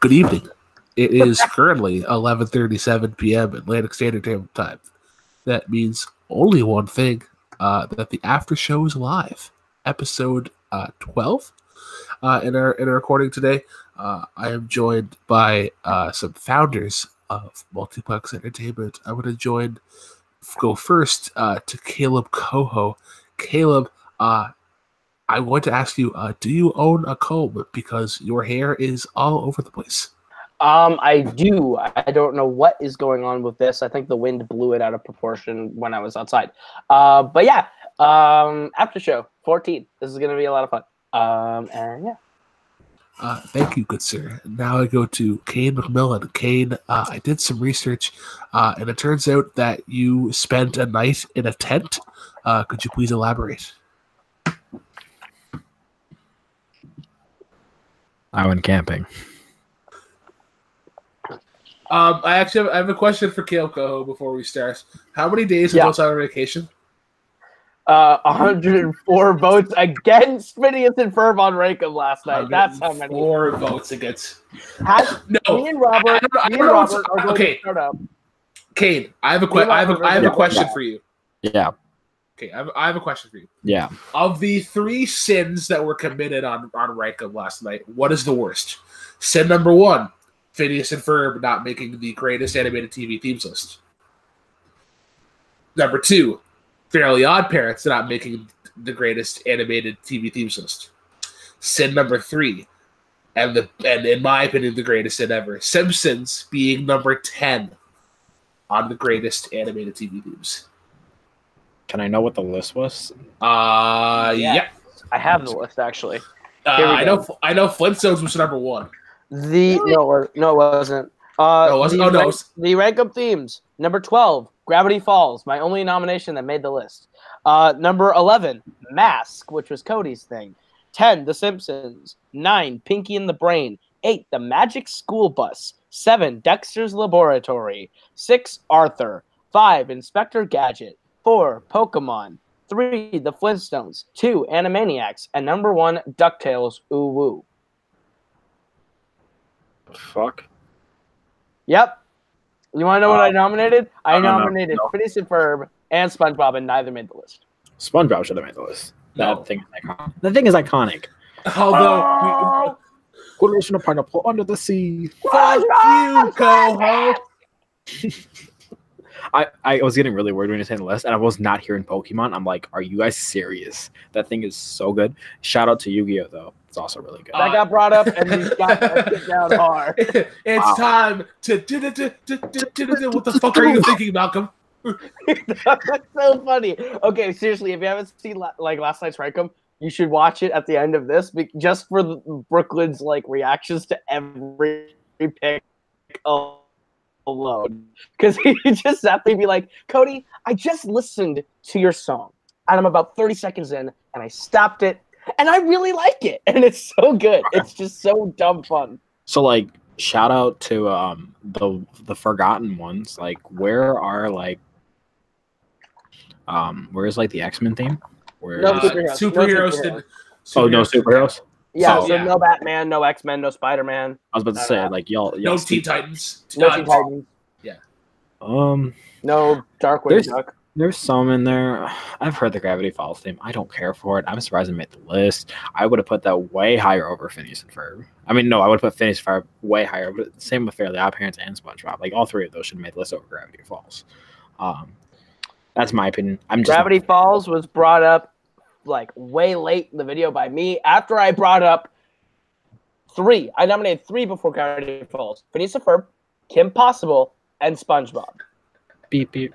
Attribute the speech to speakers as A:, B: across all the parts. A: Good evening. It is currently 11:37 p.m. Atlantic Standard Time. That means only one thing: uh, that the after show is live, episode uh, 12. Uh, in our in our recording today, uh, I am joined by uh, some founders of Multiplex Entertainment. I'm going to join go first uh, to Caleb Coho. Caleb, uh, I want to ask you: uh, Do you own a comb? Because your hair is all over the place.
B: Um, I do. I don't know what is going on with this. I think the wind blew it out of proportion when I was outside. Uh, but yeah, um, after show 14. This is gonna be a lot of fun. Um, and yeah,
A: Uh, thank you, good sir. Now I go to Kane McMillan. Kane, uh, I did some research, uh, and it turns out that you spent a night in a tent. Uh, could you please elaborate?
C: I went camping.
A: Um, I actually have, I have a question for Kale Coho before we start. How many days
B: Yeah.
A: was on vacation?
B: uh, 104 votes against Phineas and Ferb on Rankin last night. That's how many.
A: Four votes against.
B: Has-
A: No,
B: me and Robert,
A: I don't- I
B: me
A: don't
B: and
A: know what's-
B: Robert are going
A: okay.
B: to start up.
A: Kane, I have a que-
B: We're not
A: I have a, I have a
B: gonna-
A: question for you.
C: Yeah,
A: Okay, I have, I have a question for you.
C: yeah.
A: of the three sins that were committed on on Rankum last night, what is the worst? Sin number one: Phineas and Ferb not making the greatest animated TV themes list. Number two: Fairly Odd Parents not making the greatest animated TV themes list. Sin number three, and the and in my opinion, the greatest sin ever: Simpsons being number ten on the greatest animated TV themes.
C: Can I know what the list was?
A: Uh,
B: Yeah.
A: yeah.
B: I have the list actually.
A: Uh,
B: Here we
A: I
B: go.
A: know. I know. Flintstones was number one.
B: The no, it wa- no, it wasn't. Uh,
A: No, it wasn't.
B: The
A: Oh, no, it
B: rank,
A: was-
B: the rank up themes. Number twelve, Gravity Falls, my only nomination that made the list. Uh, number eleven, Mask, which was Cody's thing. Ten, The Simpsons. Nine, Pinky and the Brain. Eight, The Magic School Bus. Seven, Dexter's Laboratory. Six, Arthur. Five, Inspector Gadget. Four, Pokemon. Three, The Flintstones. Two, Animaniacs, and number one, Ducktales. Ooh woo.
C: Fuck.
B: Yep. You want to know what I nominated? I,
C: I don't know.
B: nominated Phineas and Ferb and SpongeBob, and neither made the list.
C: SpongeBob should have made the list. That
A: No.
C: thing is iconic. That thing is iconic. Oh,
B: Oh,
A: Although,
C: Correlation of pineapple under the sea.
A: fuck you, Coho.
C: I, I was getting really worried when you said the list, and I was not hearing Pokemon. I'm like, are you guys serious? That thing is so good. Shout out to Yu Gi Oh though. It's also really good.
A: Uh,
B: That got brought up, and we got that shit down hard.
A: it's
C: Wow.
A: time to do do do do do do do. What the fuck are you thinking, Malcolm?
B: That's so funny. Okay, seriously, if you haven't seen la- like last night's Rankum, you should watch it at the end of this, be- just for the, Brooklyn's like reactions to every pick al- alone, because he just sat there and be like, "Cody, I just listened to your song, and I'm about 30 seconds in, and I stopped it, and I really like it, and it's so good. It's just so dumb fun."
C: So like shout out to um the the forgotten ones. Like where are like um where is like the X Men theme? Where
B: No
A: Uh,
C: is-
B: superheroes. No
A: Superheroes
B: superheroes.
A: did.
C: oh no superheroes?
B: Yeah,
A: So-
B: so
A: Yeah.
B: no Batman, no X Men, no Spider Man,
C: I was about to
B: Uh,
C: say like y'all, y'all
A: No
C: see-
A: Teen Titans.
B: no
A: Uh,
B: Teen Titans,
C: Um,
B: no Darkwing
C: There's-
B: Duck.
C: there's some in there. I've heard the Gravity Falls theme. I don't care for it. I'm surprised it made the list. I would have put that way higher over Phineas and Ferb. I mean, no, I would have put Phineas and Ferb way higher. But same with Fairly Odd Parents and SpongeBob. Like all three of those should have made the list over Gravity Falls. Um, that's my opinion. I'm just
B: Gravity Falls was brought up like way late in the video by me after I brought up three. I nominated three before Gravity Falls: Phineas and Ferb, Kim Possible, and SpongeBob.
C: beep beep.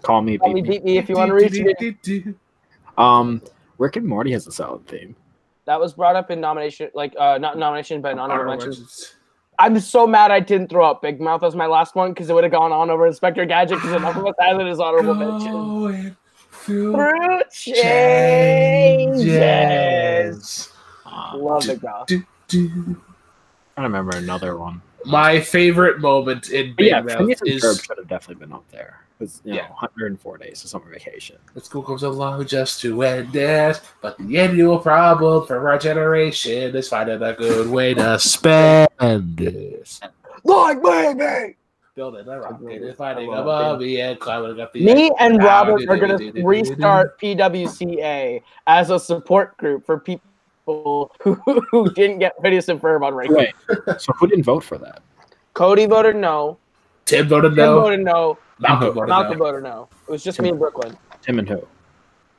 C: Call me
B: Probably
C: beep.
B: beat
C: beep.
B: me if you want to reach me.
C: Um, Rick and Morty has a solid theme.
B: That was brought up in nomination, like uh, not nomination, but an honorable
A: Honorable
B: mention.
A: mentions.
B: I'm so mad I didn't throw up Big Mouth as my last one because it would have gone on over Inspector Gadget because enough of us had it as honorable mention.
A: Going through
B: Through changes.
A: changes.
C: Uh,
B: Love Big Mouth.
A: Do, do.
C: I remember another one.
A: My favorite moment in Big
C: But yeah,
A: Mouth
C: Phineas and
A: is
C: Ferb should have definitely been up there. It's you
A: Yeah.
C: know, 104 days of summer vacation.
A: The school comes along just to end it, but the annual problem for our generation is finding a good way to spend it.
B: Like baby.
A: Building a rocket and finding a mummy and climbing up the
B: Me and
A: Ah,
B: Robert
A: do,
B: are
A: do,
B: gonna
A: do, do, do,
B: restart PWCA as a support group for people who, who didn't get Phineas and Ferb on record.
C: Wait, so who didn't vote for that?
B: Cody voted no.
A: Tim voted
B: Tim
A: no.
B: voted no.
A: Malcolm voted
B: Malcolm
A: no.
B: voted no. It was just me and Brooklyn.
C: Tim and who?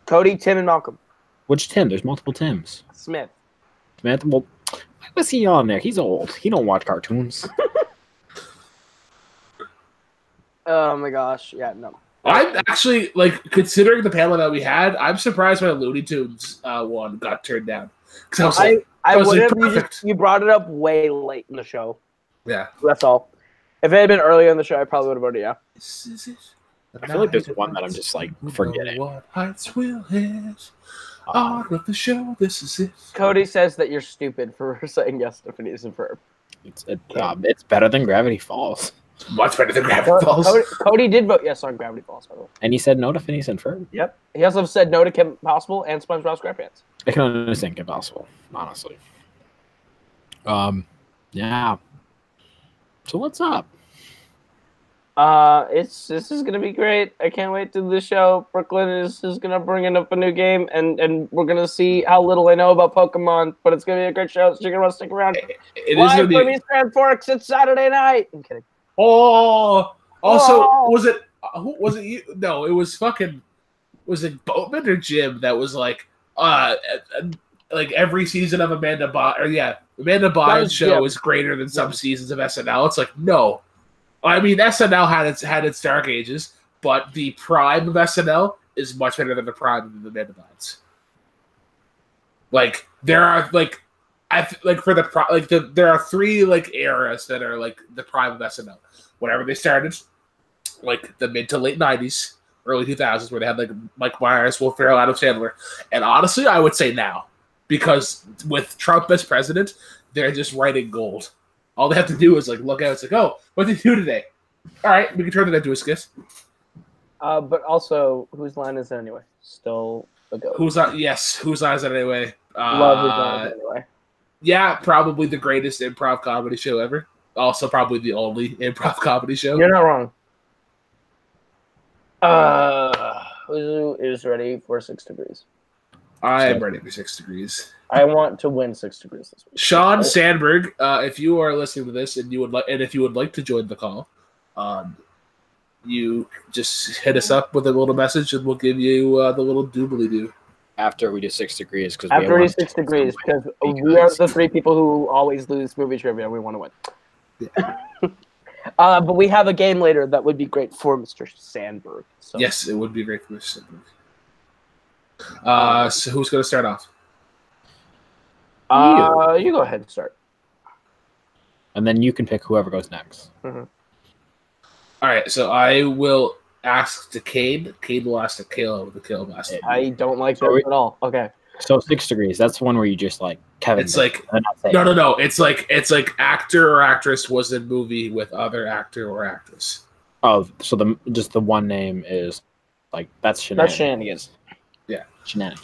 B: Cody, Tim, and Malcolm
C: Which Tim? There's multiple Tims.
B: Smith.
C: Samantha, well, why was he on there? He's old. He don't watch cartoons.
B: Oh my gosh. Yeah, no.
A: I'm actually like considering the panel that we had. I'm surprised my Looney Tunes uh, one got turned down because I was like,
B: I, I
A: That was,
B: would
A: like,
B: have. You,
A: perfect.
B: just- you brought it up way late in the show.
A: yeah.
B: That's all. If it had been earlier in the show, I probably would have voted yeah.
A: This is it.
C: I feel like there's one that I'm just like
A: We know
C: forgetting.
A: What heights will hit?
C: Um,
B: Oh,
A: Art of the show. This is it.
B: Cody says that you're stupid for saying yes to Phineas and Ferb.
C: it's it, um, it's better than Gravity Falls.
A: Much better than
B: Co-
A: Gravity Falls.
B: Cody, Cody did vote yes on Gravity Falls, by the way.
C: And he said no to Phineas and Ferb.
B: Yep. He also said no to Kim Possible and SpongeBob SquarePants.
C: I can understand impossible, honestly. Um, yeah. So what's up?
B: Uh, it's this is gonna be great. I can't wait to the show. Brooklyn is, is gonna bring in up a new game, and and we're gonna see how little I know about Pokemon. But it's gonna be a great show. So you're gonna want to stick around.
A: It is
B: Live
A: gonna be-
B: from East Grand Forks. It's Saturday night. I'm kidding.
A: Oh, also,
B: Oh.
A: was it uh, who was it? You? No, it was fucking. Was it Boatman or Jim that was like, uh, uh, like every season of Amanda Bynes? Or yeah, Amanda Bynes
B: was
A: show
B: Jim.
A: is greater than some seasons of SNL. It's like no, I mean SNL had its had its dark ages, but the prime of SNL is much better than the prime of Amanda Bynes. Like there are like. I th- like for the pro- like the there are three like eras that are like the prime of SNL whenever they started, like the mid to late '90s, early 2000s, where they had like Mike Myers, Will Ferrell, Adam Sandler, and honestly, I would say now because with Trump as president, they're just writing gold. All they have to do is like look at it, it's like, oh, what did they do today? All right, we can turn it into a skit.
B: Uh, but also, whose line is it anyway? Still a go.
A: Who's on? Yes, who's on is it anyway? Uh,
B: Love is on it anyway.
A: yeah, probably the greatest improv comedy show ever. Also, probably the only improv comedy show.
B: You're not wrong. Uh, who is ready for six degrees?
A: I am ready for six degrees.
B: I want to win six degrees this week.
A: Sean Sandberg, uh, if you are listening to this and you would like, and if you would like to join the call, um, you just hit us up with a little message, and we'll give you uh, the little doobly doo.
C: After we do six degrees, because
B: After these six degrees, because we are
C: because-
B: the three people who always lose movie trivia. We want to win. uh, but we have a game later that would be great for Mr. Sandberg. So.
A: Yes, it would be great for Mr. Sandberg. Uh, so who's going to start off?
B: Uh, you go ahead and start.
C: and then you can pick whoever goes next.
A: All right, so I will ask to Cade. Cade will ask to Kale with the Kale blast.
B: I don't like that
C: Sorry.
B: at all. Okay.
C: So six degrees. That's the one where you just like Kevin.
A: It's
C: did.
A: like
C: They're not saying
A: no, no, no. It's like it's like actor or actress was in movie with other actor or actress.
C: Oh, so the just the one name is like that's
B: That's
C: shenanigans.
B: shenanigans.
C: shenanigans.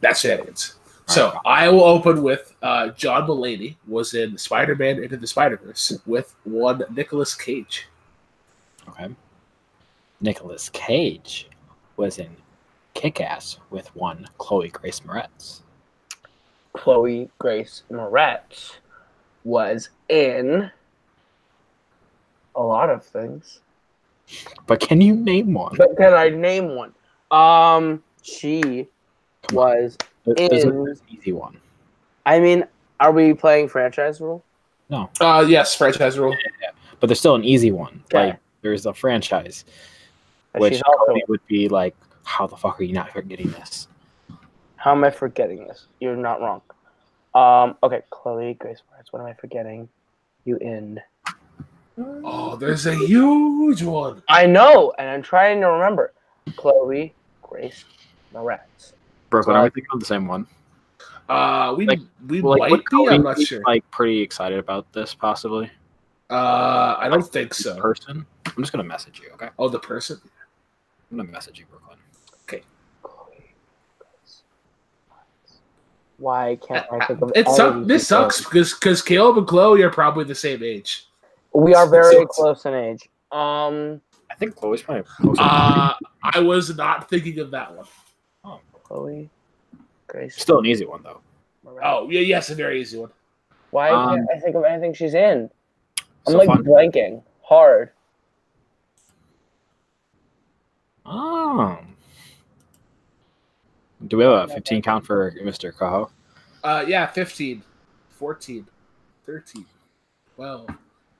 A: That's shenanigans. So I will open with uh, John Mulaney was in Spider Man Into the Spider Verse with one Nicolas Cage.
C: Okay. Nicholas Cage was in Kick Ass with one Chloe Grace Moretz.
B: Chloe Grace Moretz was in a lot of things.
C: But can you name one?
B: But can I name one? Um, she was.
C: There's a-
B: in-
C: there's an easy one.
B: I mean, are we playing franchise rule?
C: No,
A: Uh, yes, franchise rule.
C: but there's still an easy one.
B: Okay.
C: Like there's a franchise,
B: And
C: which
B: she's also,
C: Chloe would be like, "How the fuck are you not forgetting this?"
B: how am I forgetting this? You're not wrong. Um, okay, Chloe Grace Moretz. What am I forgetting? You in?
A: Oh, there's a huge one.
B: I know, and I'm trying to remember. Chloe Grace Moretz.
C: Brooklyn,
B: are
C: are
B: we
C: we thinking of the same one?
A: Uh, we
C: Like-
A: we might be. I'm not sure.
C: Like pretty excited about this, possibly.
A: Uh, I don't think so.
C: Person, I'm just gonna message you. Okay.
A: Oh, the person.
C: I'm gonna message you, Brooklyn.
B: Why can't I think of
A: It
B: all
A: sucks.
B: of
A: This
B: these
A: sucks
B: people?
A: because because Caleb and Chloe are probably the same age.
B: We are very
A: Sucks.
B: close in age. Um,
C: I think Chloe's probably. closer to
A: Uh, I was not thinking of that one.
C: Oh,
B: Chloe, Grace.
C: Still an easy one though.
B: Morales.
A: Oh yeah, yes, a very easy one.
B: Why
C: Um,
B: can't I think of anything she's in? I'm
C: So
B: like
C: fun.
B: blanking hard.
C: Oh. Do we have a 15 count for Mr. Coho?
A: Uh, yeah, 15, 14, 13, 12,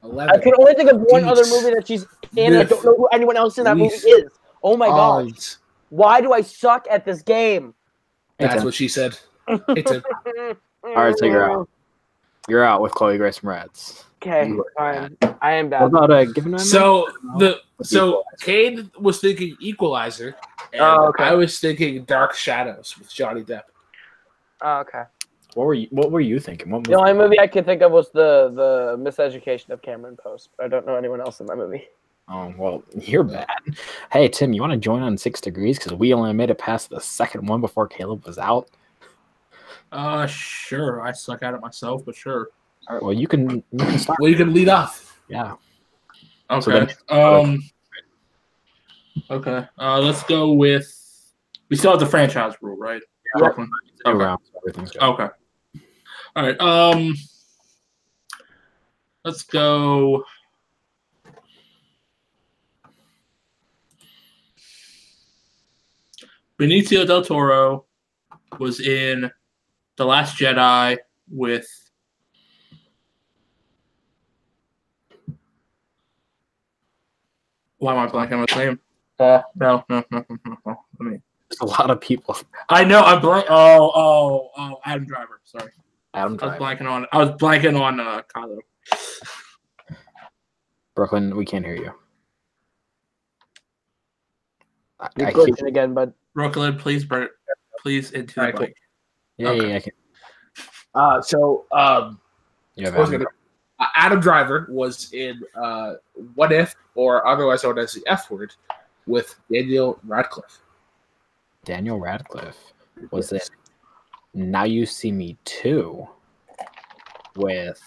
B: I
A: 11.
B: can only think of one other
A: Deeks.
B: movie that she's in. I
A: Myth.
B: don't know who anyone else in that movie
A: Leaf.
B: is. Oh my gosh.
A: Odds.
B: Why do I suck at this game?
A: That's
C: It's a-
A: what she said. It's a,
C: right, so you're out. You're out with Chloe Grace Moretz.
B: Okay,
C: You were
B: fine. I am
C: What
B: bad.
C: about uh, Given Remedy?
A: so the
C: The
A: so Cade was thinking Equalizer. And
B: Oh, okay.
A: I was thinking Dark Shadows with Johnny Depp.
B: Oh, okay.
C: what were you? What were you thinking? What
B: The only movie I could think of was the the Miseducation of Cameron Post. I don't know anyone else in that movie.
C: Oh well, you're bad. Hey Tim, you want to join on Six Degrees? Because we only made it past the second one before Caleb was out.
D: Uh, sure. I suck at it myself, but sure.
C: All right. Well, you can. You can start.
A: Well, you can lead off.
C: Yeah. So
D: Okay. um. Okay. Uh, let's go with. We still have the franchise rule, right?
C: Yeah.
D: Brooklyn.
C: Two
D: Okay.
C: rounds, everything's good.
D: Okay. All right. Um. Let's go. Benicio del Toro was in The Last Jedi with Why am I blanking on his name? Uh, no, no, no, no, no, no. Let me.
C: There's a lot of people.
D: I know I'm blank. Oh, oh, oh. Adam Driver. Sorry.
C: Adam
D: I was
C: Driver.
D: blanking on. I was blanking on uh, Kylo.
C: Brooklyn, we can't hear you. I,
B: You're
C: I keep,
B: glitching again, bud.
D: Brooklyn, please, Bert, please into the
A: Alright, cool.
D: mic.
C: yeah,
D: Okay.
C: yeah, yeah, I can.
A: Uh, so um,
C: You have
A: I was
C: Adam.
A: gonna- uh, Adam Driver was in uh, What If, or otherwise known as the F Word, with Daniel Radcliffe.
C: Daniel Radcliffe was it Now You See Me Too with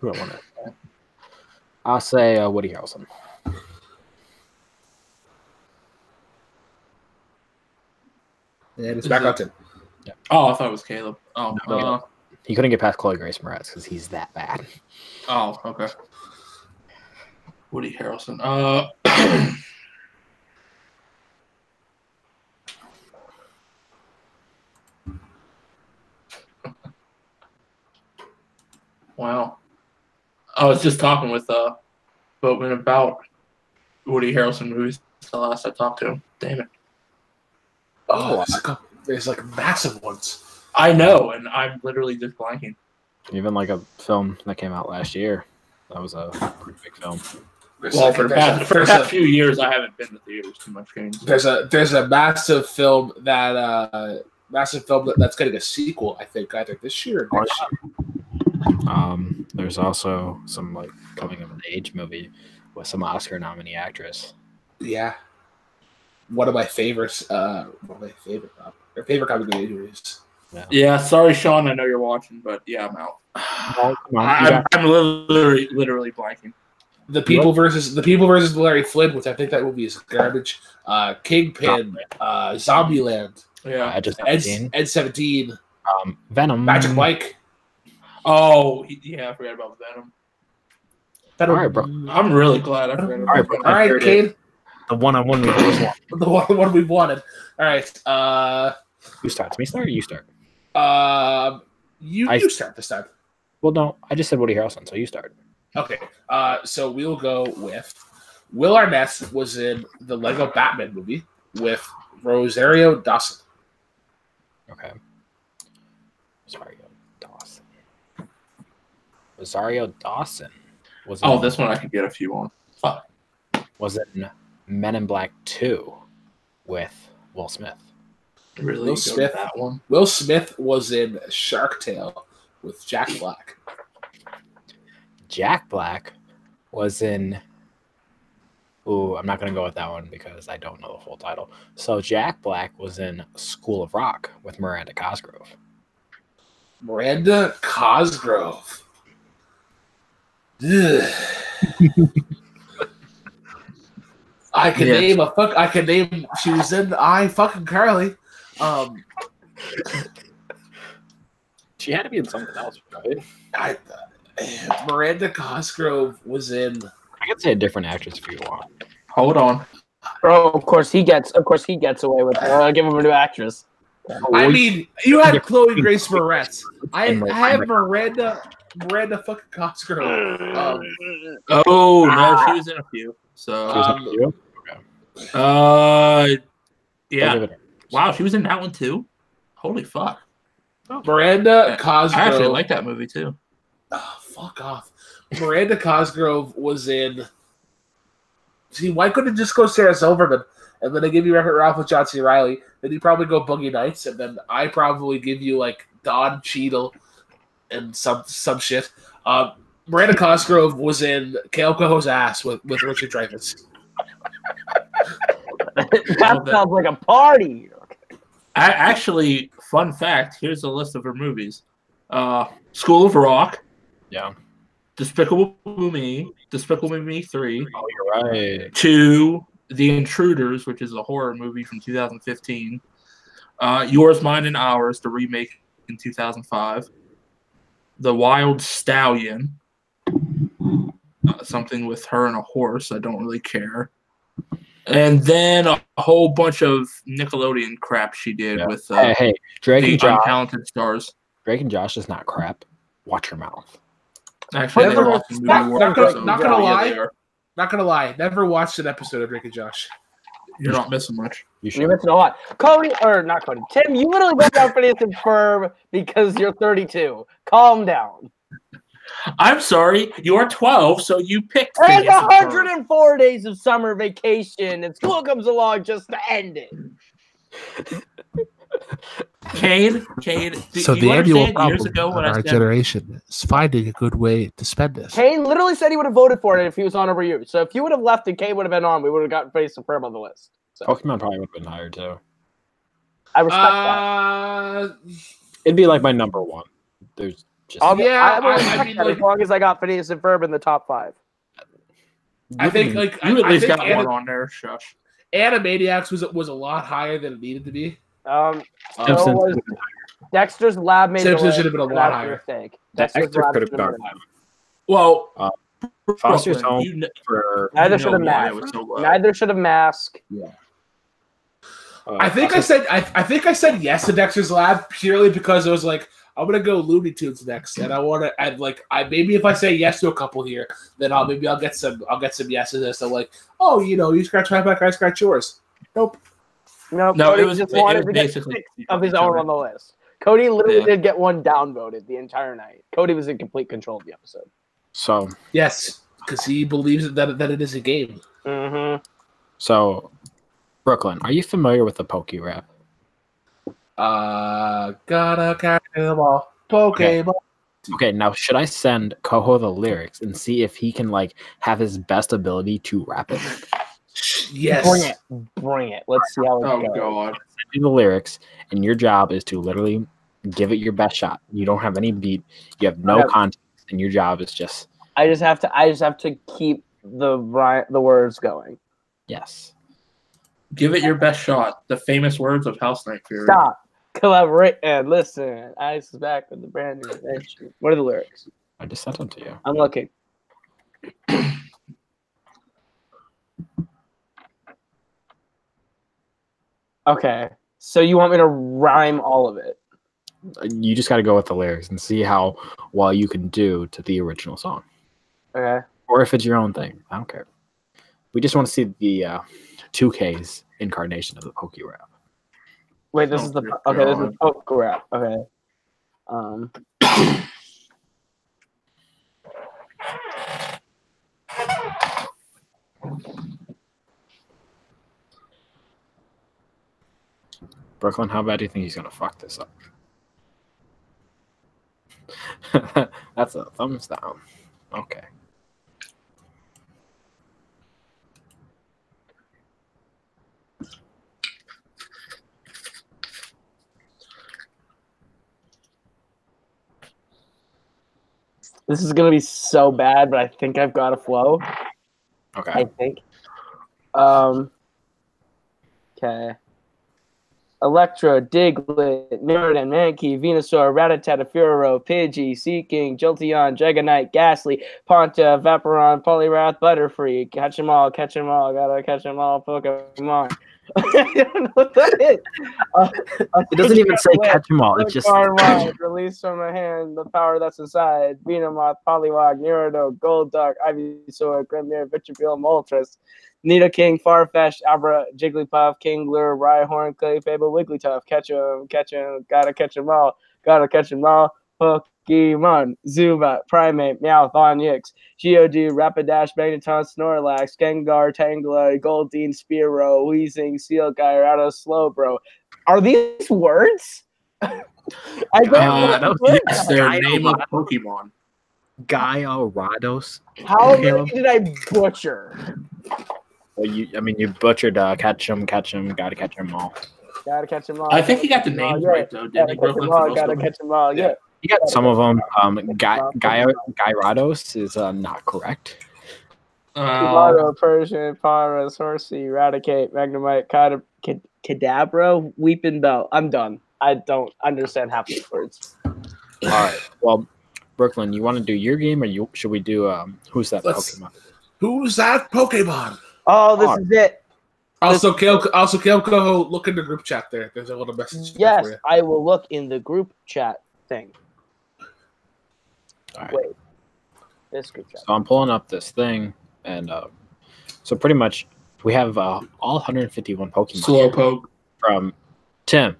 C: who do I want to say? I'll say uh, Woody Harrelson.
A: And it's
D: Is
A: back
D: it-
A: on Tim.
D: Oh, I thought it was Caleb. Oh,
C: No,
D: uh,
C: He couldn't get past Chloe Grace Moretz because he's that bad.
D: oh, okay. Woody Harrelson. Uh, wow. I was just talking with uh, Boatman about Woody Harrelson movies. The last I talked to him. Damn it.
A: Oh, there's, a couple, there's like massive ones.
D: I know, and I'm literally just blanking.
C: Even like a film that came out last year. That was a pretty big film.
A: There's
D: Well,
A: like-
D: for the
A: there's a-
D: past, for the
A: there's a-
D: past few years, I haven't been to theaters too much. Games.
A: there's a there's a massive film that uh massive film that, that's getting a sequel i think either this year or next year
C: Um, there's also some like coming of an age movie with some Oscar nominee actress.
A: yeah one of my favorites uh one of my favorite uh, or favorite comedy movie movies
D: Yeah, sorry, Sean. I know you're watching, but yeah, I'm out.
C: Oh, come on, you
D: I, I'm,
C: got-
D: I'm literally, literally blanking.
A: the people versus the people versus larry flynn which i think that movie is garbage uh kingpin uh zombieland
D: Yeah.
C: I just
A: ed,
C: haven't seen
A: ed 17
C: um, Venom.
A: magic mike
D: Oh, he- yeah. I forgot about Venom.
C: All right, bro.
D: I'm really glad I forgot
C: All right,
D: about
C: bro.
D: Venom.
A: all right kane
C: The one on one with
A: the one, the one we wanted all right uh
C: Who starts? Me start or you start?
A: um you,
C: I-
A: you start this time
C: Well, no, I just said Woody Harrelson, so you start.
A: Okay, uh, so we'll go with Will Arnett was in the Lego Batman movie with Rosario Dawson.
C: Okay. Rosario Dawson. Rosario Dawson was
D: Oh,
C: in-
D: this one I could get a few on. Fuck.
C: was in Men in Black Two with Will Smith.
D: Really?
A: Will
D: go to
A: Smith.
D: That one.
A: Will Smith was in Shark Tale with Jack Black.
C: Jack Black was in Ooh, I'm not gonna go with that one because I don't know the full title. So Jack Black was in School of Rock with Miranda Cosgrove.
A: Miranda Cosgrove. Ugh. I can
D: Yeah.
A: name a fuck. I can name. She was in I fucking Carly. Um,
C: She had to be in something else, right?
A: I, Miranda Cosgrove was in.
C: I could say a different actress if you want.
D: Hold on.
B: Bro, of course he gets. Of course he gets away with it. Uh, give him a new actress.
A: I mean, you had
C: Yeah.
A: Chloe Grace Moretz. I,
C: And Mir-
A: I have Miranda. Miranda fucking Cosgrove.
D: Uh,
A: Um,
D: Oh no, she was in a few.
C: She
D: So
C: was in
A: Um,
C: a few?
D: uh,
C: Don't
D: yeah.
C: give it-
D: Wow, she was in that one too. Holy fuck!
A: Um, Miranda
D: I
A: Cosgrove.
D: actually like that movie too.
A: Ah, fuck off. Miranda Cosgrove was in. See, why couldn't it just go Sarah Silverman? And then I give you Record Ralph with John C. Riley. Then you probably go Boogie Nights. And then I probably give you like Don Cheadle and some some shit. Um, Miranda Cosgrove was in Kaelko's ass with, with Richard Dreyfuss.
B: that sounds like a party.
D: I actually, fun fact. Here's a list of her movies: uh, School of Rock,
C: Yeah.
D: Despicable Me, Despicable Me Three,
C: Oh, you're right.
D: Two, The Intruders, which is a horror movie from 2015. Uh, Yours, Mine, and Ours, the remake in 2005. The Wild Stallion, uh, something with her and a horse. I don't really care. And then a, a whole bunch of Nickelodeon crap she did
C: Yeah.
D: with
C: Hey,
D: uh,
C: hey, Drake
D: the
C: and Josh.
D: untalented stars.
C: Drake and Josh is not crap. Watch your mouth.
D: Actually, they
A: Never-
D: were watching movie
A: not-
D: War,
A: not gonna-
D: so
A: not gonna
D: yeah,
A: lie.
D: they are.
A: Not gonna lie, never watched an episode of Drake and Josh.
D: You're not missing much.
C: You
B: You're
C: should.
B: missing a lot. Cody, or not Cody, Tim, you literally got down Phineas and Ferb because you're 32. Calm down.
D: I'm sorry, you're 12, so you picked.
B: There's
D: Phineas and Ferb.
B: 104 days of summer vacation, and school comes along just to end it.
D: Cade, Cade. do
A: so
D: you
A: the annual
D: understand years
A: problem
D: ago
A: in
D: when I
A: our
D: said
A: generation is finding a good way to spend this.
B: Kane literally said he would have voted for it if he was on over you. So if you would have left and Kane would have been on, we would have gotten Phineas and Ferb on the list. So
C: Pokemon probably would have been higher too.
B: I respect that.
A: Uh,
C: It'd be like my number one. There's just
B: I'll be-
A: yeah,
B: I would
A: I- I
B: respect
A: mean,
B: that
A: like-
B: as long as I got Phineas and Ferb in the top five.
A: I think
C: Given-
A: like
D: you at
A: I- I
D: least
A: think
D: got
A: Anna-
D: one on there, shush.
A: Animaniacs was was a lot higher than it needed to be.
B: Um,
A: Um,
B: Simpsons.
C: Simpsons-
B: was- Dexter's Lab made
A: Simpsons
B: the list,
A: should have been a
B: and
A: lot
B: that was
A: higher.
B: mistake.
C: that
B: Dexter's
C: extra
B: Lab
C: could
B: should
C: have
B: have
C: gone
B: been higher.
D: Well,
C: Uh, Foster's
D: Foster's
C: Home.
D: You, kn-
C: for.
B: Neither
D: you
B: should
D: know
B: have
D: why it
B: mattered.
D: was so low.
B: Neither should have Mask.
D: Oh,
C: uh,
A: I think I said
C: Foster's-
A: I, I think I said yes to Dexter's Lab purely because it was like I'm gonna go Looney Tunes next, and I want to add like I maybe if I say yes to a couple here, then I'll maybe I'll get some I'll get some yeses as to like oh you know you scratch my back I scratch yours.
B: No,
D: No,
B: Cody
D: it was,
B: just
D: it
B: wanted
D: was
B: to get
D: basically
B: six of his own on the list. Cody literally
D: Yeah.
B: did get one downvoted the entire night. Cody was in complete control of the episode.
C: so.
A: Yes, because he believes that that it is a game.
B: Mm-hmm.
C: So, Brooklyn, are you familiar with the Poke Rap?
A: Uh, gotta carry the ball. Pokemon.
C: Okay, now should I send Coho the lyrics and see if he can like have his best ability to rap it? Send
A: Yes.
B: Bring it, bring it. Let's see how it
D: Oh
B: goes.
D: god.
C: me the lyrics, and your job is to literally give it your best shot. You don't have any beat. You have no
B: Okay.
C: context, and your job is just
B: I just have to. I just have to keep the ri- the words going.
C: yes.
D: Give it your best shot. The famous words of House Night Fury.
B: Stop. Collaborate and listen. Ice is back with the brand new adventure. What are the lyrics?
C: I just sent them to you.
B: I'm looking. okay. So you want me to rhyme all of it?
C: You just got to go with the lyrics and see how well you can do to the original song,
B: Okay.
C: or if it's your own thing. I don't care. We just want to see the uh, 2K's incarnation of the Poke Rap.
B: Wait, this is the
D: Oh,
B: okay. This is
D: God.
B: poke rap. Okay. Um.
C: Brooklyn, how bad do you think he's gonna fuck this up? That's a thumbs down. Okay.
B: This is gonna be so bad, but I think I've got a flow. I
C: Okay.
B: think. Um. Okay. Electro, Diglett, Mirrodin, Mankey, Venusaur, Rattatatatafuro, Pidgey, Seeking, Jolteon, Dragonite, Ghastly, Ponta, Vaporon, Poliwrath, Butterfree. Catch 'em all, catch 'em all, gotta catch 'em all, Pokemon. I don't know what that is. Uh,
C: It doesn't even say
B: Electro,
C: catch 'em all. It
B: Look
C: just
B: far and wide, release from my hand the power that's inside. Venomoth, Poliwag, Gyarados, Golduck, Ivysaur, Grimmir, Vitripil, Moltres, Nidoking, Farfetch'd, Abra, Jigglypuff, Kingler, Rhyhorn, Clefable, Wigglytuff. Catch 'em, catch 'em, gotta catch 'em all, gotta catch 'em all. Pokemon, Zubat, Primate, Meowth, Onyx, Geodude, Rapidash, Magneton, Snorlax, Gengar, Tangela, Goldeen, Spearow, Weezing, Sealguy, Rattles, Slowbro. Are these words? I don't know.
D: Uh,
C: that
B: what-
D: yes, their
C: I know
D: name of
C: that.
D: Pokemon.
C: uh, Gaio Rados.
B: How
C: Caleb.
B: many did I butcher?
C: Well, you, I mean, you butchered uh, catch 'em, catch 'em, gotta catch 'em all.
B: Gotta catch them all.
D: I think he got the
B: Gotta catch
D: names
B: 'em all,
D: right though,
B: Uh, yeah.
D: didn't
B: Gotta catch
D: he? Brooklyn
B: them
D: for
B: all.
D: most
B: Gotta
D: of them.
B: catch them all. Yeah.
C: You got some of them. Um, Guy Gyarados is uh, not correct.
D: Uh,
B: Tomato, Persian, Paras, Horsey, Eradicate, Magnemite, Cada- Cad- Cadabra, Weeping Bell. I'm done. I don't understand half these words.
C: All right. Well, Brooklyn, you want to do your game, or you should we do um, who's that
A: Let's-
C: Pokemon?
A: Who's that Pokemon?
B: Oh, this is it.
A: Also, Kale, also Kelco, look in the group chat there. There's a little message there
B: Yes,
A: for you.
B: I will look in the group chat thing.
C: All right.
B: Wait. This group chat.
C: So I'm pulling up this thing, and uh, so pretty much we have uh, all 151 Pokemon
D: Slowpoke.
C: from Tim.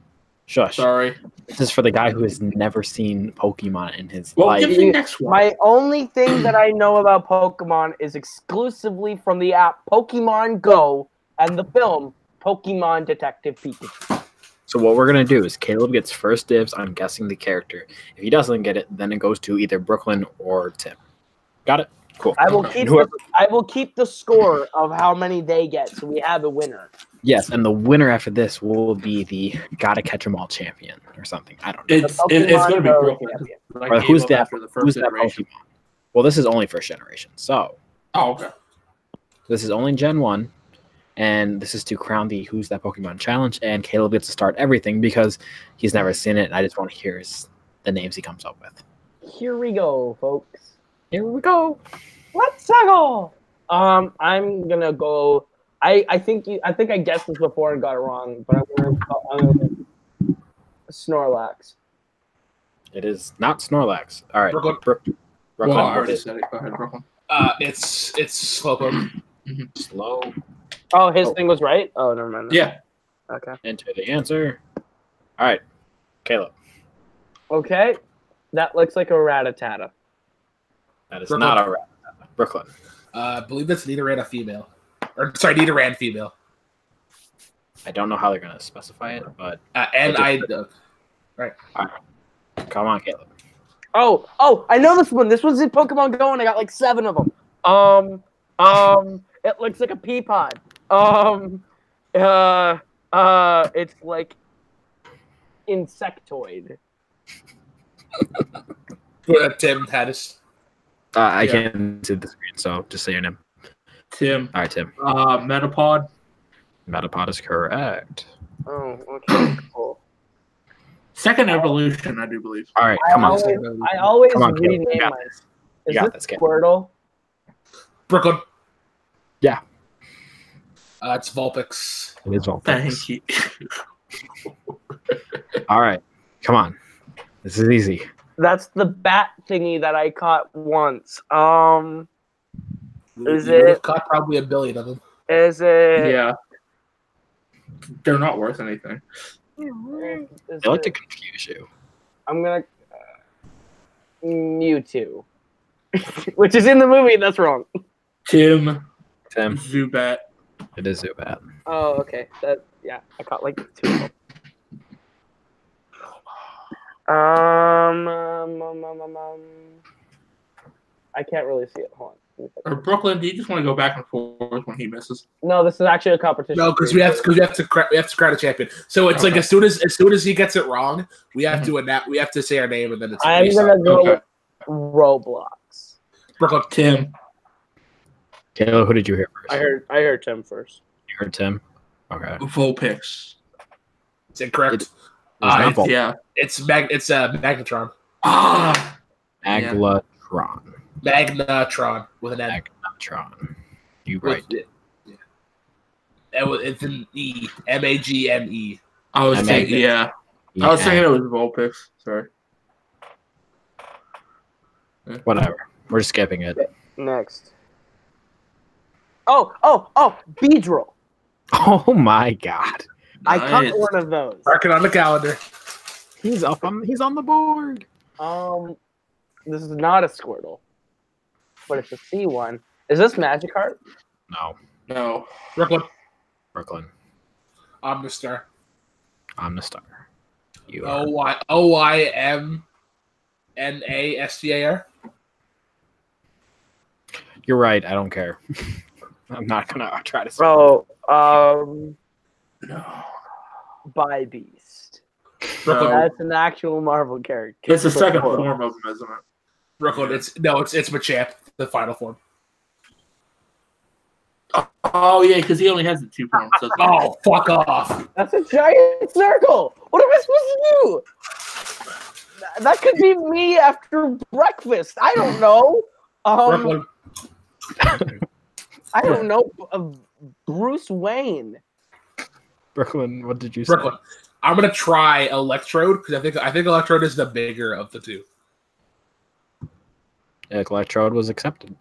C: Shush.
D: Sorry.
C: This is for the guy who has never seen Pokemon in his
D: Well,
C: life.
D: give me the next one.
B: My only thing that I know about Pokemon is exclusively from the app Pokemon Go and the film Pokemon Detective Pikachu.
C: So what we're gonna do is Caleb gets first dibs on guessing the character. If he doesn't get it, then it goes to either Brooklyn or Tim. Got it? Cool.
B: I will
D: Okay.
B: keep
C: And whoever,
B: the, I will keep the score of how many they get, so we have a winner.
C: yes, and the winner after this will be the gotta catch 'em all champion or something. I don't know.
B: The
D: It's it, it's gonna
B: Pokemon
D: be
B: Go
D: Brooklyn.
B: champion.
D: I
C: Or
D: gave
C: who's
D: up
C: that-
D: after the first
C: Who's that
D: iteration.
C: Pokemon? Well, this is only first generation, so
D: Oh, okay.
C: this is only Gen One, and this is to crown the Who's That Pokemon challenge. And Caleb gets to start everything because he's never seen it, and I just want to hear his, the names he comes up with.
B: Here we go, folks.
C: Here we go.
B: Let's go. Um, I'm gonna go. I I think you, I think I guessed this before and got it wrong, but I'm gonna, I'm gonna Snorlax.
C: It is not Snorlax. All right.
A: Brooklyn.
C: Brook- Brooklyn,
D: Well, I
C: what
D: already
C: is-
D: said it. Go ahead, Brooklyn.
A: Uh, it's it's Slowpoke.
C: slow
B: Oh, his
C: Oh.
B: thing was right. Oh, never mind.
D: Yeah.
B: Okay.
C: into the answer. All right, Caleb.
B: Okay, that looks like a ratatata.
C: That is
A: Brooklyn.
C: not a wrap. Brooklyn.
A: Uh, I believe that's Nidoran, a female. Or sorry, Nidoran, female.
C: I don't know how they're gonna specify it, but
A: Uh, and I,
C: I come on, Caleb.
B: Oh, oh, I know this one. This was in Pokemon Go, and I got like seven of them. Um, um, it looks like a pea pod. Um, uh, uh, it's like insectoid.
A: uh, Tim Hattis.
C: Uh, I
D: Yeah.
C: can't see the screen, so just say your name.
D: Tim.
C: All right, Tim.
D: Uh, Metapod.
C: Metapod is correct.
B: Oh, okay, cool.
D: Second evolution, I do believe.
C: All right,
B: I
C: come on.
B: always- I always
C: Come on, Caleb.
B: rename
C: You got
B: mine.
C: You
B: Is
C: got
B: this
C: this, Caleb.
B: Squirtle?
A: Brooklyn.
C: Yeah.
A: Uh, it's Vulpix.
C: It is all
D: Thank you.
C: All right, come on. This is easy.
B: That's the bat thingy that I caught once. Um,
A: We-
B: Is
A: we would've
B: it-
A: Caught probably a billion of them.
B: is it?
D: yeah. They're not worth anything.
B: is
C: They like
B: it-
C: to confuse you.
B: I'm gonna uh, Mewtwo, which is in the movie. That's wrong.
D: Tim.
C: Tim,
D: Zubat.
C: it is Zubat.
B: Oh, okay. That yeah, I caught like two. of them. Um, um, um, um, um, um, I can't really see it. Hold on. Let me think.
D: Or Brooklyn, do you just want to go back and forth when he misses?
B: No, this is actually a competition.
A: No, because we have because we have to cra- we have to crown a champion. So it's like
D: Okay.
A: as soon as as soon as he gets it wrong, we have to announce we have to say our name and then it's.
B: Mm-hmm. I'm
A: based
B: gonna
A: on-
B: go
D: Okay.
B: with Roblox.
D: Brooklyn Tim.
C: Taylor, who did you hear first?
B: I heard I heard Tim first.
C: You heard Tim. Okay.
D: Vulpix.
A: Is it correct?
C: It's-
A: It's,
D: Ah,
A: Uh,
C: It's not
D: yeah.
A: it's mag. It's uh, Magnetron.
D: Ah, yeah.
C: Aglatron.
A: Magnetron with an N.
C: Aglatron. You
A: With
C: right.
A: it. Yeah. It was, it's an E. M A G N E.
D: I was
C: I made
D: thinking.
C: it.
D: Yeah, I was thinking it was Vulpix. Sorry.
C: Whatever. We're skipping it.
B: Next. Oh, oh, oh, Beedrill.
C: Oh my god.
B: I caught
D: Nice.
B: one of those.
A: Mark it on the calendar.
C: He's up on he's on the board.
B: Um, this is not a Squirtle, but it's a C one. Is this Magikarp?
C: No.
D: No.
A: Brooklyn
C: Brooklyn.
A: Omnistar.
C: I'm the star. You
A: O
C: are.
A: Y O Y M N A S T A R.
C: You're right. I don't care. I'm not gonna try to spell.
B: Bro, um,
D: No.
B: by Beast.
A: Brooklyn.
D: No.
B: That's an actual Marvel character.
D: It's the second form of him, isn't it?
A: Brooklyn. It's no. It's it's Machamp. The final form.
D: Oh yeah, because he only has the two forms. doesn't he?
A: Oh, fuck off.
B: That's a giant circle. What am I supposed to do? Th- That could be me after breakfast. I don't know. Um,
A: Brooklyn.
B: I don't know. uh, Bruce Wayne.
C: Brooklyn, what did you say?
A: Brooklyn. I'm gonna try Electrode because I think I think Electrode is the bigger of the two.
C: Electrode was accepted.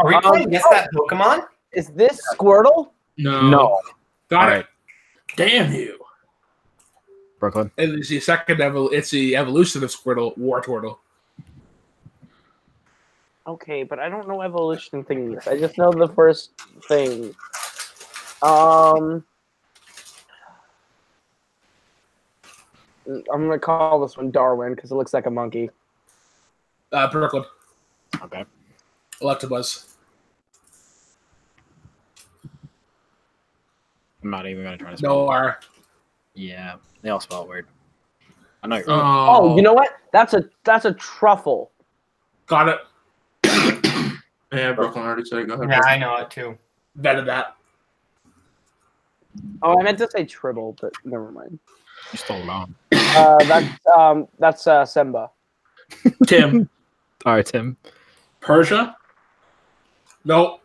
E: Are we
B: Um,
E: playing against that Pokemon?
B: Is this Squirtle?
D: No.
A: Got
C: All
A: it.
C: right.
D: Damn you.
C: Brooklyn.
A: And it's the second evol- It's the evolution of Squirtle, War Turtle.
B: Okay, but I don't know evolution thingies. I just know the first thing. Um, I'm gonna call this one Darwin because it looks like a monkey.
A: Uh, Brooklyn.
C: Okay.
A: Electabuzz.
C: I'm not even gonna try to spell.
A: No R.
C: Yeah. They all spell it weird. I know you're right.
D: Oh,
A: Um,
B: Oh, you know what? That's a that's a truffle.
A: Got it.
D: Yeah, Brooklyn already said. it. Go ahead.
E: Yeah, I know it too.
A: Better that.
B: Oh, I meant to say tribble, but never mind.
C: you stole it on.
B: Uh, that's um, that's uh, Simba.
D: Brooklyn. Tim.
C: All right, Tim.
D: Persia.
A: No.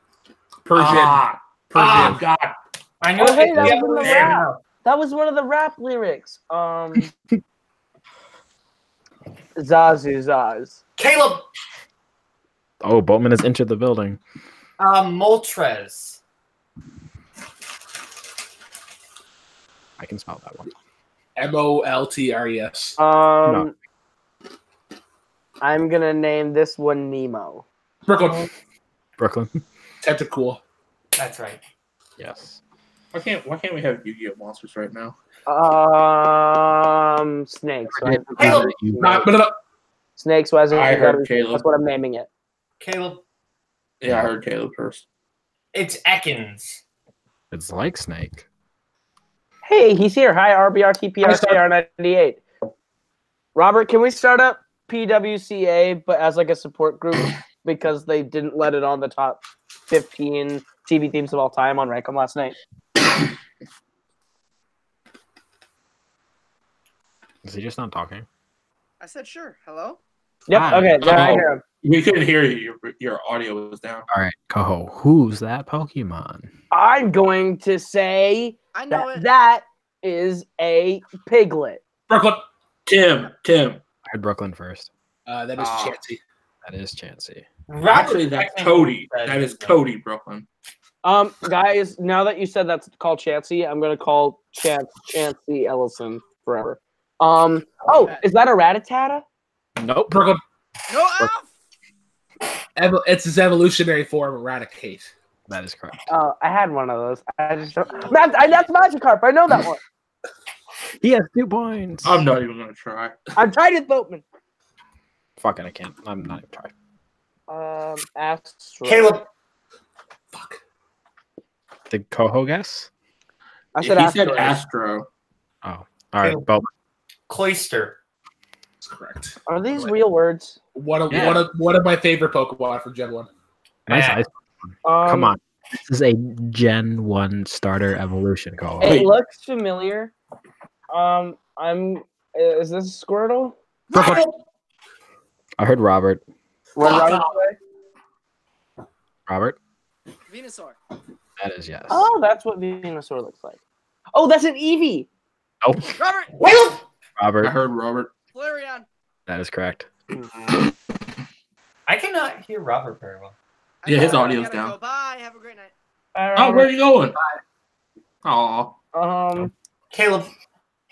A: Persian.
D: Ah, ah,
A: Persian.
D: God.
E: I know
B: Oh, hey,
E: it.
B: that
E: Yeah,
B: was in the
E: there.
B: rap. That was one of the rap lyrics. Um, Zazu Zaz.
E: Caleb
C: Oh, Boatman has entered the building.
E: uh, Moltres.
C: I can spell that one.
A: M O L T R E S.
B: Um, I'm gonna name this one Nemo. Oh.
A: Brooklyn.
C: Brooklyn.
A: Tentacool.
E: That's right.
C: Yes.
D: Why can't Why can't we have Yu-Gi-Oh monsters right now?
B: Um, snakes. right?
E: Caleb.
A: Nah, but, uh,
B: Snakes was
D: I heard
B: That's
D: Caleb.
B: what I'm naming it.
E: Caleb,
D: Yeah, I heard Caleb first.
E: it's Ekans.
C: It's like snake.
B: Hey, he's here. Hi,
A: Can we start-
B: RBRTPR 98 Robert, can we start up PWCA, but as like a support group because they didn't let it on the top 15 TV themes of all time on Rankum last night?
C: Is he just not talking?
F: I said sure. Hello?
B: Yep.
C: Hi.
B: Okay. Yeah,
A: Oh.
B: I hear him.
D: We couldn't hear you. Your, your audio was down.
C: All right, Coho. Who's that Pokemon?
B: I'm going to say
F: I know
B: that
F: it.
B: that is a piglet.
A: Brooklyn.
D: Tim. Tim.
C: I heard Brooklyn first.
A: Uh, that is
D: Ah.
A: Chansey.
C: That is Chansey.
D: Actually, that's Cody. That is Cody Brooklyn.
B: Um, guys, now that you said that's called Chansey, I'm gonna call Chance Chansey Ellison forever. Um, oh, is that a ratatata?
C: Nope.
A: Brooklyn.
F: No, off!
A: Ev- it's his evolutionary form, Eradicate.
C: That is correct.
B: Uh, I had one of those. I just don't. That, I, that's Magikarp. I know that one.
C: He has two points.
D: I'm not even gonna try.
B: I've tried it, Boatman.
C: Fuck it. I can't. I'm not even trying.
B: Um, Astro.
E: Caleb,
A: Fuck.
C: Did Coho guess?
B: I said
D: he
B: Astro.
D: said Astro.
C: All right,
E: Caleb.
C: Boatman.
E: Cloister.
A: That's correct.
B: Are these real words?
A: One of
C: Yeah.
A: one of one of my favorite Pokemon from Gen One.
C: Nice.
E: Yeah.
C: ice-
B: Um,
C: Come on. This is a Gen 1 starter evolution call.
B: It
D: Wait.
B: looks familiar. Um, I'm. Is this Squirtle?
C: I heard Robert.
B: We're
E: Fuck
B: right
E: off.
B: away.
C: Robert?
F: Venusaur.
C: That is yes.
B: Oh, that's what Venusaur looks like. Oh, that's an Eevee.
F: Robert.
E: Well,
D: I
C: Robert.
D: heard Robert.
F: Flareon.
C: That is correct.
D: Hmm.
E: I cannot hear Robert very well.
F: I
D: Yeah, his
F: gotta- I
D: audio's
F: gotta
D: down.
F: Go. Bye. Have a great night.
D: Oh, where are you going? Aw.
B: Um,
E: Caleb,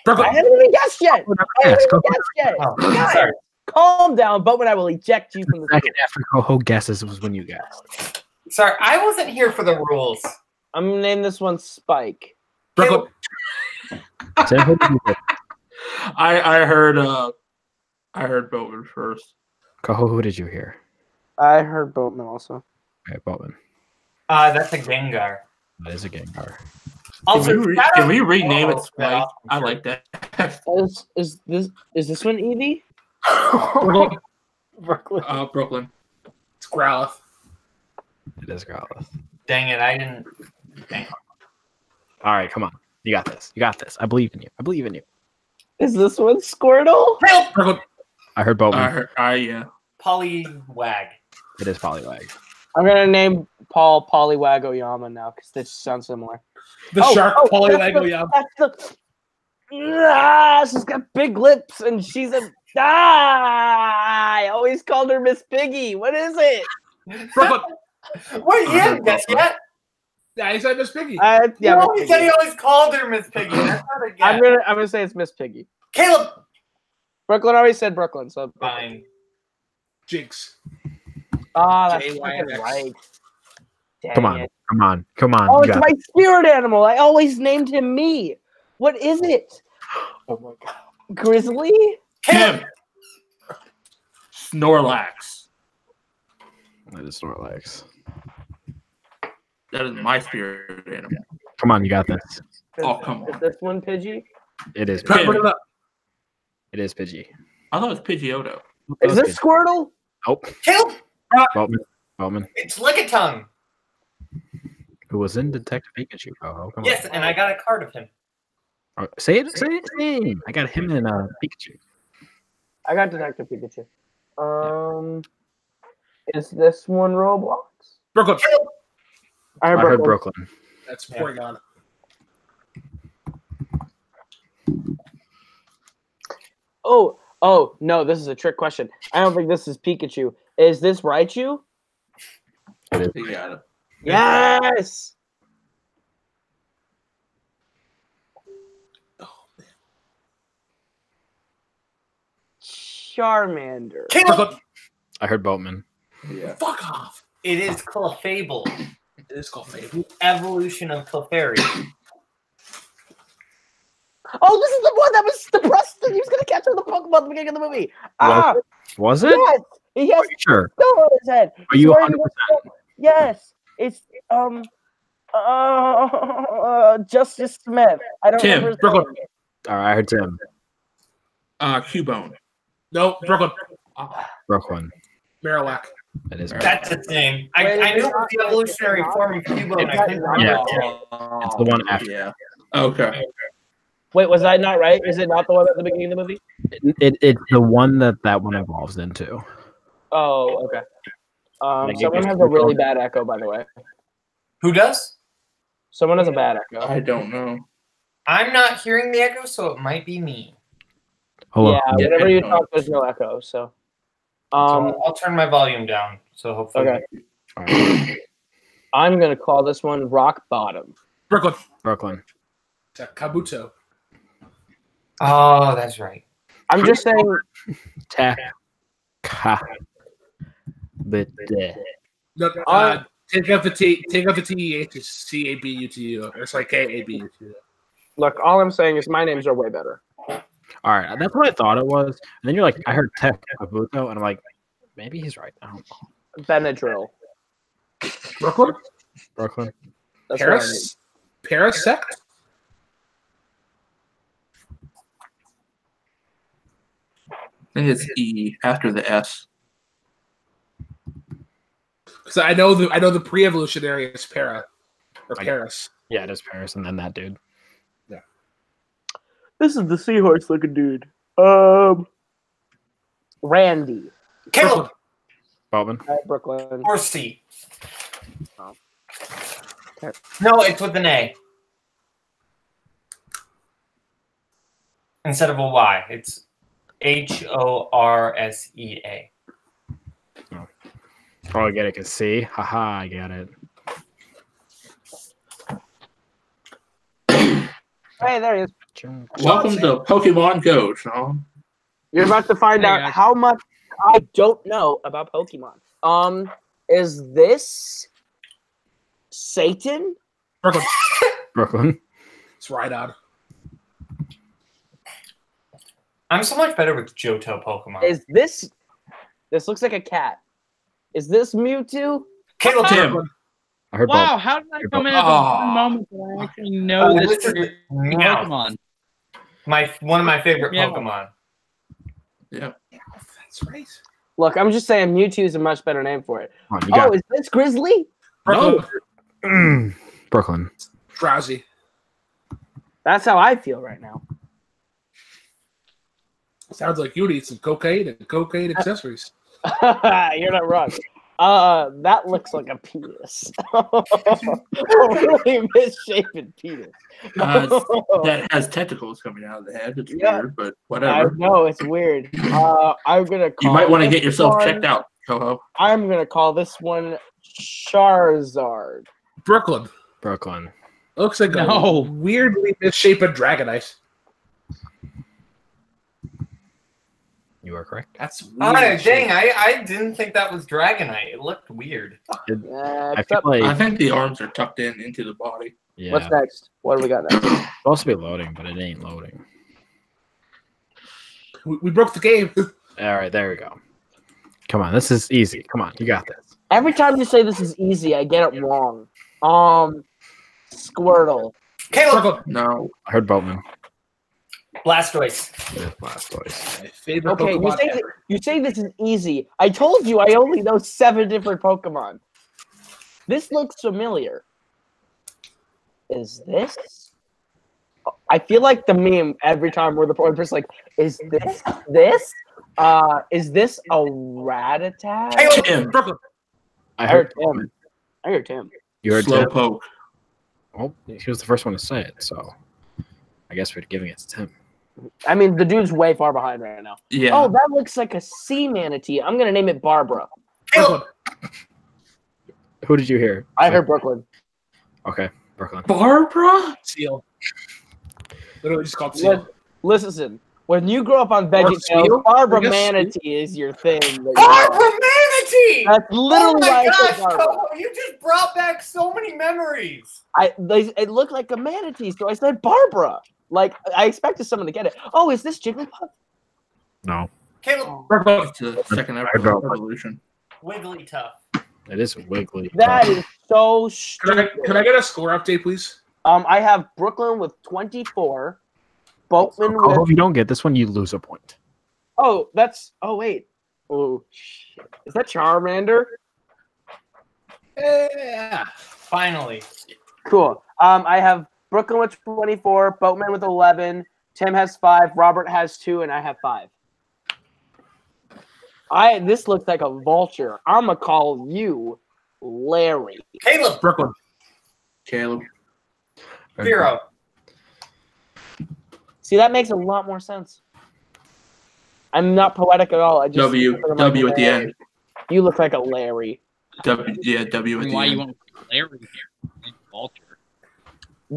A: Oh.
B: I haven't even guessed yet. I haven't
C: Yes,
B: even
C: go
B: guessed yet.
E: oh,
B: Guys,
E: sorry.
B: calm down, Boatman. I will eject you from the
C: Second
B: group.
C: after Coho guesses was when you guessed.
E: sorry, I wasn't here for the rules.
B: I'm gonna name this one Spike.
A: Brooklyn.
C: Say who did you get?
D: I I heard uh I heard Boatman first.
C: Coho, who did you hear?
B: I heard Boatman also.
C: Okay, Baldwin.
E: Uh, that's a Gengar.
C: That is a Gengar.
D: Can we,
E: Also,
D: re-
E: shout
D: can
E: out-
D: we rename it
E: Oh,
D: Spike? I
E: I'm sure.
D: like that.
B: Is, is this is this one Eevee?
E: Brooklyn.
D: Uh, Brooklyn.
A: It's Growlithe.
C: It is Growlithe.
E: Dang it, I didn't.
C: All right, come on. You got this. You got this. I believe in you. I believe in you.
B: Is this one Squirtle?
E: Caleb,
A: Brooklyn.
C: I heard
D: I
C: Baldwin.
D: heard, I yeah.
E: Poliwag.
C: It is Poliwag.
B: I'm gonna name Paul Polywag Oyama now because they sound similar.
A: The
B: Oh,
A: shark
B: oh,
A: polywag
B: that's the-
A: William.
B: That's the. Ah, she's got big lips and she's a. Ah, I always called her Miss Piggy. What is it?
A: Brooklyn.
E: What? You haven't guessed yet?
A: Yeah, he said Miss Piggy.
B: Uh, yeah,
E: Yeah,
B: Miss
E: no, he
B: Piggy.
E: said he always oh, called her Miss Piggy. That's not a
B: I'm
E: guess.
B: gonna I'm gonna say it's Miss Piggy.
E: Caleb.
B: Brooklyn already said Brooklyn, so
E: Fine.
A: Jinx.
B: ah, that's
A: JYX.
B: fucking right. Dang
C: Come on.
B: it.
C: Come on. Come on.
B: Oh,
C: you
B: it's
C: got
B: my spirit animal. I always named him me. What is it?
A: Oh my god.
B: Grizzly?
E: Caleb.
D: Kim. Snorlax.
C: That is Snorlax.
D: That is my spirit animal.
C: Come on, you got this.
D: Oh, come
B: Is
D: on.
B: this one Pidgey?
C: It is.
D: Pidgey.
A: Brooklyn.
C: It is Pidgey.
D: I thought it was Pidgeotto.
B: Is this Squirtle?
C: Nope.
E: Caleb.
C: Baldwin. Baldwin.
E: It's Lickitung.
C: Who was in Detective Pikachu? Coho. Come
E: Yes, and I got a card of him.
C: on. Oh, Say it. Say it. Name. I got him and uh, Pikachu.
B: I got Detective Pikachu. Um, is this one Roblox?
A: Brooklyn.
B: I
C: I
B: heard
C: heard
B: Brooklyn.
C: Brooklyn.
A: That's
E: Yeah.
A: Porygon.
B: Oh, oh no, this is a trick question. I don't think this is Pikachu. Is this Raichu?
D: You got it.
B: Yes. Oh, Charmander.
E: Caleb.
A: Brooklyn.
C: I heard Boatman.
D: Yeah.
A: Fuck off.
E: It is Clefable.
A: It is called Fable.
E: Evolution of Clefairy.
B: Oh, this is the one that was depressed that he was gonna catch on the Pokemon at the beginning of the movie. Ah,
C: Was it?
B: yes, he
C: Are
B: has
C: you Oh, sure?
B: snow on his head.
C: Are you
B: Swear to
C: 100?
B: God, Yes, it's um, uh, Justice Smith. I don't
D: Tim,
B: remember. his
A: Brooklyn.
B: name.
C: All right, I heard Tim.
D: Uh, Cubone.
A: No, Brooklyn. Oh.
C: Brooklyn.
A: Marowak.
C: It is.
D: That's-
E: That's its name. I,
B: Wait,
E: I
B: it's
E: knew it was the
B: not-
E: evolutionary
B: it's not-
E: form of Cubo, and I couldn't
B: Yeah.
E: remember. it.
C: It's the one after.
D: Yeah. Okay.
B: Wait, was I not right? Is it not the one at the beginning of the movie?
C: It, it, it's the one that that one evolves into.
B: Oh, okay. Um,
C: Like, it
B: someone
C: goes
B: has a
C: through
B: really
C: all-
B: bad echo, by the way.
E: Who does?
B: Someone has a bad echo.
D: I don't know.
E: I'm not hearing the echo, so it might be me.
C: Hold
B: yeah,
C: on.
D: Yeah,
B: whenever you
D: I know.
B: talk, there's no echo. So,
E: Um,
B: um,
E: I'll turn my volume down, so hopefully.
B: Okay.
C: All right.
B: I'm gonna call this one rock bottom.
A: Brooklyn.
C: Brooklyn.
A: To Kabuto.
E: Oh, that's right.
B: I'm just saying.
C: Tech. Ka. But uh,
A: No, uh, take out the T. Take out the T E H. It's C A B U T U. Or It's like K A B U T U.
B: Look, all I'm saying is my names are way better.
C: all right, that's what I thought it was. And then you're like, I heard Tech Kabuto, and I'm like, maybe he's right. I don't know.
B: Benadryl.
A: Brooklyn.
C: Brooklyn.
B: That's what I mean.
A: Paris. Parasect.
D: think it's E after the S.
A: Because I know the I know the pre-evolutionary is Para or
C: I-
A: Paris.
C: Yeah, it is Paris and then that dude.
B: This is the seahorse looking dude. Um, Randy,
E: Caleb
C: Bowman.
B: All right, Brooklyn.
E: or C.
B: Oh.
E: No, it's with an A. Instead of a Y, it's H O R S E A.
C: Oh, I get it. Cause see, haha, I got it.
B: Hey, there he is.
D: Welcome to Pokemon Go, Sean.
B: You're about to find
E: Hey,
B: out
E: guys.
B: how much I don't know about Pokemon. Um, is this Satan?
A: Brooklyn.
C: Brooklyn.
A: It's right on.
E: I'm so much better with Johto Pokemon.
B: Is this? This looks like a cat. Is this Mewtwo?
E: Caleb,
D: Tim.
C: I heard
G: Wow, how did I
C: You're
G: come in at the
D: Aw.
A: Ah.
G: moment that I actually know
E: uh,
G: this
E: this is Meowth,
G: Pokemon?
E: my one of my favorite
G: Yeah.
E: Pokemon.
A: That's right.
B: Look, I'm just saying Mewtwo is a much better name for it.
C: Bob. Come on, you
B: Oh,
C: got
B: is this Grizzly?
A: Brooklyn.
C: Mm. Brooklyn.
A: Drowsy.
B: That's how I feel right now.
A: Sounds like you need some cocaine and cocaine accessories.
B: You're not wrong. Uh, that looks like a penis. a really misshapen penis.
D: Uh, it's- that has tentacles coming out of the head. It's
B: Yeah.
D: weird, but
B: I
D: whatever.
B: know it's weird. Uh, I'm gonna. Call
D: You might want to get
B: this
D: yourself
B: one-
D: checked out, Coho.
B: I'm gonna call this one Charizard.
A: Brooklyn.
C: Brooklyn.
A: Looks like
G: No.
A: a weirdly misshapen dragonite.
C: You are correct.
A: That's weird.
E: Oh dang!
A: shape.
E: I, I didn't think that was Dragonite. It looked weird.
B: Uh,
C: I
B: it's
C: feel
B: up-
D: I
C: like
D: think the arms are tucked in into the body.
C: yeah,
B: What's next? What do we got next?
C: it's supposed to be loading, but it ain't loading.
A: We, we broke the game.
C: All right, there we go. Come on, this is easy. Come on, you got this.
B: Every time you say this is easy, I get it wrong. Um, Squirtle.
E: Caleb,
A: Brooklyn.
D: No,
C: I heard Boatman.
E: Blastoise.
C: It is Blastoise.
A: My favorite
B: Okay, you
A: Pokemon
B: say,
A: ever.
B: you say this is easy. I told you I only know seven different Pokemon. This looks familiar. Is this? I feel like the meme every time where the one person's like, "Is this this? Uh, is this a Rattata?"
E: Caleb,
D: Tim,
A: Brooklyn.
C: I
B: I
C: heard.
B: heard Tim. I heard Tim.
C: You heard.
D: slow
C: Tim?
D: poke.
C: Well, he was the first one to say it, so I guess we're giving it to Tim.
B: I mean, the dude's way far behind right now.
D: Yeah.
B: Oh, that looks like a sea manatee. I'm gonna name it Barbara.
E: Caleb,
C: Who did you hear?
B: I heard Brooklyn.
C: Okay, Brooklyn.
D: Barbara?
A: Seal. Literally just called
B: Listen,
A: Seal.
B: listen, when you grow up on
A: Seal?
B: VeggieTales, Barbara
A: Yes, Seal.
B: Manatee is your thing. that you
E: Barbara
B: love.
E: Manatee.
B: That's
E: Oh
B: literally
E: my
B: why I
E: gosh,
B: said Barbara.
E: Coco, you just brought back so many memories.
B: I, they, it looked like a manatee, so I said Barbara. Like, I expected someone to get it. Oh, is this Jigglypuff?
C: No,
E: Caleb,
D: Oh.
A: Brooklyn.
D: It's the second
C: I don't-
D: evolution.
E: Wigglytuff.
C: it is Wiggly.
B: That is so
A: Can I,
B: stupid.
A: can I get a score update, please?
B: um, I have Brooklyn with 24, Boatman
C: Oh,
B: with.
C: if you don't get this one, you lose a point.
B: Oh, that's. Oh, wait. Oh, shit. Is that Charmander?
A: Yeah.
E: Finally,
B: Cool. Um, I have Brooklyn with 24, Boatman with 11, Tim has five, Robert has two, and I have five. I this looks like a vulture. I'm gonna call you Larry.
E: Caleb,
A: Brooklyn.
D: Caleb.
E: Vero.
B: See, that makes a lot more sense. I'm not poetic at all. I just
D: W. W at the end.
B: You look like a Larry.
D: W. Yeah, W at the
G: Why you
D: end.
G: want Larry here? and Vulture.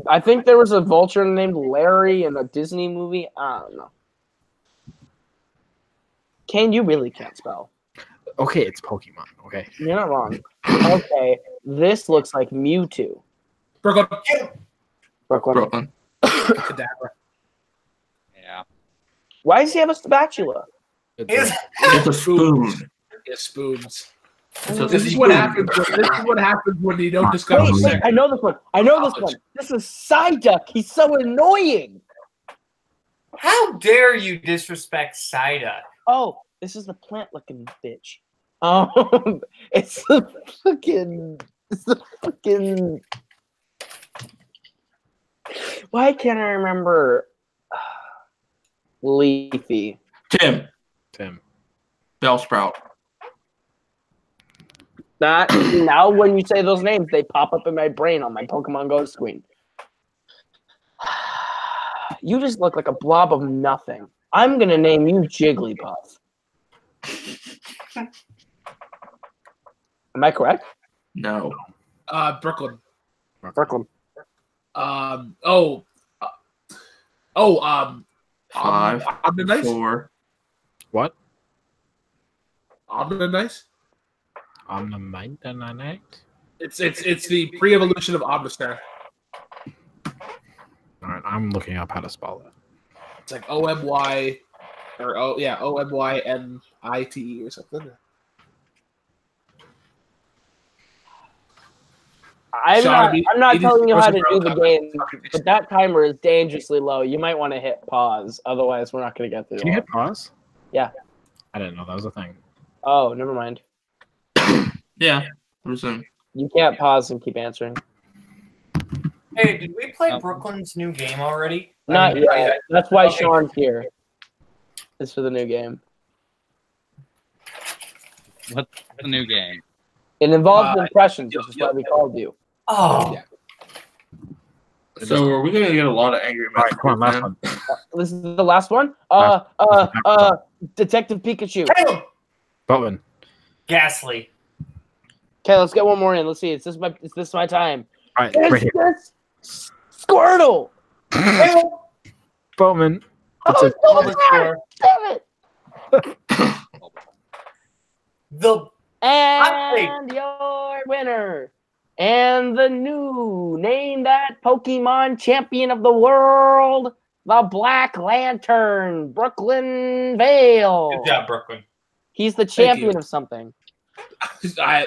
B: I think there was a vulture named Larry in a Disney movie. I don't know. Kane, you really can't spell.
C: Okay, it's Pokemon. Okay,
B: You're not wrong. Okay, this looks like Mewtwo.
A: Brooklyn.
B: Brooklyn.
D: Brooklyn.
A: Kadabra.
G: Yeah.
B: Why does he have a spatula?
C: it's
E: Is-
D: It's a spoon.
A: Yeah, spoons.
D: It's a
A: This is what happens. When, this is what happens when you don't discover.
B: Wait, wait,
A: sex.
B: I know this one. I know this one. This is Psyduck. He's so annoying.
E: How dare you disrespect Saida?
B: Oh, this is the plant looking bitch. Um, it's the fucking. It's the fucking. Why can't I remember? Leafy.
D: Tim,
C: Tim.
D: Bell Sprout.
B: That now, when you say those names, they pop up in my brain on my Pokemon Go screen. You just look like a blob of nothing. I'm gonna name you Jigglypuff. Am I correct?
D: No.
A: Uh, Brooklyn.
B: Brooklyn.
A: Um, oh, uh, oh, um,
D: Five,
A: I'm the nice.
D: four.
C: What?
A: I'm the nice.
C: On the mind and I night?
A: It's it's it's the pre-evolution of Omnistar.
C: All right, I'm looking up how to spell it.
A: It's like O M Y, or oh yeah, O M Y N I T E or something.
B: I'm
A: Sean,
B: not,
A: it is-
B: I'm not
A: it is
B: telling you how to do
A: Rosenberg.
B: the game, but that timer is dangerously low. You might want to hit pause, otherwise we're not going to get through.
C: Can you
B: all.
C: hit pause?
B: Yeah.
C: I didn't know that was a thing.
B: Oh, never mind.
D: Yeah. Resume.
B: You can't pause and keep answering.
E: Hey, did we play
G: Um,
E: Brooklyn's new game already? I
B: Not
E: mean,
B: yet. That's why
E: Okay.
B: Sean's here. It's for the new game.
G: It's a new game.
B: It involves
A: Uh,
B: impressions, which
A: yeah,
B: is why we called you.
E: Oh,
A: Yeah.
D: So are we gonna get a lot of angry
C: All right, come on, last
D: man?
C: one.
B: This is the last one. Uh, uh, uh, Detective Pikachu.
E: Caleb
C: Button.
E: Ghastly.
B: Okay, let's get one more in. Let's see. Is this my? Is this my time?
C: All right, right
B: Is
C: here.
B: this Squirtle?
E: Caleb,
C: Bowman. It's
B: Oh,
C: a-
B: no, it's not. Damn it!
E: the
B: And your winner. And the new name that Pokemon champion of the world, the Black Lantern, Brooklyn Vale.
E: good job, Brooklyn.
B: He's the
A: you.
B: champion of something.
A: I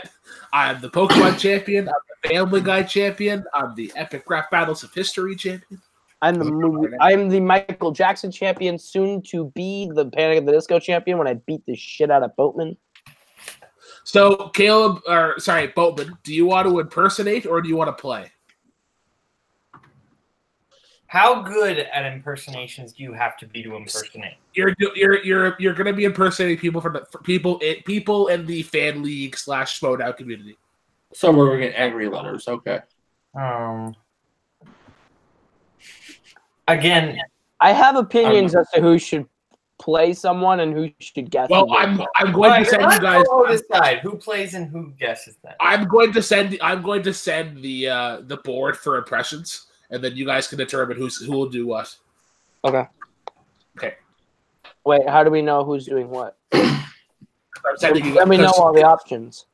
A: I am the Pokemon champion. I'm the Family Guy champion. I'm the Epic Rap Battles of History champion.
B: I'm the movie, I'm the Michael Jackson champion, soon to be the Panic at the Disco champion when I beat the shit out of Boatman.
A: So Caleb, or sorry, Boatman, do you want to impersonate or do you want to play?
E: How good at impersonations do you have to be to impersonate?
A: You're you're you're you're going to be impersonating people from the for people in people in the fan league slash Smowdown community.
D: So we're gonna get angry letters. Okay.
E: Um. Again,
B: I have opinions as to who should play someone and who should guess.
A: Well,
B: who they
A: I'm
B: are.
A: I'm going to send you
E: let's
A: guys.
E: all decide who plays and who guesses that.
A: I'm going to send I'm going to send the uh, the board for impressions, and then you guys can determine who's who will do what.
B: Wait, how do we know who's doing what?
A: I'm sending you
B: Let me know all the options.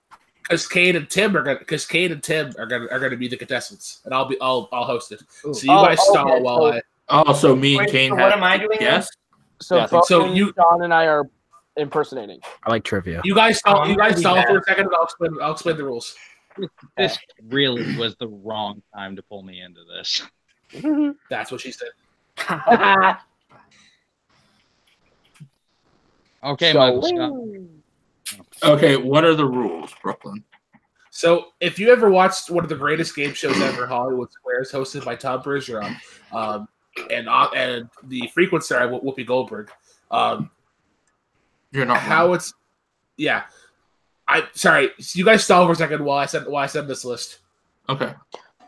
A: because Kate and Tim are gonna because Kate and Tim are gonna are gonna be the contestants, and I'll be I'll I'll host it. So you
B: Oh,
A: guys stall
B: okay,
A: while
B: so-
A: I
D: Oh, so me and
E: Wait,
D: Kane
E: so
D: have
E: what am I doing
D: Yes.
B: So,
C: Yeah, I
B: Bo-
A: think so.
B: and
A: You-
B: Sean and I are impersonating.
C: I like trivia.
A: you guys stall you
E: I'm gonna
A: guys
E: be
A: stall
E: mad.
A: for a second, and I'll explain I'll explain the rules.
G: This really was the wrong time to pull me into this.
A: That's what she said.
G: Okay,
B: So-
G: Michael Scott.
D: Okay. What are the rules, Brooklyn?
A: So if you ever watched one of the greatest game shows ever, Hollywood Squares, hosted by Tom Bergeron, um, and uh, and the frequent star Who- Whoopi Goldberg, um,
D: You're
B: Uh-huh.
D: not.
A: how it's yeah. I sorry, you guys stall for a second while I send while I send this list.
D: Okay.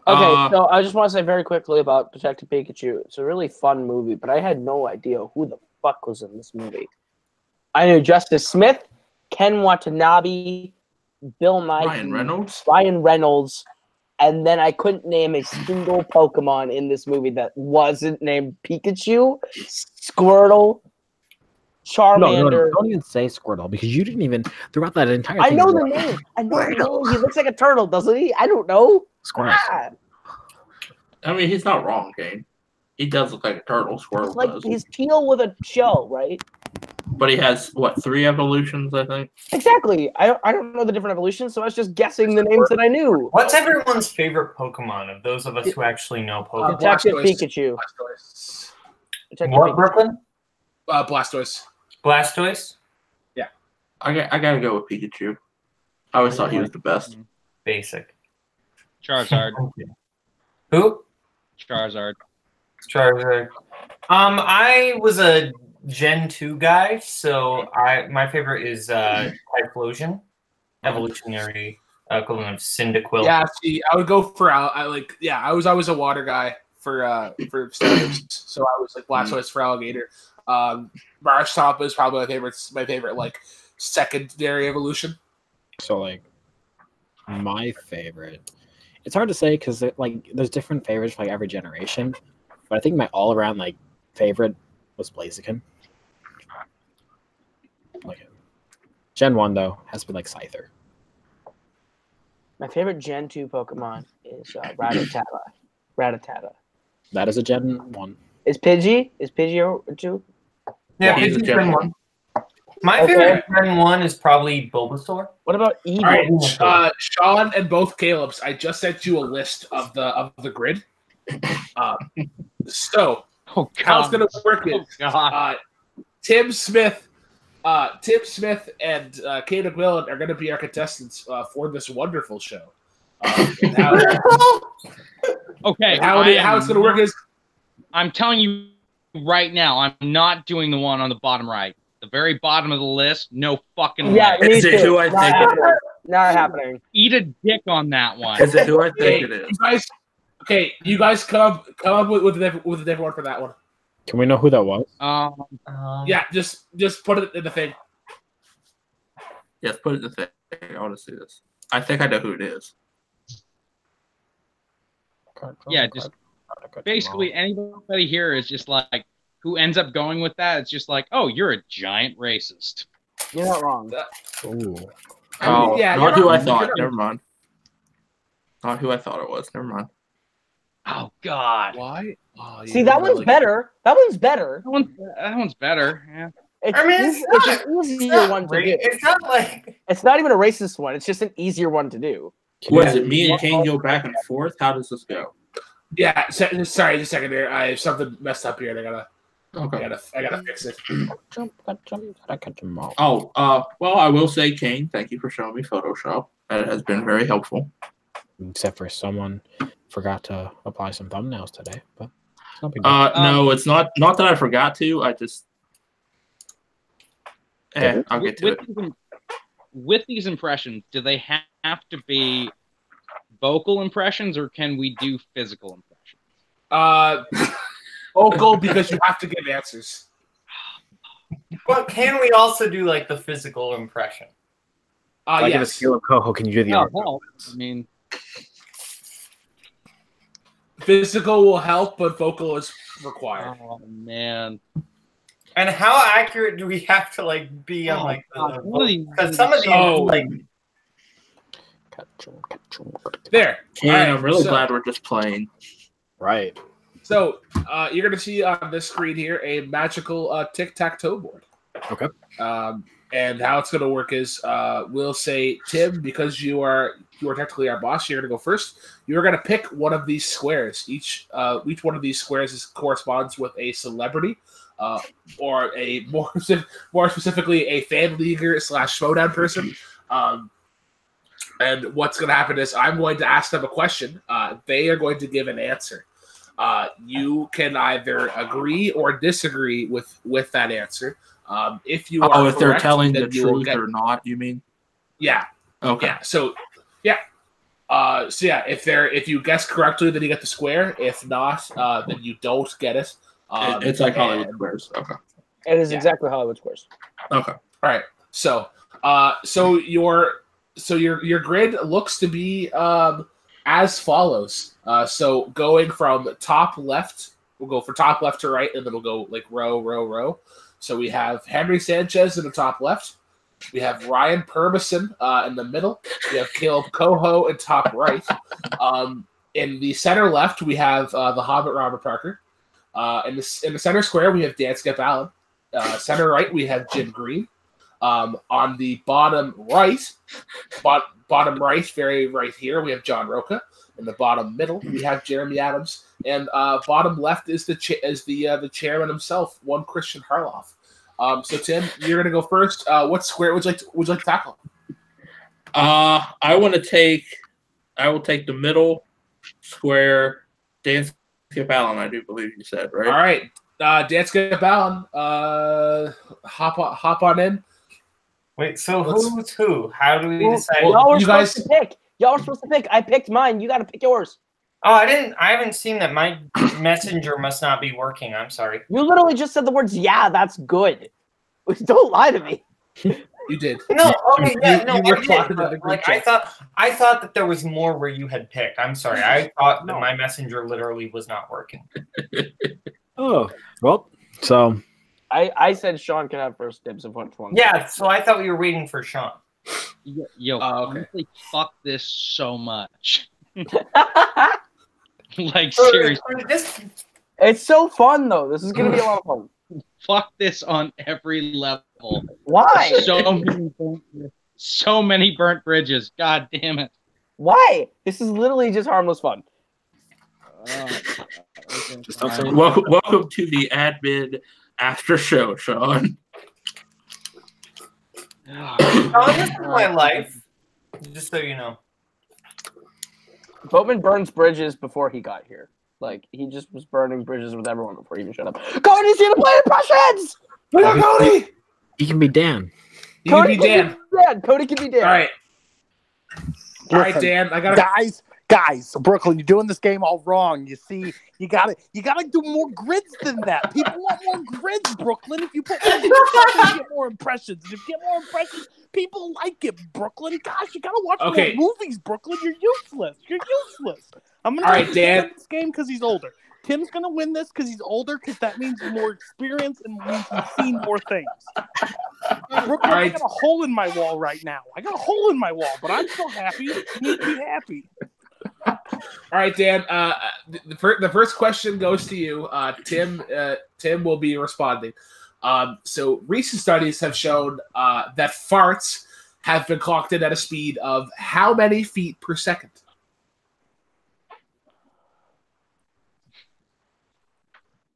B: Okay,
D: Uh,
B: so I just want to say very quickly about Detective Pikachu. It's a really fun movie, but I had no idea who the fuck was in this movie. I knew Justice Smith, Ken Watanabe, Bill Nye,
D: Ryan Reynolds.
B: Ryan Reynolds, and then I couldn't name a single Pokemon in this movie that wasn't named Pikachu, Squirtle, Charmander.
C: No, no, no, don't even say Squirtle because you didn't even throughout that entire.
B: I
C: thing,
B: know
C: you
B: the
C: were-
B: name. I know the name. He looks like a turtle, doesn't he? I don't know. Ah,
C: Squirtle.
B: God.
D: I mean, he's not wrong, Kane. He does look like a turtle. Squirrel
B: It's like
D: does.
B: he's teal with a shell, right?
D: But he has what three evolutions, I think.
B: Exactly. I don't, I don't know the different evolutions, so I was just guessing the names that I knew.
E: What's everyone's
D: Uh,
B: Uh,
E: favorite Pokemon of those of us who actually know Pokemon?
B: Detective
A: Blastoise.
B: Pikachu. Detective
E: What,
B: Pikachu.
E: Brooklyn?
A: Uh, Blastoise.
E: Blastoise?
D: I got, I gotta go with Pikachu. I always thought he was the best.
E: Basic.
G: Charizard.
E: Who?
G: Charizard.
E: Charizard. Um, I was a Gen 2 guy, so I my favorite is uh Typhlosion, evolutionary uh, equivalent of Cyndaquil.
A: Yeah, see, I would go for Al- I like yeah, I was always a water guy for uh for starters, so I was like Blastoise for alligator. Um, Marshtomp is probably my favorite. My favorite like secondary evolution.
C: So like my favorite. It's hard to say because like there's different favorites for like every generation, but I think my all around like favorite was Blaziken. Like Gen one though has to be like Scyther.
B: My favorite Gen 2 Pokemon is uh, Rattata. Rattata.
C: That is a Gen one.
B: Is Pidgey? Is Pidgey a- a 2?
E: yeah
D: He's
E: Pidgey's
D: a Gen
E: Gen 1. My
B: Okay.
E: favorite Gen 1 is probably Bulbasaur.
B: What about Eevee?
A: All right, uh, Sean and both Caleb's. I just sent you a list of the of the grid. Um, so
G: Oh
A: how it's gonna work is
G: Oh, God.
A: uh, Tim Smith, uh, Tim Smith, and uh, Kate McMillan are going to be our contestants uh, for this wonderful show. Uh, and how,
G: Okay.
A: and how,
G: I
A: it-
G: am
A: how it's going to work is
G: I'm telling you right now, I'm not doing the one on the bottom right. The very bottom of the list, no fucking
B: yeah,
G: way.
B: me
D: Is
B: too.
D: it who I
B: Not
D: think it
B: happening. Not happening.
G: Eat a dick on that one.
D: Is it who I
A: okay,
D: think it is?
A: you guys. Okay, you guys come come up with with a different, with a different one for that one.
C: Can we know who that was?
G: Um,
E: Um,
A: Yeah, just just put it in the thing.
D: Yes, put it in the thing. I want to see this. I think I know who it is.
G: Yeah, just basically anybody here is just like who ends up going with that. It's just like, oh, you're a giant racist.
B: You're not wrong.
C: Ooh.
D: Oh,
A: Yeah,
D: not
A: you're
D: who I
A: right.
D: thought.
A: You're right.
D: Never mind. Not who I thought it was. Never mind.
G: Oh God,
A: Why? Oh,
B: See,
A: yeah,
B: that one's
A: like-
B: better. That one's better.
G: that one's, that one's better. Yeah.
B: It's,
E: I mean, it's
B: easy,
E: not-
B: it's an
E: It's
B: easier
E: not,
B: one to
E: ra-
B: do.
E: it's not like
B: It's not even a racist one. It's just an easier one to do.
D: Was it me and Kane go back and forth? How does this go?
A: Yeah. Se- sorry, just a second here. I have something messed up here. And I gotta, I
D: Okay.
A: gotta, I gotta fix it.
C: Jump, jump, I got them all.
D: Oh, uh, well, I will say, Kane, thank you for showing me Photoshop. That has been very helpful.
C: Um, Except for someone forgot to apply some thumbnails today, but it's not big deal.
D: Uh,
G: Um,
D: no, it's not. Not that I forgot to. I just. Eh, I'll get
G: With,
D: to it.
G: these, im- with these impressions, do they ha- have to be vocal impressions or can we do physical impressions?
A: Uh, vocal because you have to give answers.
E: but can we also do like the physical impression?
A: Uh,
H: like in a
A: yes. Oh.
H: scale of Coho, can you do the
G: Yeah,
H: art?
G: well, I mean,
A: Physical will help, but vocal is required.
G: oh man,
E: And how accurate do we have to like be on
G: Oh,
E: like
G: God,
E: the,
G: one of these
E: because some of these
A: Oh.
E: like
C: Catch 'em, catch 'em.
A: There.
D: Kane,
A: Alright,
D: I'm really
A: so-
D: glad we're just playing.
H: Right.
A: So uh, you're gonna see on this screen here a magical uh, tic tac toe board.
H: Okay.
A: Um, and how it's gonna work is uh, we'll say Tim because you are you are technically our boss. You're gonna go first. You're gonna pick one of these squares. Each uh, each one of these squares is, corresponds with a celebrity. Uh, or a more specif- more specifically a fan leaguer slash showdown person. Um, and what's going to happen is I'm going to ask them a question. Uh, they are going to give an answer. Uh, you can either agree or disagree with with that answer. Um, if you are
D: Oh, if they're
A: correct,
D: telling the
A: then you will
D: truth
A: get-
D: or not, you mean?
A: yeah,
D: Okay.
A: yeah. So yeah. Uh, so yeah, if they're if you guess correctly, then you get the square. If not, uh, then you don't get it. Um,
D: It- Uh, it's like
A: and-
D: Hollywood Squares. Okay.
B: It is
A: Yeah.
B: exactly Hollywood Squares.
D: Okay.
A: All right. So, uh, so your so your your grid looks to be um, as follows. Uh, so going from top left, we'll go from top left to right, and then we'll go like row, row, row. So we have Henry Sanchez in the top left. We have Ryan Permison uh, in the middle. We have Caleb Coho in top right. Um, in the center left, we have uh, the Hobbit Robert Parker. Uh, in the in the center square, we have Dan Skip Allen. Uh, center right, we have Jim Green. Um, on the bottom right, bot, bottom right, very right here, we have John Roca. In the bottom middle, we have Jeremy Adams. and uh, bottom left is the cha- is the uh, the chairman himself, one Christian Harloff. Um, so Tim, you're gonna go first. Uh, what square would you like to, would you like to tackle?
D: Uh, I want to take. I will take the middle square. Dan Skip Allen, I do believe you said right.
A: All right, uh, Dan Skip Allen, uh, hop on, hop on in.
E: Wait, so
A: Let's-
E: who's who? How do we
B: Well,
E: decide?
A: well-
B: Y'all were
A: you
B: supposed
A: guys-
B: to pick. Y'all were supposed to pick. I picked mine. You got to pick yours.
E: oh, I didn't. I haven't seen that. My messenger must not be working. I'm sorry.
B: You literally just said the words. Yeah, that's good. Don't lie to me.
A: You did.
E: No, okay,
A: you-
E: yeah, no,
A: you
E: I
A: were
E: did,
A: talking
E: but,
A: to the group
E: like I
A: chat.
E: thought, I thought that there was more where you had picked. I'm sorry, I thought that my messenger literally was not working.
C: Oh, well, so
B: I, I said Sean can have first dibs of which one.
E: Yeah, so I thought we were waiting for Sean.
G: Yo, yo
A: Oh, okay.
G: honestly, fuck this so much.
B: Yeah.
G: like
E: So-
G: seriously,
E: so this-
B: it's so fun though. This is gonna be a lot of fun.
G: fuck this on every level.
B: Why?
G: So many, burnt, so many burnt bridges. God damn it.
B: Why? This is literally just harmless fun.
G: Oh,
C: just don't say
D: Welcome, welcome to the admin after show, Sean.
E: Sean, this is my life. Just so you know.
B: Boatman burns bridges before he got here. Like he just was burning bridges with everyone before he even showed up. Cody's here to play impressions.
A: We got Cody.
C: you can be Dan.
A: You can be Dan.
B: Dan. Cody can be Dan.
A: All right, all right,
I: Listen,
A: Dan. I got.
I: guys, guys, Brooklyn, you're doing this game all wrong. You see, you gotta you gotta do more grids than that. People want more grids, Brooklyn. If you put more grids up, you get more impressions. If you get more impressions, people like it, Brooklyn. Gosh, you gotta watch
A: Okay.
I: more movies, Brooklyn. You're useless. You're useless. I'm gonna
A: All
I: let
A: right,
I: you
A: Dan.
I: win this game because he's older. Tim's gonna win this because he's older, because that means more experience and means he's seen more things. Brooklyn, I
A: right.
I: got a hole in my wall right now. I got a hole in my wall, but I'm still happy. You need to be happy.
A: All right, Dan. Uh, the, the, fir- the first question goes to you. Uh, Tim. Uh, Tim will be responding. Um, so recent studies have shown uh, that farts have been clocked in at a speed of how many feet per second?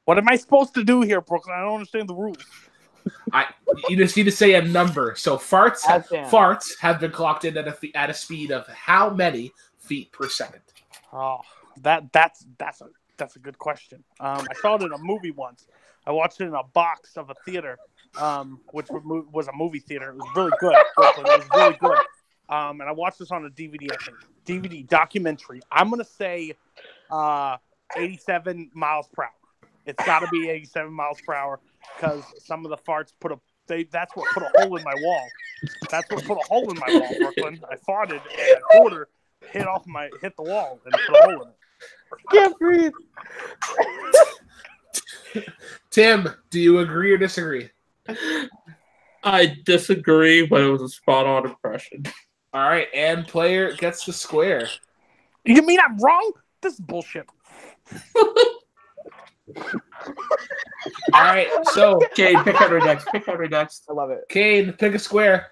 I: What am I supposed to do here, Brooklyn? I don't understand the rules.
A: You just need to say a number. So farts,
B: As Dan.
A: farts have been clocked in at a fe- at a speed of how many feet per second?
I: Oh, that that's that's a that's a good question. Um, I saw it in a movie once. I watched it in a box of a theater, um, which wa- mo- was a movie theater. It was really good. Brooklyn. It was really good. Um, and I watched this on a DVD. I think DVD documentary. I'm gonna say uh, 87 miles per hour. It's got to be 87 miles per hour because some of the farts put a they. That's what put a hole in my wall. That's what put a hole in my wall, Brooklyn. I farted and a quarter hit off my hit the wall and put a hole in it.
B: Can't breathe.
A: Tim, do you agree or disagree?
D: I disagree, but it was a spot on impression.
A: All right, and player gets the square.
I: You mean I'm wrong? This is bullshit.
A: All right, so
D: Okay, pick out her next. Pick out her next.
B: I love it.
A: Kane, pick a square.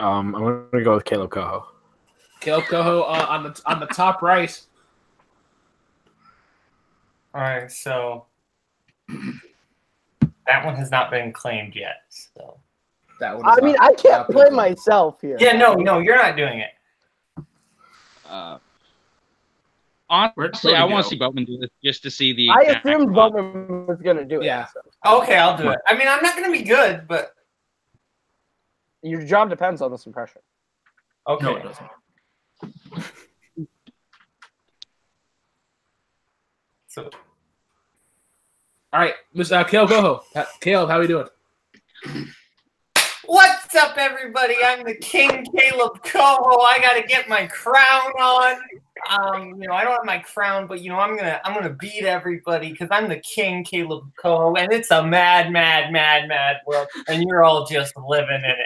C: Um, I'm gonna go with Caleb Coho.
A: Caleb Coho uh, on the on the top right.
E: All right, so that one has not been claimed yet. So
A: That one. is
B: I mean,
A: not-
B: I can't
A: not
B: play
A: big.
B: myself here.
E: yeah, no, no, you're not doing it.
G: Uh,
D: Where'd
G: honestly,
D: Cody
G: I want
D: go?
G: to see Boatman do this just to see the.
B: I
G: exact
B: assumed
G: level.
B: Boatman was gonna do it.
A: Yeah.
B: so.
E: Okay, I'll do it. I mean, I'm not gonna be good, but
B: Your job depends on this impression.
E: okay.
D: No, it doesn't.
E: so
A: All right, Miss uh, Caleb Coho. Uh, Caleb, how we doing?
E: What's up, everybody? I'm the King Caleb Coho. I gotta get my crown on. Um, you know, I don't have my crown, but you know, I'm gonna I'm gonna beat everybody because I'm the King Caleb Coho, and it's a mad, mad, mad, mad world, and you're all just living in it.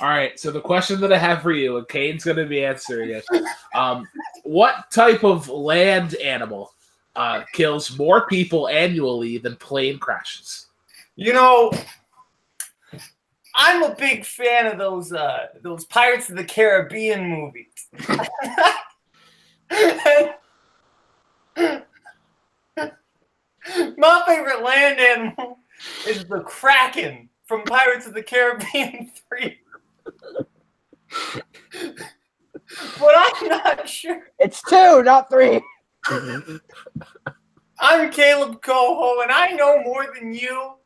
A: All right, so the question that I have for you, and Kane's going to be answering it. Um, what type of land animal uh, kills more people annually than plane crashes?
E: You know, I'm a big fan of those uh those Pirates of the Caribbean movies. My favorite land animal is the Kraken from Pirates of the Caribbean 3. but I'm not sure.
B: It's two, not three.
E: I'm Caleb Coho, and I know more than you.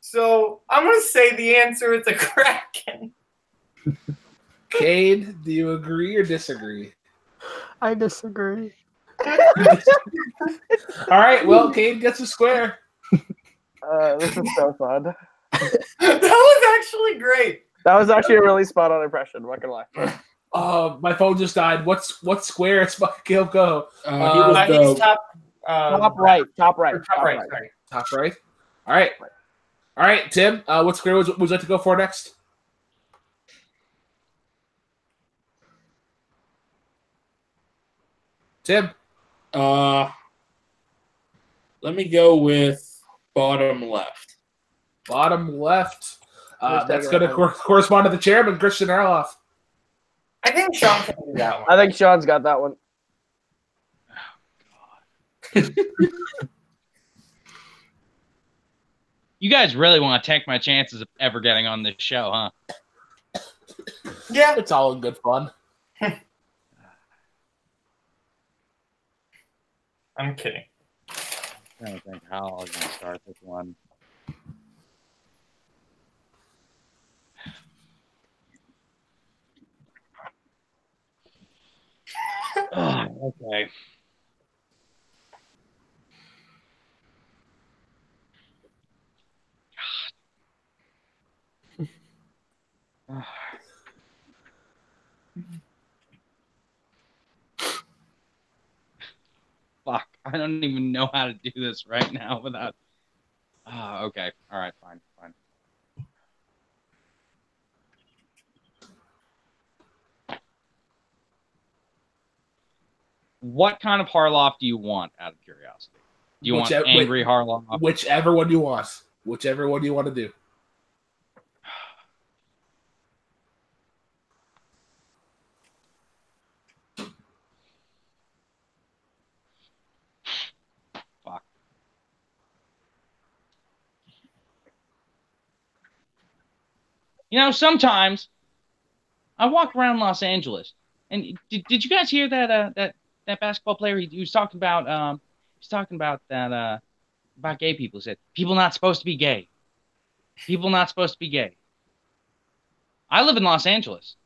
E: So I'm going to say the answer is a Kraken.
A: Cade, do you agree or disagree?
I: I disagree.
A: All right, well, Cade gets a square.
B: Uh, this is so fun.
E: that was actually great.
B: That was actually a really spot on impression. Not gonna lie.
A: Uh, my phone just died. What's what square? It's fucking Caleb Coho.
D: Uh, he
A: Uh,
D: was
E: Uh,
D: the-
E: he's top, uh,
B: Top right, top right,
E: or top right. Sorry.
A: Top right. All right. All right, Tim. Uh, what square would, would you like to go for next? Tim.
D: Uh, let me go with bottom left.
A: bottom left. Uh,
B: Where's
A: that's
B: that
A: going to
B: guy?
A: cor- correspond to the chairman, Christian Erloff.
E: I think Sean can do that one.
B: I think Sean's got that one.
G: You guys really want to take my chances of ever getting on this show, huh?
E: Yeah.
A: It's all in good fun.
E: I'm kidding.
G: I don't think how I was going to start this one. Ugh, okay. God. Fuck. I don't even know how to do this right now without. Ah, okay. All right. Fine. Fine. What kind of Harloff do you want out of curiosity? Do you
A: Whichever-
G: want angry Harloff?
A: Whichever one you want. Whichever one you want to do.
G: You know, sometimes I walk around Los Angeles, and did, did you guys hear that uh, that that basketball player? He, he was talking about um, he was talking about that uh, about gay people. He said people not supposed to be gay. People not supposed to be gay. I live in Los Angeles.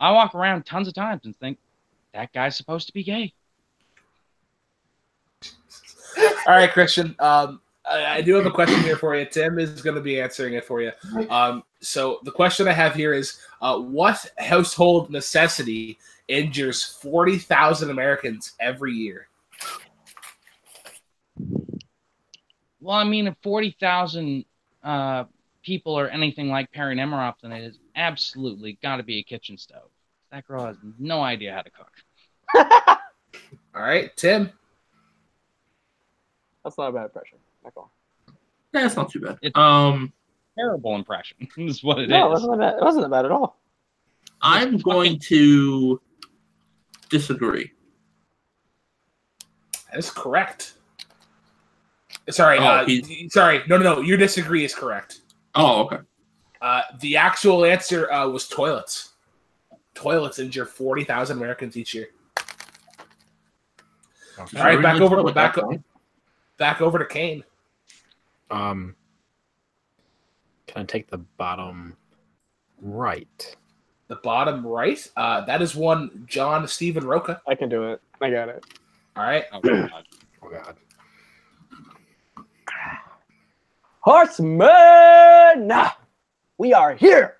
G: I walk around tons of times and think that guy's supposed to be gay.
A: All right, Christian. Um, I, I do have a question here for you. Tim is going to be answering it for you. Um, so the question I have here is, uh, what household necessity injures forty thousand Americans every year?
G: Well, I mean, if forty thousand uh, people are anything like Perry Nemiroff, then it is absolutely got to be a kitchen stove. That girl has no idea how to cook.
A: All right, Tim.
B: That's not a bad impression. Not gonna lie.
D: Yeah, it's not too bad.
G: It's-
D: Um, Terrible.
G: Terrible impression is what it is.
B: no, it wasn't that. It wasn't that bad at all.
D: I'm going to disagree.
A: That is correct. Sorry,
D: Oh,
A: uh,
D: he-
A: sorry. No, no, no. Your disagree is correct.
D: Oh, okay.
A: Uh, the actual answer uh, was toilets. Toilets injure forty thousand Americans each year. All right, back over, back, back over to Kane.
H: Um, can I take the bottom right?
A: The bottom right. Uh, that is one John Stephen Roca.
B: I can do it. I got it.
A: All right,
G: Oh, God.
H: Oh God.
B: Horsemen, we are here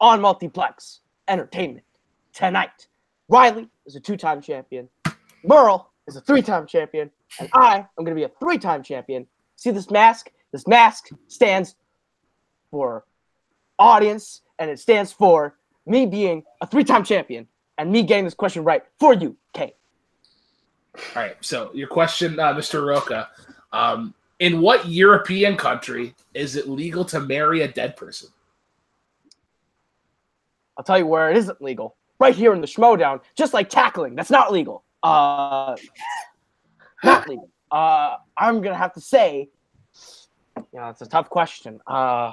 B: on Multiplex Entertainment tonight. Riley is a two time champion, Merle is a three time champion, and I am going to be a three time champion. See this mask? This mask stands for audience, and it stands for me being a three time champion and me getting this question right for you, Kate.
A: all right. So your question, uh, Mr. Roca, um, in what European country is it legal to marry a dead person?
B: I'll tell you where it isn't legal. Right here in the Schmodown, just like tackling. That's not legal. Uh, Motley, uh, I'm gonna have to say, yeah, it's a tough question. Uh,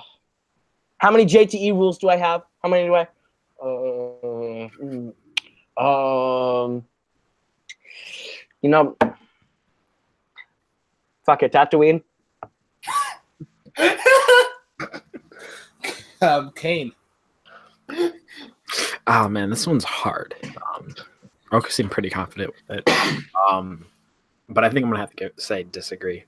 B: how many JTE rules do I have? How many do I? Uh, mm, um, you know, fuck it, Tatooine.
A: Um, Kane.
H: Oh man, this one's hard. Um, Roku seemed pretty confident with it, um, but I think I'm gonna have to give, say disagree.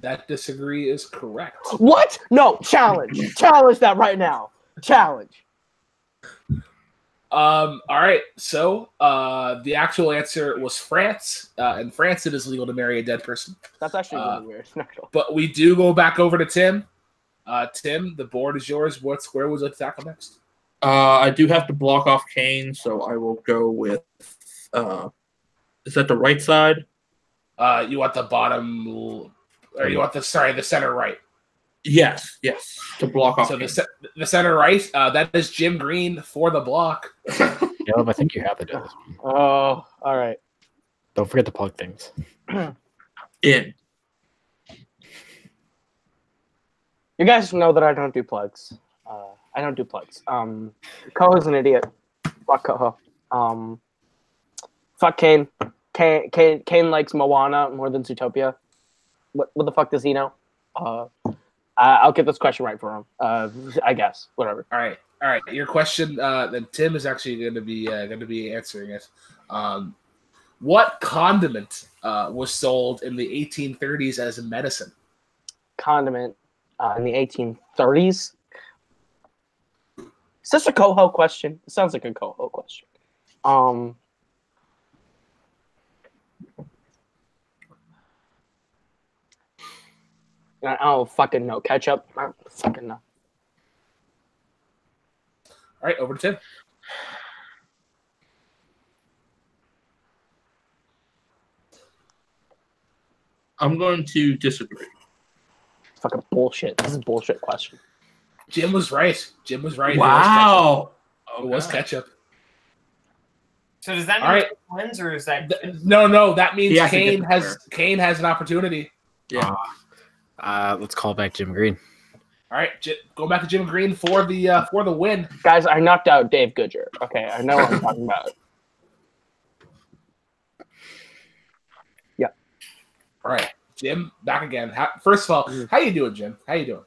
A: That disagree is correct.
B: What? No, challenge, challenge that right now. Challenge.
A: Um, all right. So uh, the actual answer was France. Uh, in France, it is legal to marry a dead person.
B: That's actually
A: Uh,
B: really weird. No, no.
A: But we do go back over to Tim. Uh, Tim, the board is yours. What square would you like to tackle next?
D: Uh, I do have to block off Kane, so I will go with. Uh, is that the right side?
A: Uh, you want the bottom, l- or you want the sorry, the center right.
D: Yes, yes. To block off.
A: So the
D: Kane.
A: ce- the center right. Uh, that is Jim Green for the block.
H: Caleb, I think you have to do this one.
B: Oh, all right.
H: Don't forget to plug things.
D: in.
B: You guys know that I don't do plugs. Uh, I don't do plugs. Um, Coho's an idiot. Fuck Coho. Um, fuck Kane. Kane. Kane. Kane likes Moana more than Zootopia. What? What the fuck does he know? Uh, I, I'll get this question right for him. Uh, I guess. Whatever.
A: All right, all right. Your question, uh, then Tim is actually going to be uh, going to be answering it. Um, what condiment uh, was sold in the 1830s as a medicine?
B: Condiment uh, in the 1830s. Is this a Coho question? It sounds like a Coho question. Um. I don't fucking know. Ketchup? I don't fucking know.
A: All right, over to Tim.
D: I'm going to disagree.
B: Fucking bullshit. This is a bullshit question.
A: Jim was right. Jim was right. It was
D: Wow. Oh,
A: ketchup. It was ketchup.
E: So does that mean
A: All right.
E: wins or is that
A: Th- no, no, that means
D: He has to get
A: Kane
D: the
A: has
D: square.
A: Kane has an opportunity.
H: Uh, let's call back Jim Green.
A: All right, J- go back to Jim Green for the uh, for the win.
B: Guys, I knocked out Dave Goodger. Okay, I know what I'm talking about.
A: All right, Jim, back again. How, first of all, how you doing, Jim? How you doing?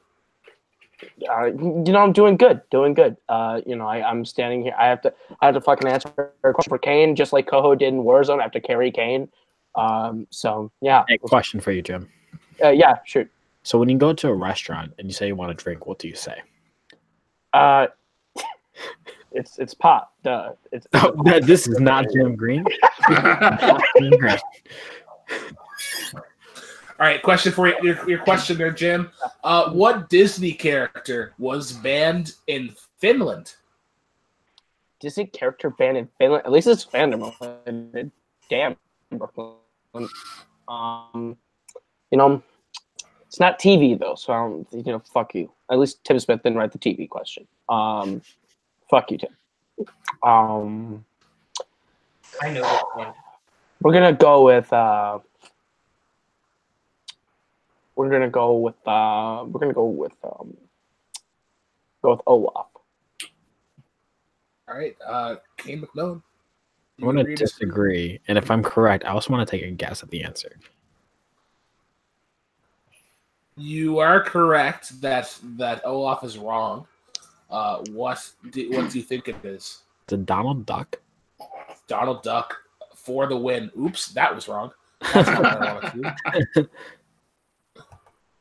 B: uh, you know, I'm doing good, doing good. Uh, you know, I, I'm standing here. I have to, I have to fucking answer a question for Kane, just like Coho did in Warzone. I have to carry Kane. Um, so yeah,
H: Hey, question for you, Jim.
B: uh, yeah, shoot.
H: So when you go to a restaurant and you say you want a drink, what do you say?
B: Uh, it's it's pot. Duh. It's, it's
H: Oh, this is not Jim Green.
A: All right, question for you, your your question there, Jim. Uh, what Disney character was banned in Finland?
B: Disney character banned in Finland. At least it's fandom. related. Damn, Brooklyn. Um, you know, it's not TV though, so I don't, you know, fuck you. At least Tim Smith didn't write the TV question. Um, fuck you, Tim. Um,
E: I know this one?
B: we're gonna go with. Uh, we're gonna go with. Uh, we're gonna go with. Um, go with Olaf.
A: All right, uh, Kane McMillan.
H: I want to
A: Agree dis-
H: disagree, and if I'm correct, I also want to take a guess at the answer.
A: You are correct that that Olaf is wrong. Uh, what do, what do you think it is?
H: It's a Donald Duck.
A: Donald Duck for the win. Oops, that was wrong. That's not what I wanted to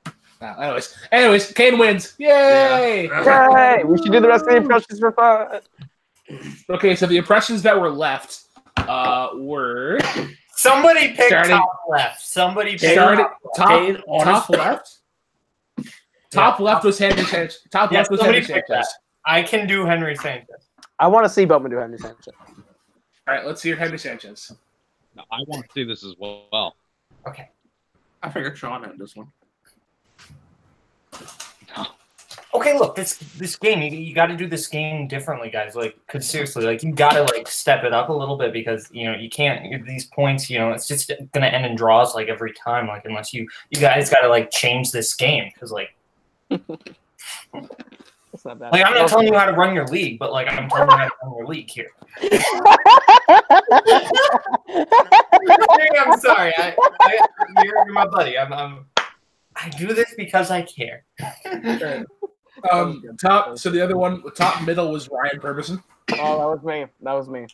A: do. Now, anyways, anyways, Kane wins. Yay!
B: Yay! We should do the rest of the impressions for fun.
A: Okay, so the impressions that were left uh, were
E: Somebody picked
A: Starting-
E: top left. Somebody picked
A: started
E: top left.
A: top
D: Kane,
A: top
D: honestly-
A: left. Top left was Henry Sanchez. Top
E: Yeah,
A: left was
E: somebody
A: Henry
E: picked
A: Sanchez.
E: I can do Henry Sanchez.
B: I want to see Bowman do Henry Sanchez.
A: All right, let's hear Henry Sanchez.
G: I want to see this as well.
D: I figured Sean had this one.
E: okay, look, this this game, you, you got to do this game differently, guys. Like, cause seriously, like you got to like step it up a little bit because you know you can't these points. You know, it's just gonna end in draws like every time. Like, unless you you guys got to like change this game because like
B: That's not bad.
E: like I'm not telling you how to run your league, but like I'm telling you how to run your league here. I'm sorry. I, I, you're, you're my buddy. I'm, I'm. I do this because I care.
A: Um, top. So the other one, top middle was Ryan Purvison.
B: Oh, that was me. That was me.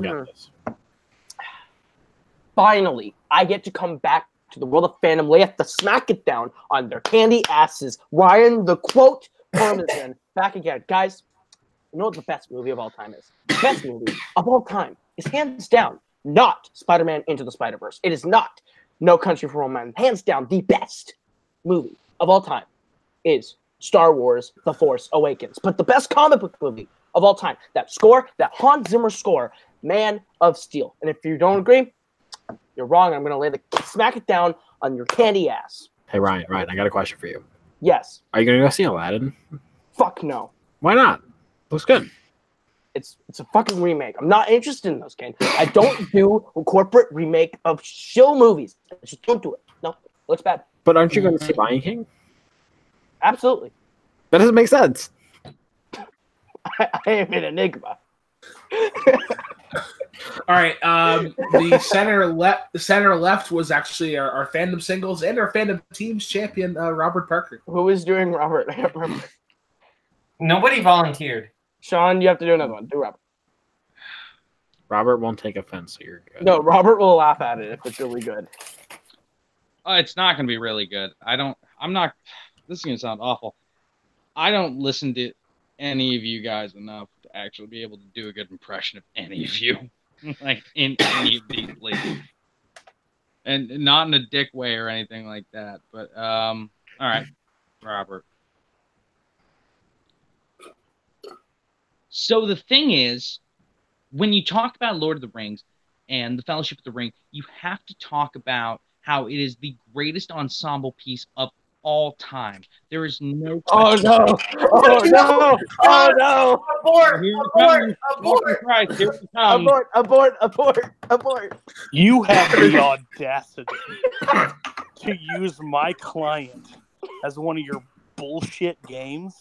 B: Mm-hmm.
H: Yeah.
B: Finally, I get to come back to the world of fandom. Lay at the smack it down on their candy asses. Ryan the quote Parmesan back again, guys. You know what the best movie of all time is? The best movie of all time is hands down not Spider-Man Into the Spider-Verse. It is not No Country for Old Men. Hands down, the best movie of all time is Star Wars: The Force Awakens. But the best comic book movie of all time, that score, that Hans Zimmer score, Man of Steel. And if you don't agree, you're wrong. I'm gonna lay the smack it down on your candy ass.
H: Hey Ryan, Ryan, I got a question for you.
B: Yes.
H: Are you gonna go see Aladdin?
B: Fuck no.
H: Why not? Looks good.
B: It's it's a fucking remake. I'm not interested in those, Kane. I don't do a corporate remake of shill movies. I just don't do it. No, looks bad.
H: But aren't you going
D: Mm-hmm.
H: to see Lion King?
B: Absolutely.
H: That doesn't make sense.
B: I, I am an enigma.
A: All right. Um, the center left, the center left was actually our, our fandom singles and our fandom teams champion, uh, Robert Parker.
B: Who is doing Robert? I don't remember.
E: Nobody volunteered.
B: Sean, you have to do another one. Do Robert.
H: Robert won't take offense, so you're good.
B: No, Robert will laugh at it if it's really good.
G: Uh, it's not going to be really good. I don't. I'm not. This is going to sound awful. I don't listen to any of you guys enough to actually be able to do a good impression of any of you, like in any of these leagues, and not in a dick way or anything like that. But um, all right, Robert. So the thing is, when you talk about Lord of the Rings and the Fellowship of the Ring, you have to talk about how it is the greatest ensemble piece of all time. There is no
B: Oh no! Oh no! Oh no!
E: Abort!
G: Here it
E: Abort!
G: Jesus
E: Abort!
G: Christ, here it comes.
B: Abort! Abort! Abort! Abort!
I: You have the audacity to use my client as one of your bullshit games.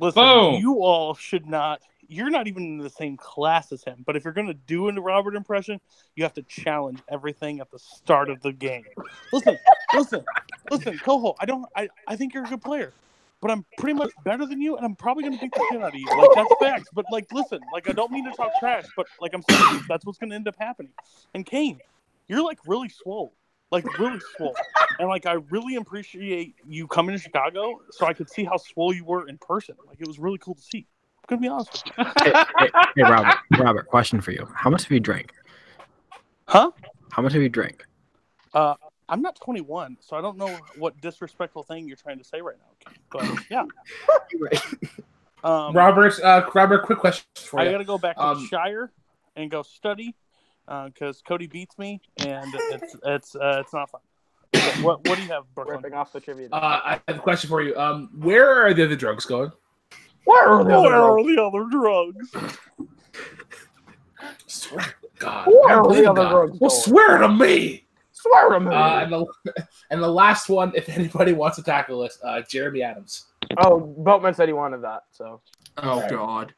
I: Listen,
G: Boom.
I: you all should not. You're not even in the same class as him. But if you're going to do a Robert impression, you have to challenge everything at the start of the game. Listen, listen, listen, Coho. I don't. I, I think you're a good player, but I'm pretty much better than you, and I'm probably going to beat the shit out of you. Like that's facts. But like, listen, like I don't mean to talk trash, but like I'm serious. That's what's going to end up happening. And Kane, you're like really swole. Like really swole. And like I really appreciate you coming to Chicago so I could see how swole you were in person. Like it was really cool to see. I'm gonna be honest with you.
H: hey, hey, hey, Robert, Robert, question for you. How much have you drank?
I: Huh?
H: How much have you drank?
I: Uh I'm not 21, so I don't know what disrespectful thing you're trying to say right now. But yeah, um,
A: Robert, uh, Robert, quick question for
I: I
A: you.
I: got to go back to
A: Um,
I: Shire and go study because Cody beats me, and it's it's uh, it's not fun. Okay, What what do you have, Brooklyn?
B: Ripping off the trivia.
A: Uh, I have a question for you. Um, where are the other drugs going?
B: Where are the
I: Where
B: other
I: are
B: ones?
I: the other drugs?
A: Swear to God. I
B: Where
A: don't
B: are
A: believe
B: the
A: in
B: other
A: God.
B: drugs
A: Well,
B: going?
A: swear to me.
B: Swear to me.
A: Uh, and the and the last one, if anybody wants to tackle this, uh, Jeremy Adams.
B: oh, Boatman said he wanted that, so
D: Oh God.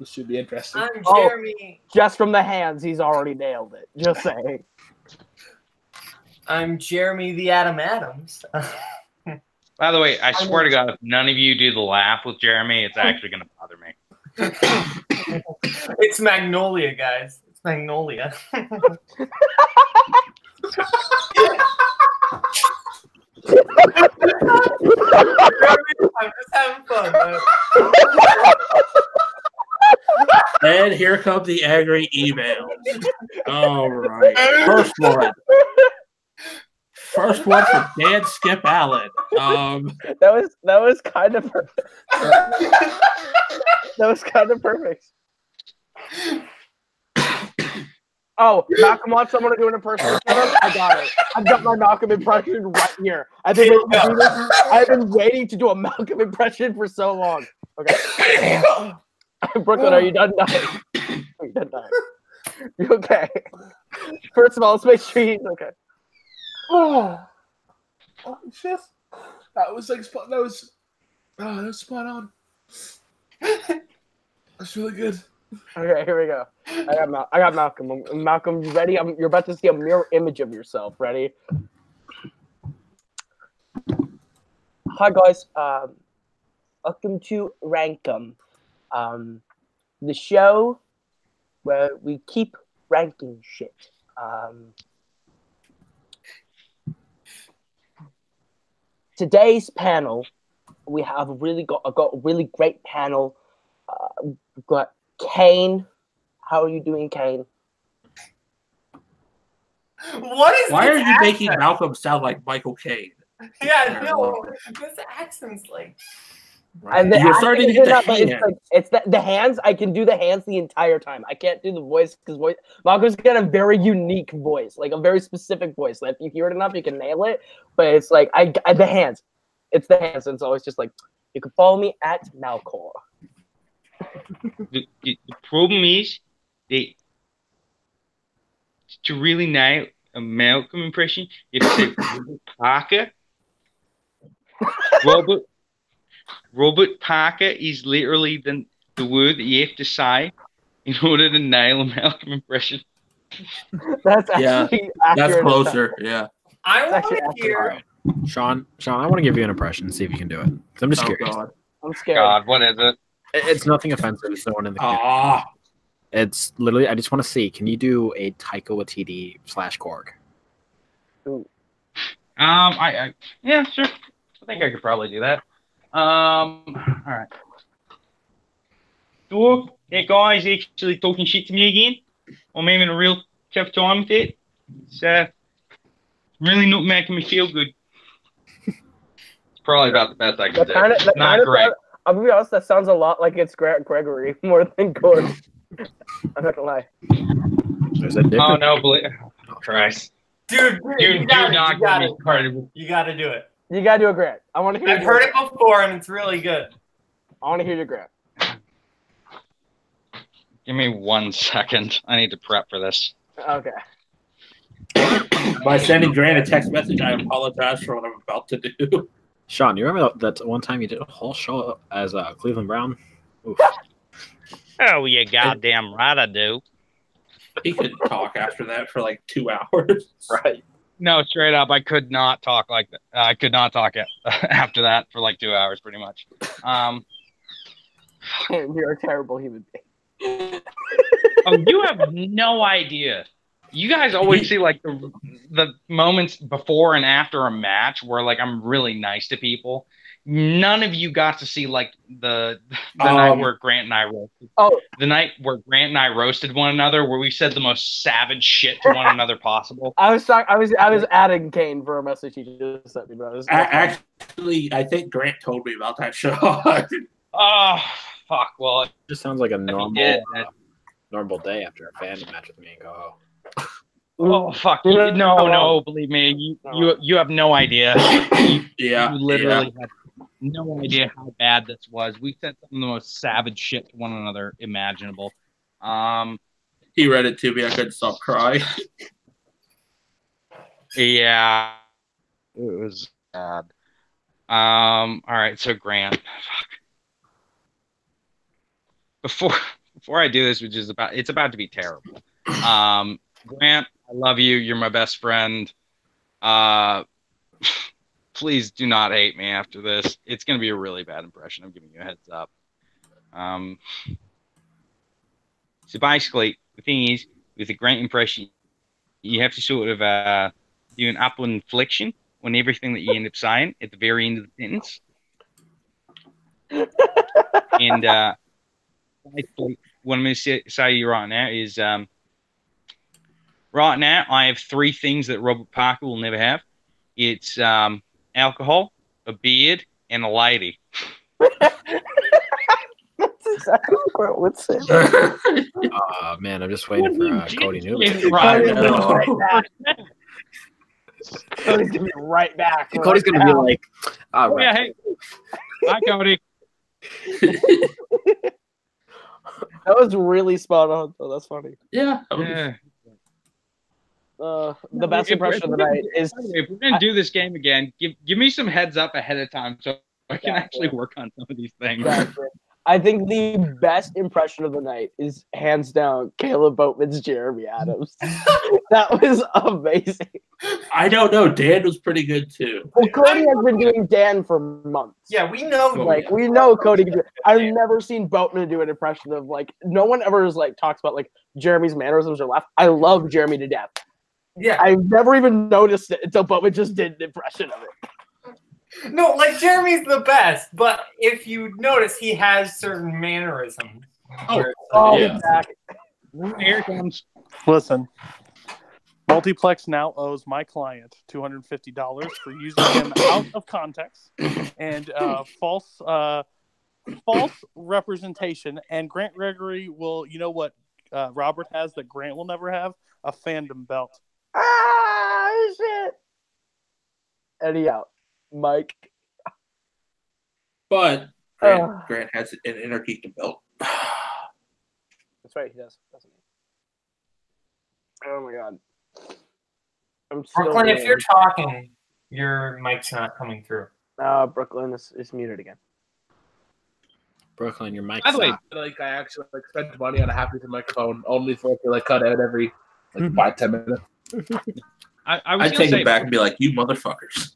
A: This should be interesting.
E: I'm
B: Oh.
E: Jeremy.
B: just from the hands, he's already nailed it. Just saying.
E: I'm Jeremy the Adam Adams.
G: By the way, I swear to God, if none of you do the laugh with Jeremy, it's actually going to bother me.
E: it's Magnolia, guys. It's Magnolia. I'm just having fun. man.
D: And here come the angry emails. All right. First one. First one from Dan Skip Allen. Um,
B: That was that was kind of perfect. that was kind of perfect. Oh, Malcolm wants someone to do an impersonation of him? I got it. I've got my Malcolm impression right here. I've been, waiting to do this. I've been waiting to do a Malcolm impression for so long. Okay. Brooklyn, are you done dying? Are you done dying? You okay? First of all, let's make sure he's okay.
A: Oh, oh shit. That was like spot. That was. Oh, that was spot on. That's really good.
B: Okay, here we go. I got, Mal- I got Malcolm. Um, Malcolm, you ready? I'm, you're about to see a mirror image of yourself. Ready? Hi guys. Um, welcome to Rankum, um, the show where we keep ranking shit. Um, today's panel, we have really got I got a really great panel. Uh, we've got Kane. How are you doing, Kane?
E: What is
D: Why
E: this
D: are you making
E: accent?
D: Malcolm sound like Michael Caine?
E: Yeah, no, this accent's like.
B: And the
D: You're
B: acting
D: starting to
B: is
D: hit
B: good
D: the
B: enough, but
D: hand.
B: It's, like, it's the, the hands. I can do the hands the entire time. I can't do the voice because voice. Malcolm's got a very unique voice, like a very specific voice. Like if you hear it enough, you can nail it. But it's like I, I- the hands. It's the hands. And it's always just like you can follow me at Malcor.
G: the, the, the problem is that to really nail a Malcolm impression, you have to say Robert Parker. Robert Robert Parker is literally the the word that you have to say in order to nail a Malcolm impression.
B: That's
D: Yeah,
B: actually
D: That's
B: accurate as
D: closer. Yeah.
E: I want
B: actually
E: to
B: accurate.
E: hear.
H: Sean, Sean, I want to give you an impression. See if you can do it. I'm just
D: Oh
H: curious.
D: God.
B: hell. I'm scared.
G: what is it?
H: It- It's nothing offensive. It's no one in the. community.
D: Ah.
H: It's literally. I just want to see. Can you do a Taika Waititi slash Korg?
G: Um, I, I yeah, sure. I think I could probably do that. Um, all right. Dog, that guy's actually talking shit to me again. I'm having a real tough time with it. It's uh, really not making me feel good. it's probably about the best I
B: That kind of that kind of sound- I'm gonna be honest. That sounds a lot like it's Gre- Gregory more than Gord. I'm not gonna lie.
H: There's a difference.
D: Um,
G: Oh no, believe Christ.
E: Dude,
G: You, you
E: you, gotta, you,
G: knocked
E: gotta,
G: me hard.
E: you gotta do it.
B: You gotta do a grant. I want to hear.
E: I've
B: your
E: heard
B: grant.
E: it before and it's really good.
B: I want to hear your grant.
G: Give me one second. I need to prep for this.
B: Okay.
D: By sending Grant a text message, I apologize for what I'm about to do.
H: Sean, you remember that that one time you did a whole show as uh, Cleveland Brown? Oof.
G: Oh, you goddamn right I do.
D: He couldn't talk after that for like two hours.
H: right.
G: No, straight up, I could not talk like that. I could not talk a- after that for like two hours, pretty much. Um,
B: You're a terrible human being.
G: oh, you have no idea. You guys always see like the the moments before and after a match where like I'm really nice to people. None of you got to see like the the
D: Um,
G: night where Grant and I roasted.
B: Oh.
G: the night where Grant and I roasted one another, where we said the most savage shit to one another possible.
B: I was talk- I was I was adding Kane for a message he just sent me, but I was
D: A- actually, I think Grant told me about that show.
G: Oh fuck! Well,
H: Just sounds like a
G: if he
H: normal
G: did,
H: uh, normal day after a fan match with me and Coho.
G: Oh
B: Mm.
G: fuck!
B: You
G: You,
B: know-
G: no,
B: no.
G: no, believe me, you
B: No.
G: you you have no idea.
D: yeah.
G: you literally had no idea how bad this was. We said some of the most savage shit to one another imaginable. Um,
D: yeah. He read it to me. I couldn't stop crying.
G: yeah, it was bad. Um, all right, so Grant, fuck. Before before I do this, which is about it's about to be terrible. Um, Grant, I love you. You're my best friend. Uh, please do not hate me after this. It's going to be a really bad impression. I'm giving you a heads up. Um, so basically, the thing is, with a Grant impression, you have to sort of uh, do an upward inflection on everything that you end up saying at the very end of the sentence. and uh, basically, what I'm going to say, say to you right now is um, right now, I have three things that Robert Parker will never have it's um, alcohol, a beard, and a lady.
B: That's exactly what I would say.
C: uh,
H: Oh man, I'm just waiting for uh, Cody Newman.
G: Right.
D: I know.
I: Cody's gonna be right back.
H: Cody's gonna be like, all
G: Oh,
H: right.
G: yeah, hey. Hi, Cody.
B: That was really spot on. though. that's funny.
D: yeah. I mean,
G: Yeah.
B: Uh, the best impression of the night is
G: If we're gonna do this game again, give give me some heads up ahead of time so I can actually work on some of these things.
B: Exactly. I think the best impression of the night is hands down Caleb Boatman's Jeremy Adams. that was amazing.
D: I don't know. Dan was pretty good too.
B: Well, Cody has been doing Dan for months.
E: Oh, Yeah, we know.
D: Cool.
B: Like we know Cody. Can do, I've never seen Boatman do an impression of like no one ever is like talks about like Jeremy's mannerisms or laugh. I love Jeremy to death.
E: Yeah.
B: I've never even noticed it until Boatman just did an impression of it.
E: No, like Jeremy's the best, but if you notice, he has certain mannerisms.
G: Oh.
E: Where-
B: Oh,
D: Yeah.
B: exactly.
G: Here it comes.
I: Listen, Multiplex now owes my client two hundred fifty dollars for using him out of context and uh, false, uh, false representation. And Grant Gregory will, you know what? Uh, Robert has that Grant will never have a fandom belt.
B: Ah, shit. Eddie out. Mike.
D: But Grant,
B: Ah.
D: Grant has an inner geek belt.
B: That's right, he does. Doesn't he? Oh my god. I'm still
E: Brooklyn, if
B: waiting.
E: you're talking, your mic's not coming through.
B: uh, Brooklyn is, is muted again.
H: Brooklyn, your mic's
G: By the way,
H: not-
A: like I actually like spent money on a happy microphone only for it to like cut out every like five ten minutes.
G: I, I
D: I'd
G: was gonna
D: take
G: say
D: it back and be like, "You motherfuckers."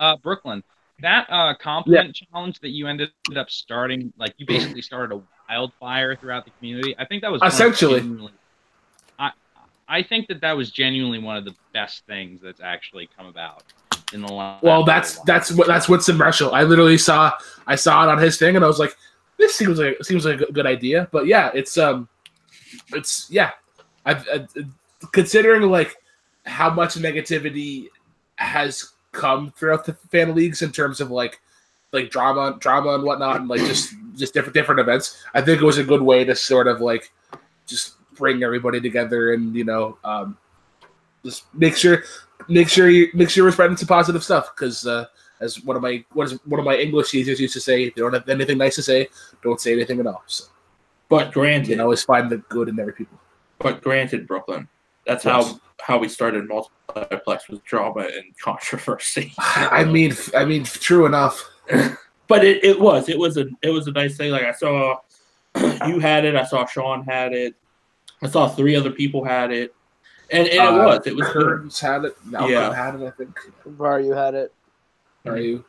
G: uh Brooklyn. That uh compliment challenge that you ended up starting, like you basically started a wildfire throughout the community. I think that was one of the
A: Essentially.
G: genuinely- I I think that that was genuinely one of the best things that's actually come about in the last.
A: Well, that's that's what that's Winston Marshall. I literally saw I saw it on his thing, and I was like, this seems like seems like a good- good idea. But yeah, it's um, it's yeah, I've, i considering like how much negativity has come throughout the fan leagues in terms of like like drama drama and whatnot, and like just just different different events. I think it was a good way to sort of like just bring everybody together and you know um, just make sure make sure you make sure we're spreading some positive stuff because uh, as one of my what is one of my English teachers used to say, if you don't have anything nice to say, don't say anything at all. So
D: But
A: you
D: granted,
A: can always find the good in every people.
D: but granted, Brooklyn. That's
A: Yes.
D: how how we started multiplex with drama and controversy.
A: I mean, I mean, true enough.
D: but it, it was it was a it was a nice thing. Like I saw you had it, I saw Sean had it, I saw three other people had it, and, and it
A: Uh,
D: was it was good.
A: Curtains had it. Malcolm
D: Yeah.
A: had it. I think.
B: Var, you had it.
A: Are you?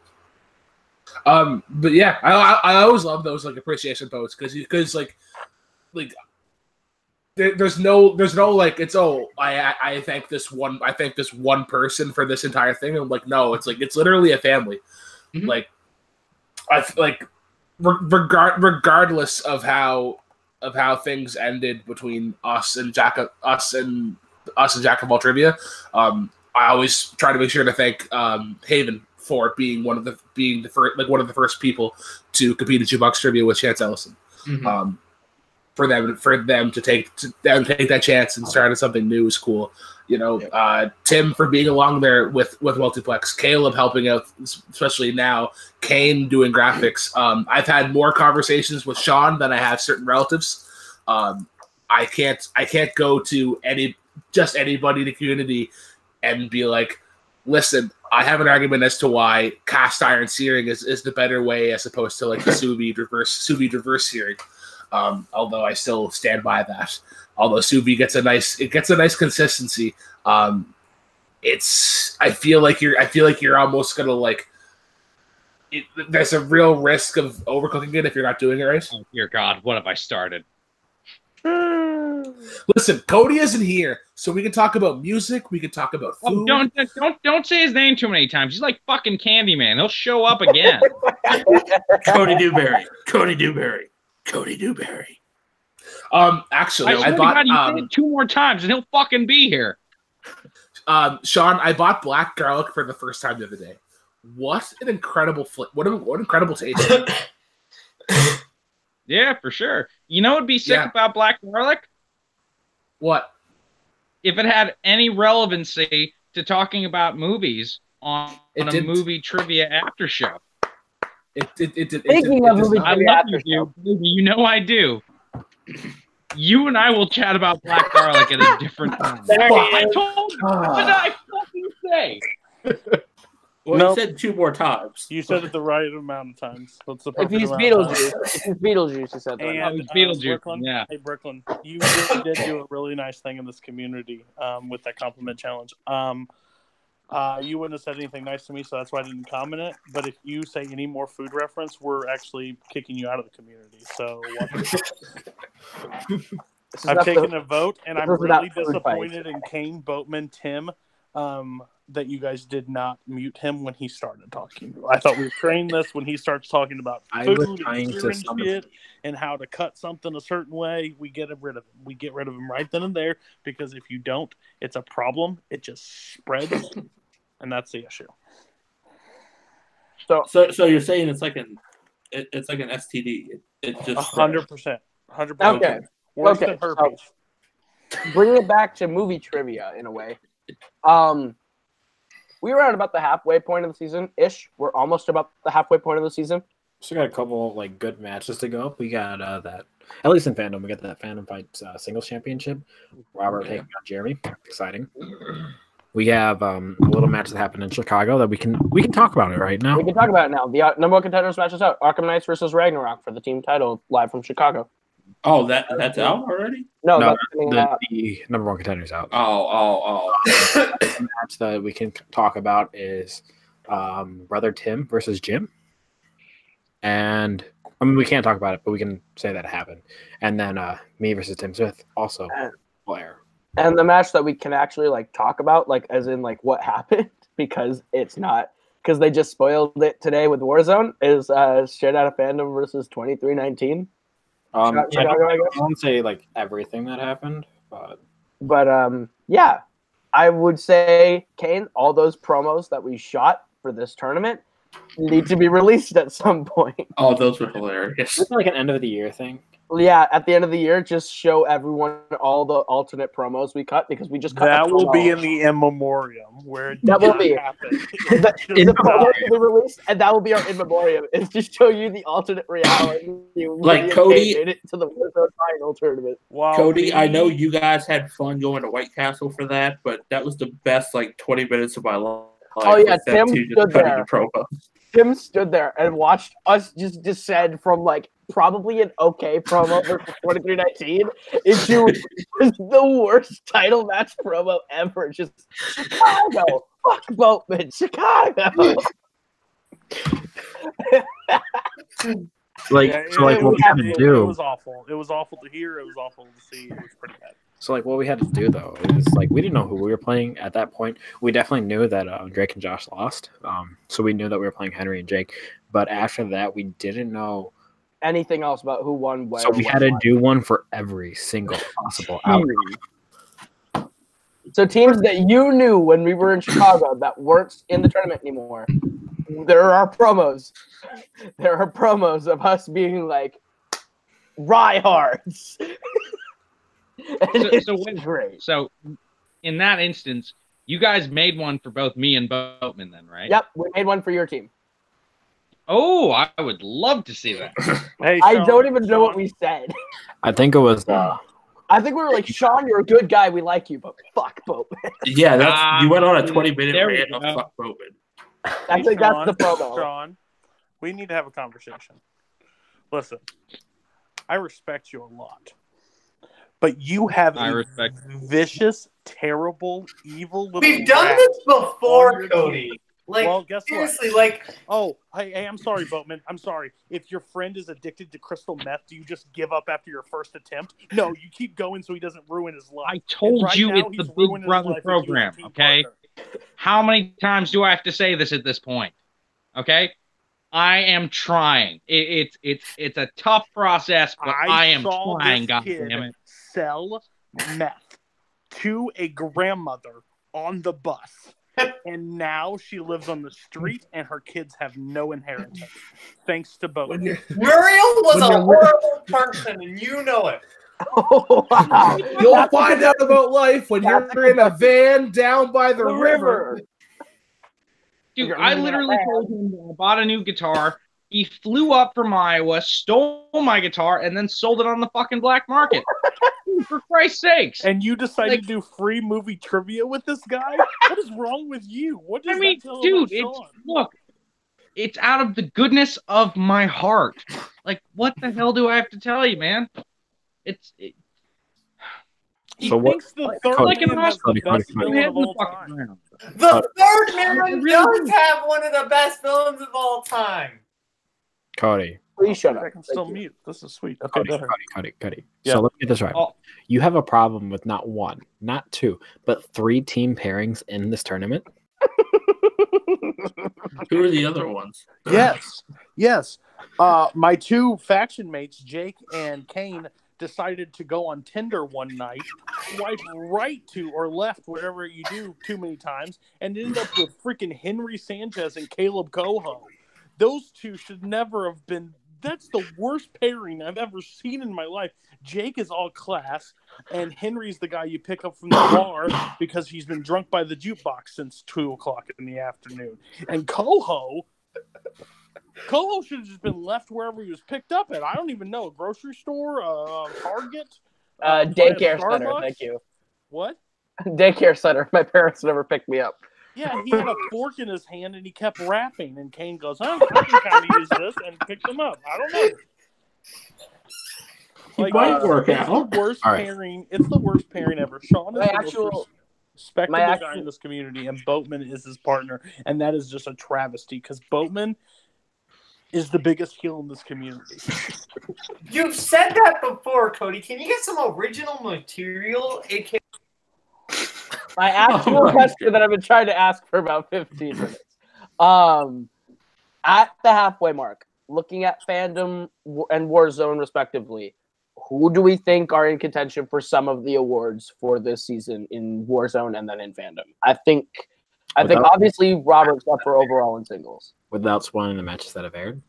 A: Um, but yeah, I I, I always love those like appreciation posts because because like like there, there's no there's no like it's oh I I- I thank this one I thank this one person for this entire thing. I'm like no, it's like it's literally a family.
D: Mhm.
A: Like I f- like re- regard regardless of how of how things ended between us and Jack of- us and us and Jack of all trivia. Um, I always try to make sure to thank um, Haven for being one of the being the first like one of the first people to compete in Jukebox Trivia with Chance Ellison.
D: Mhm.
A: Um, for them for them to take to them to take that chance and start something new is cool. You know, uh, Tim for being along there with with multiplex, Caleb helping out, especially now. Kane doing graphics. Um, I've had more conversations with Sean than I have certain relatives. Um, I can't I can't go to any just anybody in the community and be like, listen, I have an argument as to why cast iron searing is, is the better way as opposed to like the sous vide reverse sous vide reverse searing. Um, although I still stand by that. Although sous vide gets a nice it gets a nice consistency. Um, it's I feel like you're I feel like you're almost gonna like it, there's a real risk of overcooking it if you're not doing it right.
G: Oh, dear God, what have I started?
A: Listen, Cody isn't here, so we can talk about music. We can talk about
G: Oh,
A: food.
G: don't don't don't say his name too many times. He's like fucking Candyman. He'll show up again.
D: Cody Dewberry, Cody Dewberry, Cody Dewberry.
A: Um, actually, I,
G: I swear to
A: bought
G: God, you
A: um,
G: say it two more times and he'll fucking be here.
A: um, Sean, I bought black garlic for the first time the other day. What an incredible fl- what, a, what incredible taste!
G: Yeah, for sure. You know what'd be sick
A: Yeah.
G: about Black Garlic?
A: What?
G: If it had any relevancy to talking about movies on,
A: It
G: on a
A: didn't.
G: movie trivia after show.
A: It it it, it, it,
B: Speaking
A: it
B: of
A: does
B: movie
A: not-
G: I
B: trivia
G: love
B: after
G: you, dude. You know I do. You and I will chat about Black Garlic at a different time. I told you. What
A: Uh,
G: did I fucking say?
D: Well,
I: Nope.
D: you said two more times.
I: You said it the right amount of times. That's the
B: If
I: perfect
B: he's
I: amount of times.
B: Beetlejuice, if he's Beetlejuice, he said that.
I: And,
G: Oh, it's
I: um,
G: Beetlejuice,
I: Brooklyn,
G: yeah.
I: Hey, Brooklyn, you really did do a really nice thing in this community um, with that compliment challenge. Um, uh, you wouldn't have said anything nice to me, so that's why I didn't comment it. But if you say any more food reference, we're actually kicking you out of the community. So watch out.
B: This is
I: I've
B: not the-
I: taken a vote, and
B: this
I: I'm
B: is not
I: really
B: food
I: disappointed in Kane Boatman Tim um, that you guys did not mute him when he started talking. I thought we trained this when he starts talking about
C: I
I: food
C: was
I: and
C: trying to
I: gear and
C: summon-
I: shit and how to cut something a certain way. We get rid of him. We get rid of him right then and there because if you don't, it's a problem. It just spreads, and that's the issue.
D: So, so you're saying it's like an, it, it's like an STD. It, it just
I: A
D: spreads.
I: hundred percent. A Hundred percent.
B: Okay,
I: Worse
B: Okay,
I: than herpes.
B: bringing it back to movie trivia in a way. Um, we were at about the halfway point of the season ish. We're almost about the halfway point of the season.
C: So we got a couple like good matches to go up. We got uh, that at least in fandom. We got that fandom fight uh, singles championship. Robert taking on Jeremy. Exciting. We have um, a little match that happened in Chicago that we can we can talk about it right now.
B: We can talk about it now. The uh, number one contenders match is out: Arkham Knights versus Ragnarok for the team title, live from Chicago.
D: Oh, that that's out already.
B: No,
C: No,
B: that's uh, coming
C: The,
B: out.
C: the number one contenders out.
D: Oh, oh, oh.
C: match that we can talk about is um, brother Tim versus Jim. And I mean, we can't talk about it, but we can say that happened. And then uh, me versus Tim Smith also will air.
B: and the match that we can actually like talk about, like as in like what happened, because it's not because they just spoiled it today with Warzone is uh straight out of fandom versus twenty three nineteen.
C: Um, I,
B: Chicago,
C: don't,
B: I
C: I
B: guess?
C: won't say like everything that happened, but
B: But um, yeah, I would say Kane, all those promos that we shot for this tournament need to be released at some point.
D: Oh, those were hilarious.
C: it's like an end of the year thing.
B: yeah, at the end of the year, just show everyone all the alternate promos we cut because we just cut.
I: That
B: the
I: will be
B: promo.
I: in the in memoriam where it
B: That
I: did
B: will
I: not
B: be.
I: happen.
B: The-
I: It's
B: the
I: just
B: promo
I: not-
B: will be released, and that will be our in memoriam. Is to show you the alternate reality.
D: Like
B: William
D: Cody-
B: Kane made it to the Warzone final tournament.
I: While
D: Cody, I
I: me-
D: know you guys had fun going to White Castle for that, but that was the best like 20 minutes of my life.
B: Oh, yeah,
D: with that
B: Tim
D: dude just
B: stood
D: cutting
B: there.
D: the promo.
B: Tim stood there and watched us just descend from like probably an okay promo for 2319 into just the worst title match promo ever. Just Chicago, fuck Boatman, Chicago.
C: Like,
I: Yeah,
C: so, like,
I: it
C: what
I: was-
C: we had to
I: it- It
C: do,
I: was awful. It was awful to hear. It was awful to see. It was pretty bad.
C: so, like, what we had to do though is like, we didn't know who we were playing at that point. We definitely knew that uh, Drake and Josh lost, um, so we knew that we were playing Henry and Jake. But after that, we didn't know
B: Anything else about who won? Where,
C: So we
B: what
C: had to
B: won?
C: do one for every single possible outcome.
B: So teams that you knew when we were in Chicago that weren't in the tournament anymore, there are promos. There are promos of us being like Riehards.
G: So-
B: and
G: so
B: it's
G: when-
B: great.
G: So, in that instance, you guys made one for both me and Boatman, then, right?
B: Yep, we made one for your team.
G: Oh, I would love to see that.
I: Hey,
B: I
I: Sean,
B: don't even know what
I: Sean,
B: we said.
C: I think it was uh,
B: I think we were like, Sean, you're a good guy. We like you, but fuck, Bope.
D: Yeah, that's
G: Ah,
D: you went on a 20 minute
G: there we
D: rant of
G: go.
D: fuck Roman.
B: I
I: hey,
B: think that's the
I: Sean,
B: promo.
I: Sean, we need to have a conversation. Listen, I respect you a lot, but you have
G: I
I: a
G: respect-
I: vicious, terrible, evil little.
E: We've done
I: rat.
E: this before,
I: Well,
E: Cody. Like
I: well, guess what?
E: seriously, like
I: Oh, hey, hey, I'm sorry, Boatman. I'm sorry. If your friend is addicted to crystal meth, do you just give up after your first attempt? No, you keep going so he doesn't ruin his life.
G: I told
I: And right
G: you
I: now,
G: it's the
I: he's ruining
G: Big
I: his
G: Brother
I: life with you as a
G: program,
I: team
G: okay?
I: partner.
G: How many times do I have to say this at this point? Okay, I am trying. It, it's it's it's a tough process, but I, am
I: saw
G: trying.
I: this
G: God
I: kid
G: damn it!
I: Sell meth to a grandmother on the bus. and now she lives on the street, and her kids have no inheritance, thanks to both.
A: When you're,
E: Muriel was
A: When you're-
E: a horrible person, and you know it.
B: Oh, wow.
A: you'll find out about life when you're in a van down by the river.
G: Dude,
B: You're
G: I
B: really
G: literally
B: not
G: told him that I bought a new guitar. He flew up from Iowa, stole my guitar, and then sold it on the fucking black market. Dude, For Christ's sakes.
I: And you decide
G: Like-
I: to do free movie trivia with this guy? what is wrong with you? What does
G: I mean,
I: that tell
G: dude,
I: about
G: it's,
I: Sean?
G: look, it's out of the goodness of my heart. Like, what the hell do I have to tell you, man? It's it,
I: He
C: So what-
I: thinks the third
C: Cody,
I: man
G: Cody,
I: has the
C: Cody, Cody,
I: best
C: Cody.
I: villain
G: head
I: of
G: in the
I: all
G: fucking
I: time.
G: ground.
E: The third man
G: Uh, really-
E: does have one of the best villains of all time.
C: Cody,
B: Please shut up.
I: I can
B: Thank
I: still
B: you.
I: mute. This is sweet. Okay,
C: Cody,
I: Oh, go
C: Cody,
I: ahead.
C: Cody, Cody.
I: Yeah.
C: So let's get this right.
G: Oh.
C: You have a problem with not one, not two, but three team pairings in this tournament.
D: Who are the other ones?
I: Yes, yes. Uh, my two faction mates, Jake and Kane, decided to go on Tinder one night, swipe right to or left, whatever you do, too many times, and ended up with freaking Henry Sanchez and Caleb Coho. Those two should never have been. That's the worst pairing I've ever seen in my life. Jake is all class, and Henry's the guy you pick up from the bar because he's been drunk by the jukebox since two o'clock in the afternoon. And Coho, Coho should have just been left wherever he was picked up at. I don't even know. A grocery store, uh, Target.
B: Uh, daycare
I: Starbucks?
B: center. Thank you.
I: What?
B: Daycare center. My parents never picked me up.
I: Yeah, he had a fork in his hand and he kept rapping. And Kane goes, "Huh, I think I need to use this," and picked him up. I don't know.
D: It might
I: uh,
D: work
I: it's
D: out.
I: the worst
C: All right.
I: pairing. It's the worst pairing ever. Sean is
B: My
I: the
B: actual-
I: most respectable
B: my
I: guy
B: actual-
I: in this community, and Boatman is his partner, and that is just a travesty because Boatman is the biggest heel in this community.
E: You've said that before, Cody. Can you get some original material? It can-
B: My actual
D: Oh my
B: question
D: God.
B: that I've been trying to ask for about 15 minutes. Um, at the halfway mark, looking at fandom w- and Warzone respectively, who do we think are in contention for some of the awards for this season in Warzone and then in fandom? I think, I think
C: Without-
B: obviously Robert's up for overall in singles.
C: Without spoiling the matches that have aired,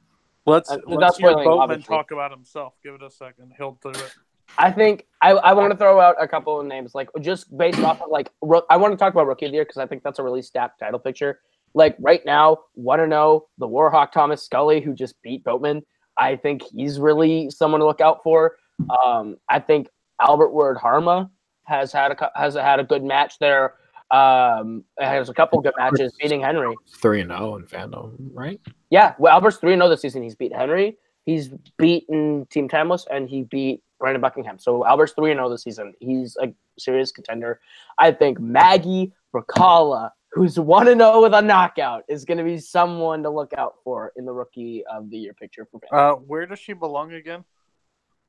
I: Let's
B: Uh,
I: let's
B: that's
I: hear
B: spoiling,
I: Boatman
B: obviously.
I: talk about himself. Give it a second. He'll do it.
B: I think I, I want to throw out a couple of names, like just based off of like ro- I want to talk about rookie of the year because I think that's a really stacked title picture. Like right now, want to know the Warhawk Thomas Scully who just beat Boatman. I think he's really someone to look out for. Um, I think Albert Ward Harma has had a cou- has had a good match there. Um, has a couple good matches beating Henry.
C: three and zero in fandom, right?
B: Yeah, well, Albert's three and zero this season. He's beat Henry. He's beaten Team Timeless, and he beat Brandon Buckingham. So Albert's three and zero this season. He's a serious contender. I think Maggie Bracala, who's one and zero with a knockout, is going to be someone to look out for in the Rookie of the Year picture for. Fandom.
I: Uh, where does she belong again?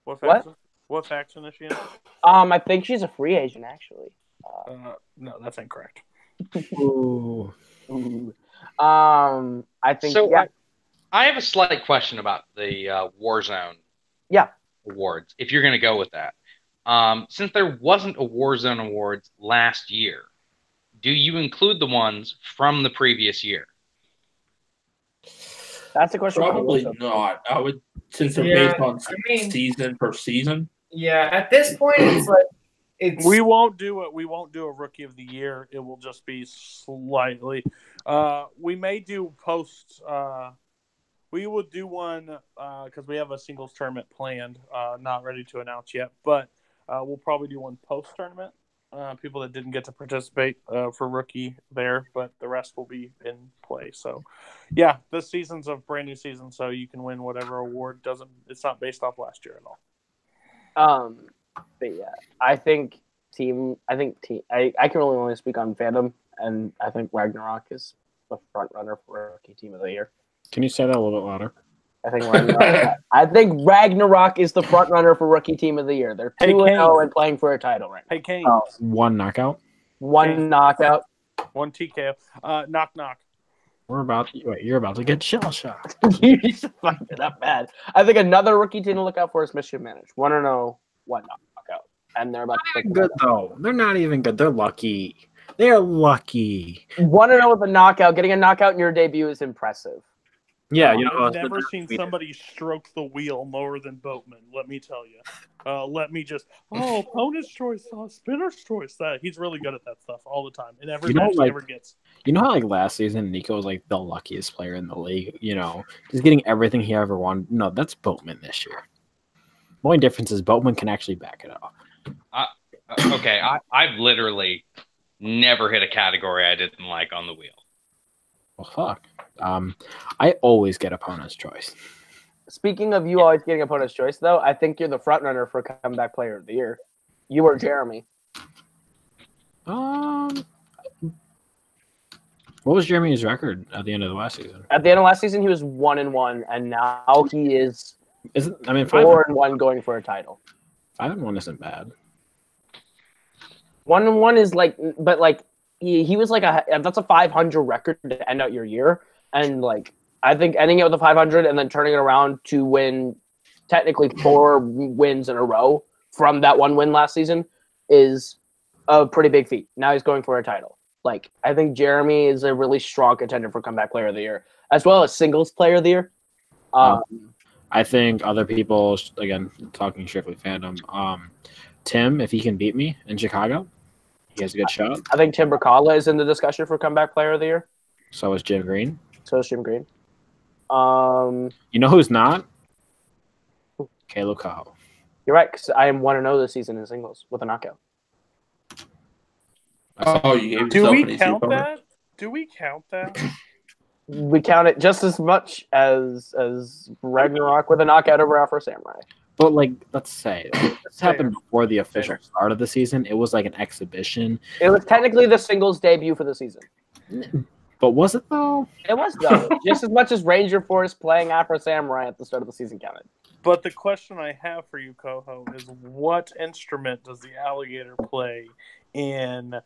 I: What
B: What?
I: faction? What, faction is she in?
B: Um, I think she's a free agent actually.
I: Uh, no, that's incorrect.
C: Ooh.
B: Um, I think
G: So
B: yeah,
G: I have a slight question about the uh, Warzone.
B: Yeah.
G: Awards, if you're going to go with that, um, since there wasn't a Warzone awards last year, do you include the ones from the previous year?
B: that's the question. for
D: Probably
B: Wilson.
D: not. I would, since they're
E: Yeah,
D: based on
E: I mean-
D: season per season.
E: yeah, at this point, it's like it's
I: We won't do it. We won't do a rookie of the year. It will just be slightly. Uh, we may do post. Uh, we will do one because we have a singles tournament planned. Uh, not ready to announce yet, but uh, we'll probably do one post tournament. Uh, people that didn't get to participate uh, for rookie there, but the rest will be in play. So, yeah, this season's a brand new season, so you can win whatever award. Doesn't it's not based off last year at all.
B: Um, but yeah, I think team. I think team. I, I can really only speak on fandom, and I think Ragnarok is the front runner for rookie team of the year.
C: Can you say that a little bit louder?
B: I think Ragnarok, I think Ragnarok is the front runner for rookie team of the year. They're
I: Hey,
B: two and
I: Kane.
B: zero and playing for a title right now.
I: Hey, Kane.
B: Oh.
C: One knockout.
B: One knockout.
I: One TKO. Uh, knock knock.
C: We're about. Wait, you're about to get shell shocked.
B: you just fucked it up bad. I think another rookie team to look out for is Michigan Manage. One or no, one knockout, and they're about to pick
C: Good though. They're not even good. They're lucky. They're lucky.
B: One and zero with a knockout. Getting a knockout in your debut is impressive.
C: Yeah, you know.
I: I've never seen somebody stroke the wheel more than Boatman. Let me tell you. Uh, let me just. Oh, opponent's choice, uh, spinner's choice. That he's really good at that stuff all the time, and every
C: You know,
I: match
C: like-
I: he ever gets.
C: You know how like last season Nico was like the luckiest player in the league, you know, just getting everything he ever won. No, that's Boatman this year. The only difference is Boatman can actually back it up.
G: Uh, okay, I, I've literally never hit a category I didn't like on the wheel.
C: Well fuck. Um I always get opponent's choice.
B: Speaking of you always getting opponent's choice, though, I think you're the front runner for comeback player of the year. You or Jeremy.
C: Um what was Jeremy's record at the end of the last season?
B: At the end of last season, he was one and one, and now he is
C: Isn't I mean five,
B: four and one, going for a title.
C: five and one isn't bad.
B: One and one is like, but like he, he was like a that's a 500 record to end out your year, and like I think ending it with a 500 and then turning it around to win technically four wins in a row from that one win last season is a pretty big feat. Now he's going for a title. Like I think Jeremy is a really strong contender for comeback player of the year as well as singles player of the year. Um,
C: I think other people again talking strictly fandom, um Tim, if he can beat me in Chicago, he has a good shot.
B: I think Tim Bracala is in the discussion for comeback player of the year.
C: So is Jim Green.
B: So is Jim Green. Um,
C: You know who's not? Caleb Cahill.
B: You're right, because I am one and zero this season in singles with a knockout.
D: Oh, you gave
I: Do
D: yourself an
I: we
D: easy
I: count
D: opponent.
I: that? Do we count that?
B: We count it just as much as as Ragnarok with a knockout over Afro Samurai.
C: But like, let's say this
I: Fair.
C: happened before the official start of the season. It was like an exhibition,
B: It was technically the singles debut for the season.
C: but was it though?
B: It was though, just as much as Ranger Force playing Afro Samurai at the start of the season counted.
I: But the question I have for you, Coho, is what instrument does the alligator play in?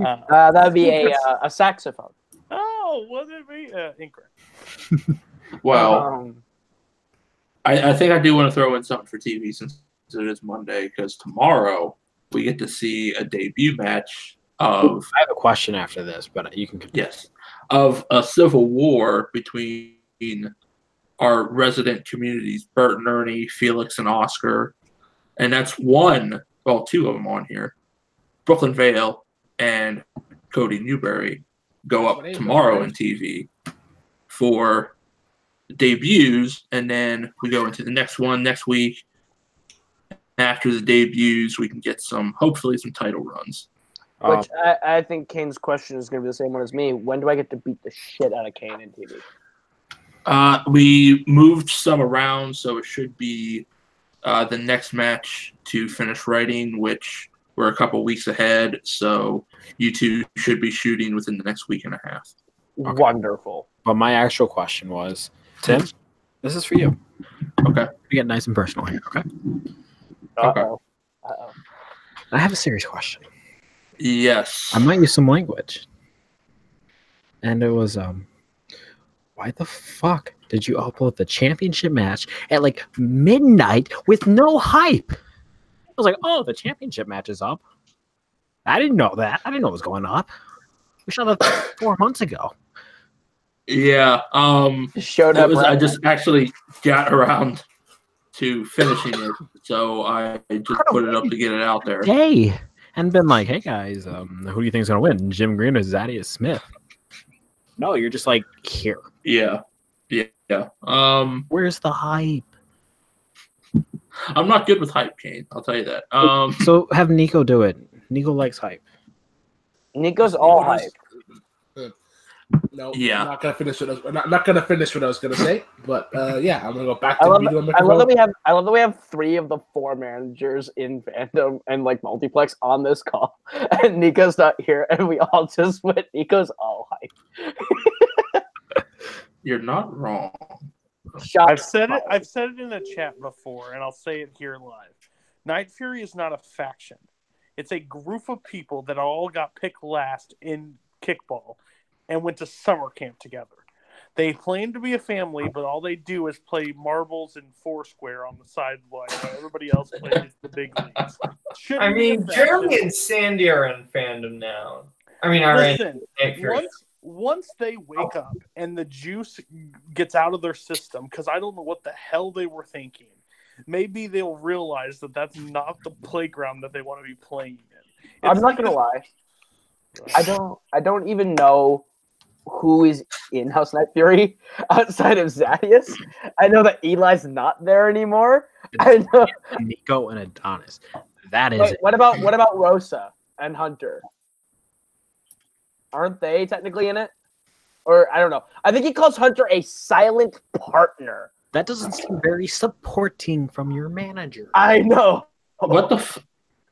I: Uh,
B: Uh, that'd be a uh, a saxophone.
I: oh, would it be uh, incorrect?
D: Well,
B: Um,
D: I, I think I do want to throw in something for TV since it is Monday because tomorrow we get to see a debut match of
C: I have a question after this, but you can.
D: yes of a civil war between our resident communities, Bert and Ernie, Felix and Oscar, and that's one well two of them on here, Brooklyn Vale and Cody Newberry go up tomorrow in TV for debuts, and then we go into the next one next week. After the debuts, we can get some, hopefully, some title runs.
C: Um,
B: which I, I think Kane's question is going to be the same one as me. When do I get to beat the shit out of Kane in TV?
D: Uh, we moved some around, so it should be uh, the next match to finish writing, which we're a couple weeks ahead. So you two should be shooting within the next week and a half.
C: Okay.
B: Wonderful.
C: but my actual question was, Tim, this is for you.
D: Okay.
C: We get nice and personal here. Okay.
B: Uh
D: Okay.
B: oh. Uh oh.
C: I have a serious question.
D: Yes.
C: I might use some language. And it was um why the fuck did you upload the championship match at like midnight with no hype? I was like, oh, the championship match is up. I didn't know that. I didn't know it was going up. We saw that four months ago.
D: yeah. Um,
B: Showed
D: that
B: up.
D: was. I
B: right-
D: just actually got around to finishing it, so I just put it up to get it out there.
C: Hey, and been like, hey guys, um, who do you think's gonna win, Jim Green or Zadie Smith? No, you're just like here.
D: Yeah. Yeah. Yeah. Um,
C: Where's the hype?
D: I'm not good with hype, Kane. I'll tell you that. Um,
C: So have Nico do it. Nico likes hype.
B: Nico's all hype.
A: No,
D: Yeah.
A: I'm not gonna finish what I was, I'm not, not gonna finish what I was gonna say, but uh, yeah, I'm gonna go back
B: I
A: to
B: love,
A: the medium
B: I love
A: microphone.
B: that we have I love that we have three of the four managers in fandom and like multiplex on this call, and Nico's not here, and we all just went Nico's all hype.
D: you're not wrong.
B: Shot
I: I've said it. I've said it in a chat before, and I'll say it here live. Night Fury is not a faction; it's a group of people that all got picked last in kickball and went to summer camp together. They claim to be a family, but all they do is play marbles and foursquare on the side while everybody else plays the big leagues. Shouldn't
E: I
I: be a
E: mean,
I: faction.
E: Jeremy and Sandy are in fandom now. I mean, all right.
I: Listen,
E: Nick Fury.
I: once once they wake up and the juice gets out of their system, because I don't know what the hell they were thinking. Maybe they'll realize that that's not the playground that they want to be playing in.
B: I'm not gonna lie. I don't. I don't even know who is in House Night Fury outside of Zadius. I know that Eli's not there anymore. I know.
C: Nico and Adonis. That is
B: Wait,
C: it.
B: what about what about Rosa and Hunter? Aren't they technically in it? Or I don't know. I think he calls Hunter a silent partner.
C: that doesn't seem very supporting from your manager.
B: I know.
D: What the f-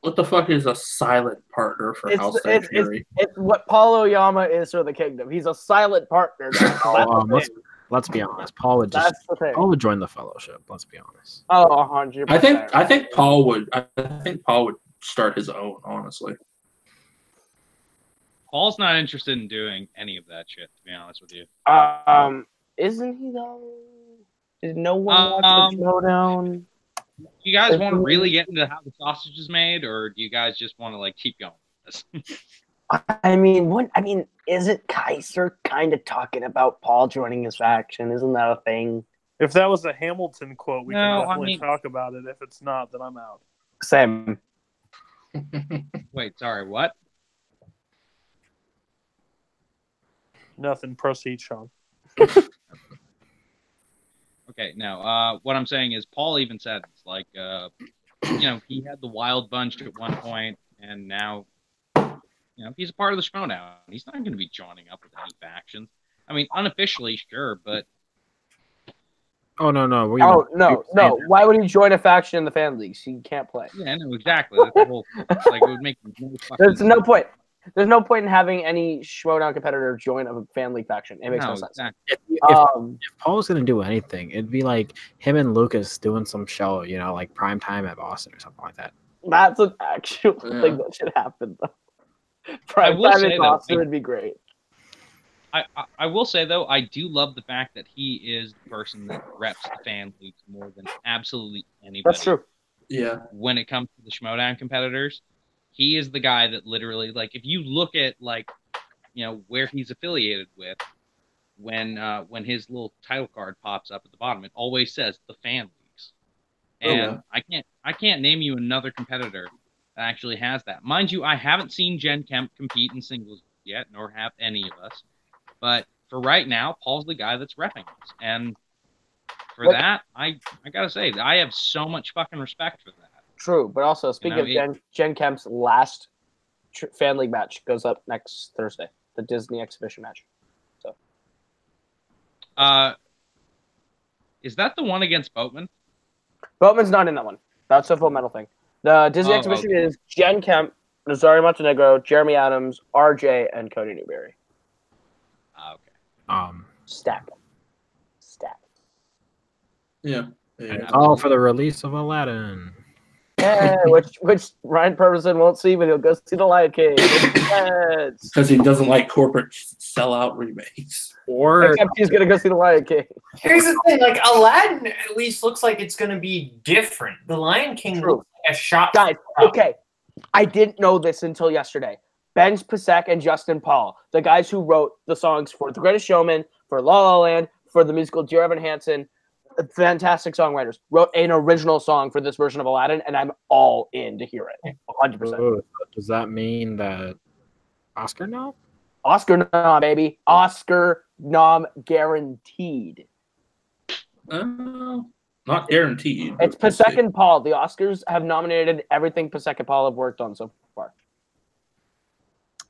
D: what the fuck is a silent partner for
B: It's-
D: House
B: it's-
D: Night
B: it's-
D: Fury?
B: It's what Paulo Yama is for the kingdom. He's a silent partner. That's,
C: Oh, um,
B: the,
C: let's,
B: thing.
C: let's be honest. Paul would just
B: That's the thing.
C: Paul would join the fellowship. Let's be honest.
B: Oh, 100%.
D: I think I think Paul would I think Paul would start his own. Honestly,
G: Paul's not interested in doing any of that shit, to be honest with you.
B: Um, isn't he though? Did no one watch
G: Um,
B: the showdown?
G: Do you guys want to really get into how the sausage is made, or do you guys just want to like keep going? with this?
B: I mean, what? I mean, isn't Kaiser kind of talking about Paul joining his faction? Isn't that a thing?
I: If that was a Hamilton quote, we
G: No, I
I: can definitely
G: mean-
I: talk about it. If it's not, then I'm out.
B: Sam,
G: Wait, sorry, what?
I: Nothing. Proceed, Sean.
G: Okay, no. Uh, what I'm saying is, Paul even said it's like, uh, you know, he had the wild bunch at one point, and now, you know, he's a part of the show now. He's not going to be joining up with any factions. I mean, unofficially, sure, but
C: Oh no no. We
B: Oh no, no. Why would he join a faction in the fan leagues? He can't play.
G: yeah, no, exactly. That's the whole, like, it would make no fucking
B: There's no
G: sense.
B: point. There's no point in having any Schmodown competitor join a fan league faction. It makes no,
G: No,
B: sense.
G: exactly.
C: If, if
B: Um,
C: if Paul was gonna do anything, it'd be like him and Lucas doing some show, you know, like prime time at Boston or something like that.
B: that's an actual
D: Yeah.
B: thing that should happen though. Prime
G: will
B: time
G: say,
B: in
G: though,
B: Boston
G: I-
B: would be great.
G: I, I, I will say though, I do love the fact that he is the person that reps the fan leagues more than absolutely anybody.
B: That's true.
D: yeah.
G: when it comes to the Schmodown competitors. He is the guy that literally, like, if you look at like, you know, where he's affiliated with, when uh, when his little title card pops up at the bottom, it always says the fan leagues.
D: Oh,
G: And
D: wow.
G: I can't I can't name you another competitor that actually has that. Mind you, I haven't seen Jen Kemp compete in singles yet, nor have any of us. But for right now, Paul's the guy that's repping us. And for
B: Look-
G: that, I I gotta say, I have so much fucking respect for that.
B: True, but also speaking
G: know,
B: of
G: it-
B: Jen, Jen Kemp's last tr- fan league match goes up next Thursday, the Disney exhibition match.
G: Uh, is that the one against Boatman?
B: Boatman's not in that one. That's a full metal thing. The Disney
G: Oh,
B: exhibition is Jen Kemp, Nazario Montenegro, Jeremy Adams, RJ, and Cody Newberry.
G: Ah, okay.
C: Um,
B: Stack. Stack.
D: Yeah. yeah.
C: all for the release of Aladdin.
B: Yeah, which which Ryan Purvison won't see, but he'll go see the Lion King. Yes.
D: Because he doesn't like corporate sellout remakes.
C: Or
B: Except he's gonna go see the Lion King.
E: Here's the thing: like Aladdin, at least looks like it's going to be different. The Lion King
B: True.
E: looks like a shot.
B: Guys, okay. I didn't know this until yesterday. Ben Pasek and Justin Paul, the guys who wrote the songs for The Greatest Showman, for La La Land, for the musical Dear Evan Hansen, fantastic songwriters, wrote an original song for this version of Aladdin, and I'm all in to hear it. 100%.
C: Ooh, does that mean that Oscar now?
B: Oscar nom, baby. Oscar nom guaranteed.
D: Uh, not guaranteed.
B: It's
D: We'll see.
B: Pasek and Paul. The Oscars have nominated everything Pasek and Paul have worked on so far.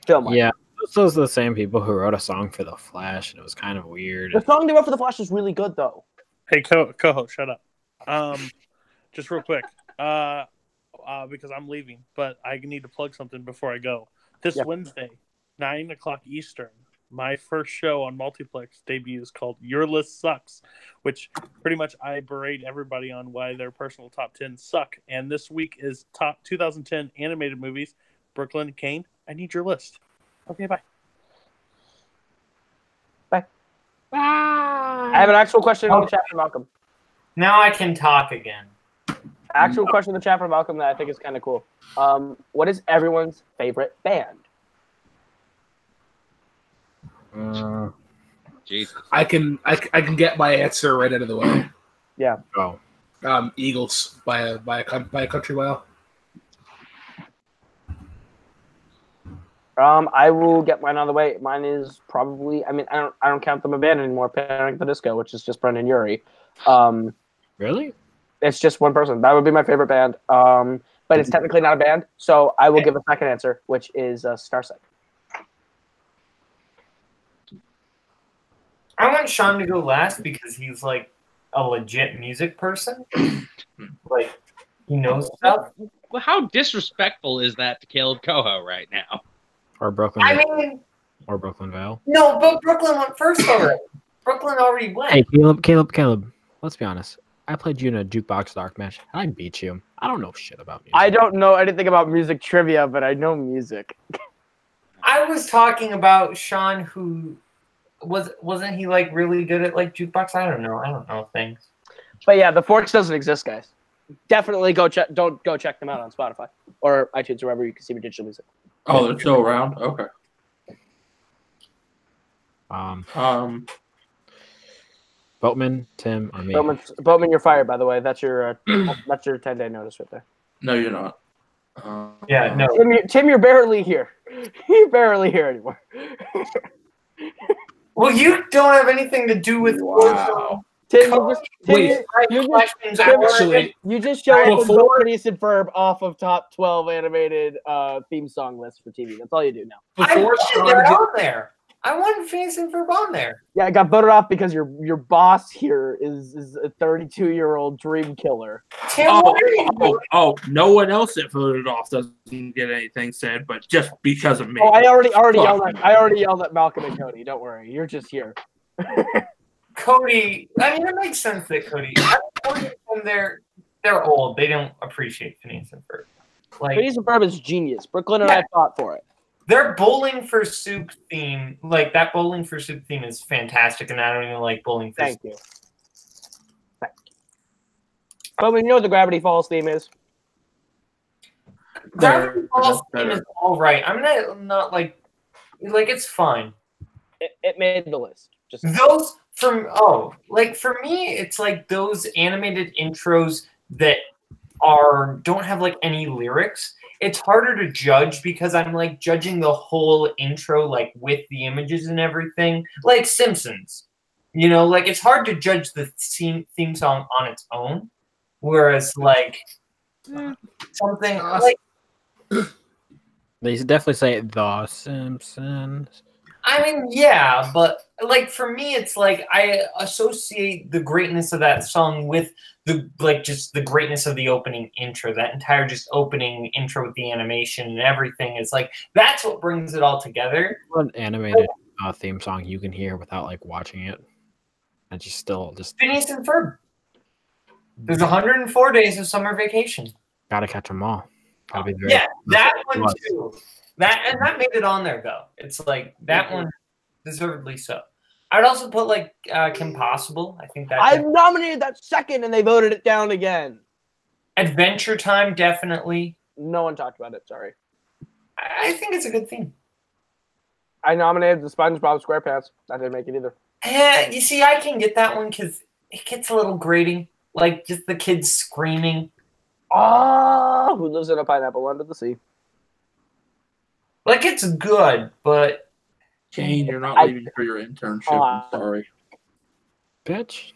B: Film.
C: Yeah, those those are the same people who wrote a song for The Flash, and it was kind of weird.
B: The song they wrote for The Flash is really good, though.
I: Hey, Co- Coho, shut up. Um, just real quick, uh, uh, because I'm leaving, but I need to plug something before I go. This
B: Yeah.
I: Wednesday, nine o'clock Eastern, my first show on Multiplex debuts called "Your List Sucks," which pretty much I berate everybody on why their personal top ten suck. And this week is top 2010 animated movies. Brooklyn and Kane. I need your list. Okay, bye.
B: I have an actual question in the chat from Malcolm.
E: Now I can talk again.
B: Actual question in the chat from Malcolm that I think is kind of cool. Um, what is everyone's favorite band?
H: Uh,
G: Jesus.
A: I can I, c- I can get my answer right out of the way.
H: oh,
A: Um, Eagles by a by a coun- by a country mile.
B: Um, I will get mine out of the way. Mine is probably. I mean, I don't. I don't count them a band anymore. Panic at the Disco, which is just Brendan Urie. Um,
H: really?
B: it's just one person. That would be my favorite band. Um, but it's technically not a band, so I will give a second answer, which is uh, Starsight.
E: I want Sean to go last because he's like a legit music person. like he knows stuff.
G: Well, how disrespectful is that to Caleb Coho right now?
H: Or Brooklyn?
E: I mean,
H: or Brooklyn Vale?
E: no, but Brooklyn went first already. Brooklyn already went.
H: Hey, Caleb, Caleb, Caleb. Let's be honest. I played you in a jukebox dark match. and I beat you. I don't know shit about music.
B: I don't know anything about music trivia, but I know music.
E: I was talking about Sean who was wasn't he like really good at like jukebox? I don't know. I don't know things.
B: But yeah, the Forks doesn't exist, guys. Definitely go check. Don't go check them out on Spotify or iTunes or wherever you can see your digital music.
D: Oh, they're still around. Okay.
H: Um,
D: Um,
H: Boatman, Tim, or me.
B: Bowman, Bowman, you're fired. By the way, that's your uh, that's your ten day notice right there.
D: no, you're not. Uh,
E: Yeah, no.
B: Tim, you're, Tim, you're barely here. You're barely here anymore.
E: Well, you don't have anything to do with
D: Wow.
B: Tim, you just, Tim,
A: Wait,
B: you-
E: Right,
B: you just,
E: questions
B: Tim,
E: are-
A: Actually,
B: you just showed up with
A: Before-
B: Bo Priest and Verb off of top 12 animated uh, theme song list for TV. That's all you do now.
E: I
A: before
E: wanted
A: Sean
E: it
A: get-
E: on there. I wanted Phineas and Ferb on there.
B: Yeah, I got voted off because your your boss here is, is a 32 year old dream killer.
E: Tim,
D: Oh,
E: what are you
D: oh, oh, no one else that voted off doesn't get anything said, but just because of me.
B: Oh, I already already
D: Fuck.
B: yelled at I already yelled at Malcolm and Cody. Don't worry, you're just here.
E: Cody, I mean, it makes sense that Cody. I mean, they're they're old. They don't appreciate Phineas and Ferb. Like
B: Phineas and Ferb is genius. Brooklyn and I fought for it.
E: their bowling for soup theme, like that bowling for soup theme is fantastic, and I don't even like bowling for
B: Thank
E: soup.
B: you. Thank you. But we know what the Gravity Falls theme is.
D: They're
E: Gravity Falls
D: just
E: theme
D: better.
E: is all right. I'm not not like like it's fine.
B: It, it made the list. Just
E: those from oh like for me it's like those animated intros that are don't have like any lyrics it's harder to judge because i'm like judging the whole intro like with the images and everything like simpsons you know like it's hard to judge the theme, theme song on its own whereas like something like
H: They definitely say The Simpsons.
E: I mean, yeah, but like for me, it's like I associate the greatness of that song with the like just the greatness of the opening intro. That entire just opening intro with the animation and everything is like that's what brings it all together.
H: What animated uh, theme song you can hear without like watching it? I just still just
E: Phineas and Ferb. There's 104 days of summer vacation.
H: gotta catch them all. Gotta be very
E: Yeah, that one
H: Right.
E: too. That and that made it on there though. It's like that one deservedly so. I'd also put like uh, Kim Possible. I think that
B: I nominated that second, and they voted it down again.
E: Adventure Time definitely.
B: No one talked about it. Sorry.
E: I I think it's a good thing.
B: I nominated the SpongeBob SquarePants. I didn't make it either.
E: Yeah, you see, I can get that one because it gets a little grating. Like just the kids screaming.
B: Oh, who lives in a pineapple under the sea?
E: Like it's good, but
D: Kane, you're not
B: I-
D: leaving for your internship.
B: Aw.
D: I'm sorry.
H: bitch.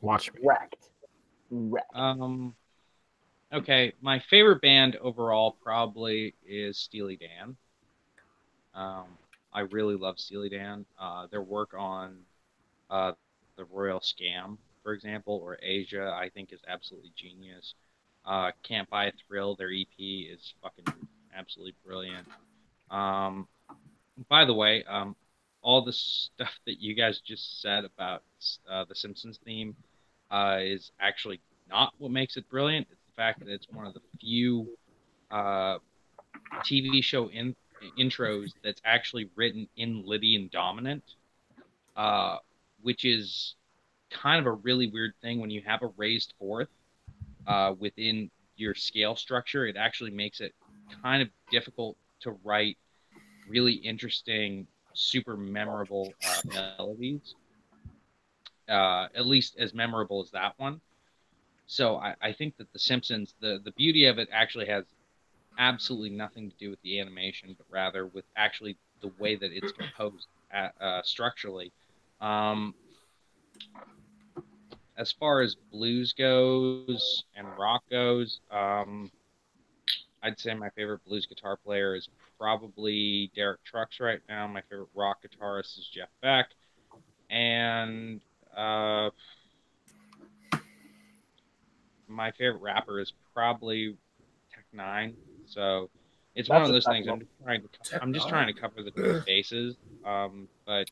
H: Watch me.
B: Wrecked. Wrecked.
G: Um, okay, my favorite band overall probably is Steely Dan. Um, I really love Steely Dan. Uh, their work on uh, the Royal Scam, for example, or Asia, I think is absolutely genius. Uh, Can't Buy a Thrill, their EP is fucking absolutely brilliant. Um, by the way, um, all the stuff that you guys just said about uh, the Simpsons theme uh, is actually not what makes it brilliant. It's the fact that it's one of the few uh, TV show in- intros that's actually written in Lydian dominant, uh, which is kind of a really weird thing when you have a raised fourth uh, within your scale structure. It actually makes it kind of difficult to write really interesting, super memorable uh, melodies. Uh, at least as memorable as that one. So I, I think that The Simpsons, the, the beauty of it actually has absolutely nothing to do with the animation, but rather with actually the way that it's composed uh uh, structurally. Um, as far as blues goes and rock goes, um, I'd say my favorite blues guitar player is probably Derek Trucks right now. My favorite rock guitarist is Jeff Beck, and uh, my favorite rapper is probably Tech Nine. So it's one
B: That's
G: of
B: a
G: those
B: tough
G: things. I'm
B: one.
G: just trying to. I'm just trying to cover the different bases. Um, but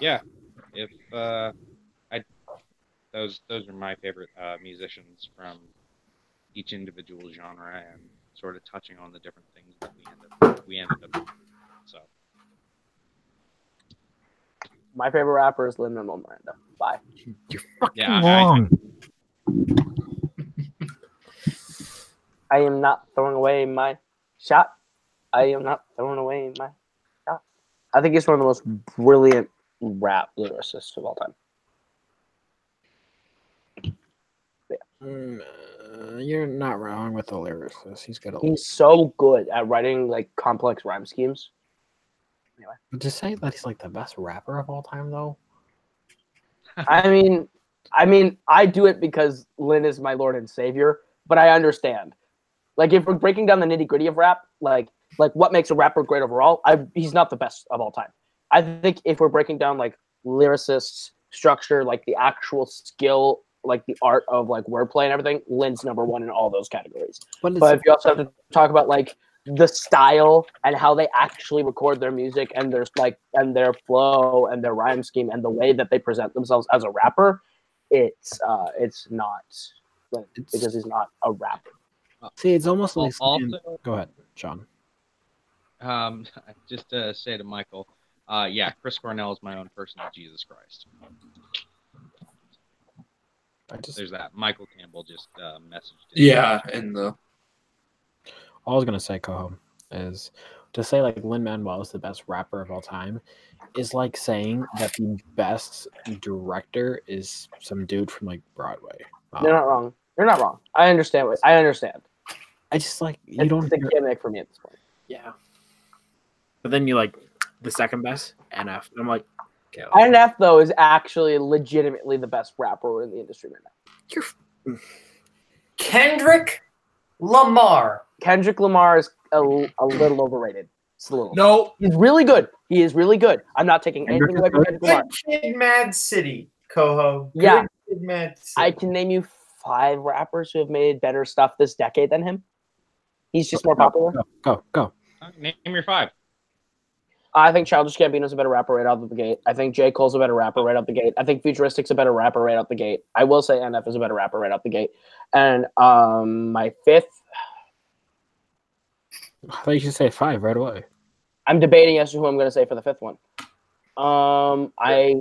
G: yeah, if uh, I those those are my favorite uh, musicians from each individual genre and sort of touching on the different things that we ended up, we ended up. So
B: My favorite rapper is Lin Manuel Miranda. Bye.
G: yeah, I- I,
J: Wrong.
B: I am not throwing away my shot. I am not throwing away my shot. I think he's one of the most brilliant rap lyricists of all time.
C: Mm, uh, you're not wrong with the lyricist. He's got a
B: He's so good at writing like complex rhyme schemes.
C: to say that he's like the best rapper of all time, though.
B: I mean, I mean, I do it because Lynn is my Lord and Savior, but I understand. Like, if we're breaking down the nitty gritty of rap, like, like what makes a rapper great overall, I he's not the best of all time. I think if we're breaking down like lyricists, structure, like the actual skill, like the art of like wordplay and everything, Lynn's number one in all those categories.
C: But, it's,
B: But if you also have to talk about like the style and how they actually record their music and their like and their flow and their rhyme scheme and the way that they present themselves as a rapper, it's uh it's not like,
C: it's-
B: because he's not a rapper.
C: see, it's almost like saying-
G: also
C: go ahead, Sean.
G: um, just to say to Michael, uh, yeah, Chris Cornell is my own personal Jesus Christ.
C: I just
G: There's that. Michael Campbell just uh, messaged. it.
D: Yeah, and the
C: all I was gonna say, Coho, is to say like Lin Manuel is the best rapper of all time is like saying that the best director is some dude from like Broadway. Um,
B: You're not wrong. You're not wrong. I understand what I understand.
C: I just like you
B: It's
C: don't.
B: the
C: hear-
B: gimmick for me at this point.
C: yeah. But then you like the second best NF. I'm like, okay, like,
B: Iron F though is actually legitimately the best rapper in the industry right now.
E: Kendrick Lamar.
B: Kendrick Lamar is a, a little overrated. It's a little.
A: No,
B: He's really good. He is really good. I'm not taking
C: Kendrick
B: anything away from
C: is
B: Kendrick Lamar.
E: Good Kid, Mad City, Coho. Good
B: Yeah.
E: Kid, Mad City.
B: I can name you five rappers who have made better stuff this decade than him. He's just more popular.
C: go, go, go.
G: Uh, Name your five.
B: I think Childish Gambino's a better rapper right out of the gate. I think J. Cole's a better rapper right out the gate. I think Futuristic's a better rapper right out the gate. I will say NF is a better rapper right out the gate. And um, my fifth,
C: I thought you should say five right away.
B: I'm debating as to who I'm going to say for the fifth one. Um, I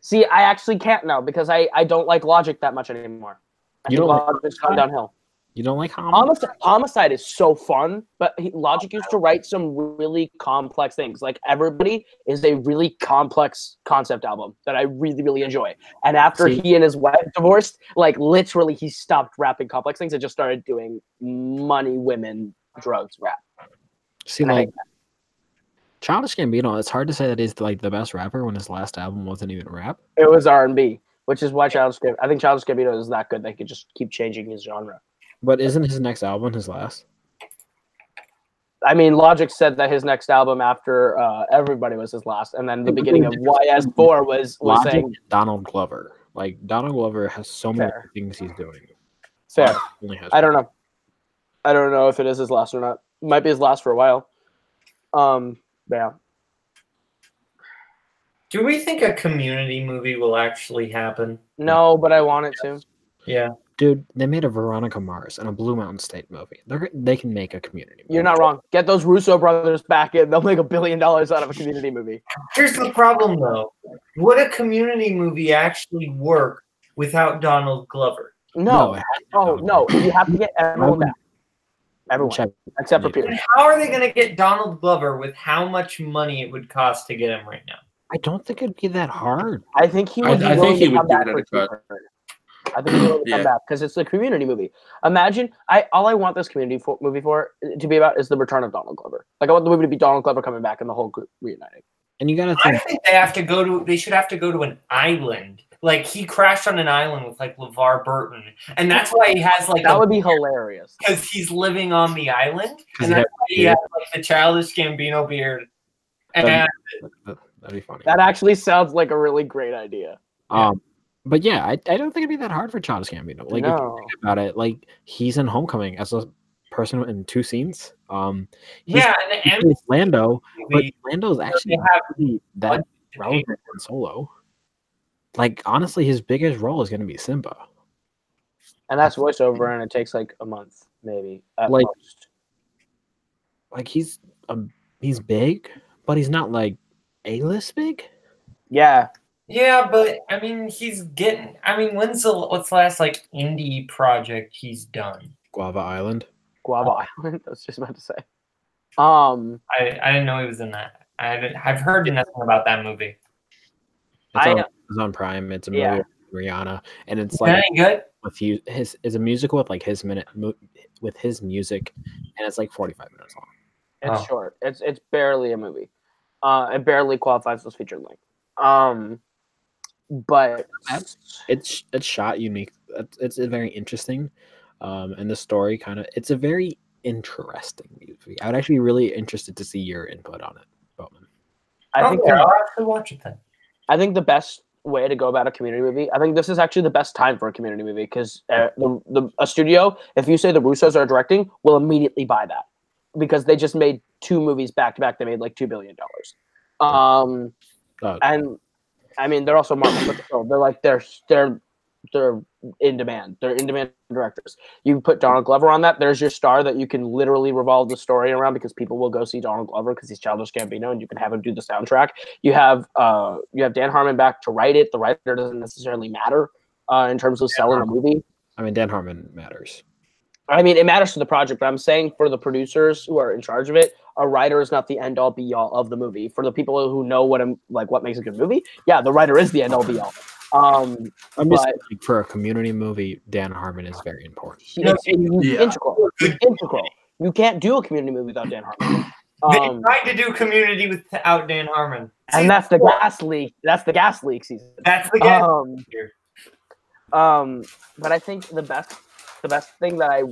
B: see. I actually can't now because I I don't like Logic that much anymore. I
C: You
B: think
C: don't like
B: Logic's gone downhill.
C: You don't like how
B: Homicide, Homicide is so fun, but he, Logic used to write some really complex things. Like Everybody is a really complex concept album that I really, really enjoy. And after
C: See-
B: he and his wife divorced, like literally, he stopped rapping complex things and just started doing money, women, drugs rap.
C: See,
B: And I
C: like Childish Gambino, it's hard to say that he's like the best rapper when his last album wasn't even rap.
B: It was R and B, which is why Childish. Gambino, I think Childish Gambino is that good. They could just keep changing his genre.
C: But isn't his next album his last?
B: I mean, Logic said that his next album after uh, Everybody was his last, and then the beginning of YS4 was was
C: Logic
B: saying
C: and Donald Glover. Like Donald Glover has so many
B: Fair.
C: things he's doing.
B: fair.
C: Only has
B: I don't know. I don't know if it is his last or not. Might be his last for a while. Um, yeah.
E: Do we think a community movie will actually happen?
B: No, but I want it to.
E: Yeah.
C: Dude, they made a Veronica Mars and a Blue Mountain State movie. They're, they can make a community.
B: You're not wrong. Get those Russo brothers back in. They'll make a billion dollars out of a community movie.
E: Here's the problem, though. Would a community movie actually work without Donald Glover?
B: No.
C: it-
B: oh no. You have to get
C: I
B: everyone
C: would-
B: back. Everyone
C: Check.
B: except for Pierce.
E: How are they going to get Donald Glover with how much money it would cost to get him right now?
C: I don't think it'd be that hard.
B: I think he
D: I-
B: would. be
D: I think
B: willing
D: he
B: to
D: would
B: come
D: do
B: back
D: that
B: for
D: if I-
B: cheaper. I think he would come
D: Yeah.
B: back because it's a community movie. Imagine, I all I want this community for, movie for uh, to be about is the return of Donald Glover. Like I want the movie to be Donald Glover coming back and the whole group reuniting.
C: And you gotta
E: I
C: think
E: think they have to go to. They should have to go to an island. Like he crashed on an island with like LeVar Burton, and that's why he has like
B: That would be hilarious.
E: because he's living on the island,
C: Because he
E: and that's why he
C: beard.
E: has like the childish Gambino beard.
B: Um,
E: And
C: uh, that'd be funny.
B: That actually sounds like a really great idea.
C: Um, but yeah, I, I don't think it'd be that hard for Childish Gambino. Like if you
B: no,
C: think about it, like he's in Homecoming as a person in two scenes. Um, he's
E: yeah, and, and
C: in Lando, but
E: we
C: Lando's actually
E: have
C: not really that
E: budget
C: relevant in Solo. Like honestly, his biggest role is gonna be Simba.
B: and that's voiceover, and it takes like a month, maybe at
C: Like-
B: most.
C: Like he's um he's big, but he's not like a list big.
B: Yeah,
E: Yeah, but I mean, he's getting. I mean, when's the what's the last like indie project he's done?
C: Guava Island.
B: Guava Island. I was just about to say. Um,
E: I I didn't know he was in that. I didn't, I've heard nothing about that movie.
C: It's
B: I-
C: on, it's on Prime. It's a movie
B: Yeah.
C: with Rihanna, and it's
E: Is
C: like
E: that any good?
C: with you his is a musical with like his minute mu- with his music and it's like 45 minutes long
B: It's
E: Oh.
B: short. It's it's barely a movie. Uh, it barely qualifies as feature length. Um, but
C: it's it's shot unique it's, it's a very interesting um and the story kind of it's a very interesting movie i would actually be really interested to see your input on it Bowman.
B: I think
E: Okay,
B: the,
E: I'll actually watch it then.
B: I think the best way to go about a community movie. I think this is actually the best time for a community movie because uh, the, the a studio, if you say the Russos are directing, will immediately buy that because they just made two movies back to back. They made like two billion dollars. Um,
C: Uh,
B: and I mean they're also Marvel, but still, they're like they're they're they're in demand. They're in demand directors. You can put Donald Glover on that. There's your star that you can literally revolve the story around because people will go see Donald Glover because he's Childish Gambino, and you can have him do the soundtrack. You have uh you have Dan Harmon back to write it. The writer doesn't necessarily matter uh, in terms of selling a movie.
C: i mean dan harmon matters
B: I mean, it matters to the project, but I'm saying for the producers who are in charge of it, a writer is not the end all be all of the movie. For the people who know what i like, what makes a good movie, yeah, the writer is the end all be all. Um,
C: i'm just
B: But-
C: saying, for a community movie dan harmon is very important
B: he- it's, it's
D: Yeah.
B: integral. It's integral. You can't do a community movie without Dan Harmon. Um,
E: they tried to do Community without Dan Harmon.
B: and that's the gas leak. That's the gas leak season.
E: That's the guy.
B: Um, um, but I think the best the best thing that I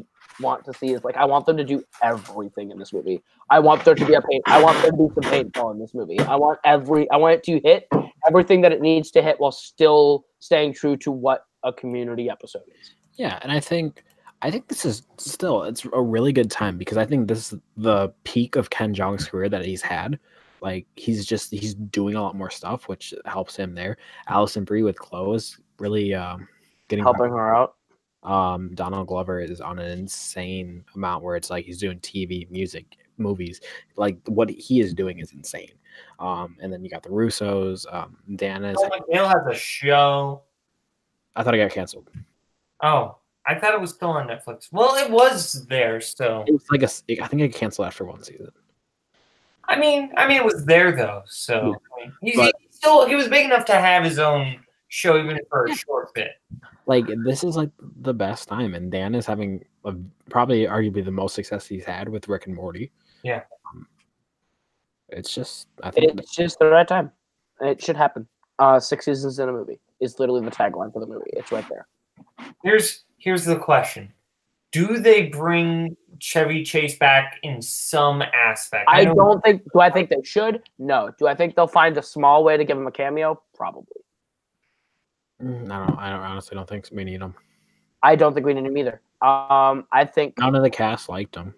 B: want to see is like I want them to do everything in this movie. I want there to be a paint. I want there to be some paintball in this movie. I want every. I want it to hit everything that it needs to hit while still staying true to what a community episode is.
C: Yeah, and I think I think this is still it's a really good time because I think this is the peak of Ken Jong's career that he's had. Like he's just he's doing a lot more stuff, which helps him there. Allison Brie with Chloe is really um, getting
B: Helping her out.
C: um Donald Glover is on an insane amount where it's like he's doing TV, music, movies. Like what he is doing is insane. Um, and then you got the Russos. Um,
E: Oh
C: Dana is.
E: McNeil has a show.
C: I thought I got canceled.
E: Oh, I thought it was still on Netflix. Well, it was there still.
C: It was like a. s- I think I canceled after one season.
E: I mean, I mean, it was there though. So I mean, he's,
C: But-
E: he's still he was big enough to have his own show, even for a short bit.
C: like this is like the best time and dan is having a, probably arguably the most success he's had with rick and morty
E: Yeah.
C: Um, it's just i think
B: It's just the right time. It should happen. Uh, six seasons in a movie is literally the tagline for the movie. It's right there.
E: Here's here's the question: Do they bring Chevy Chase back in some aspect?
B: I
E: know-
B: don't think. Do I think they should? No. Do I think they'll find a small way to give him a cameo? Probably.
C: Mm, i don't i don't, honestly don't think we need him
B: I don't think we need him either. Um, I think
C: none of the cast liked him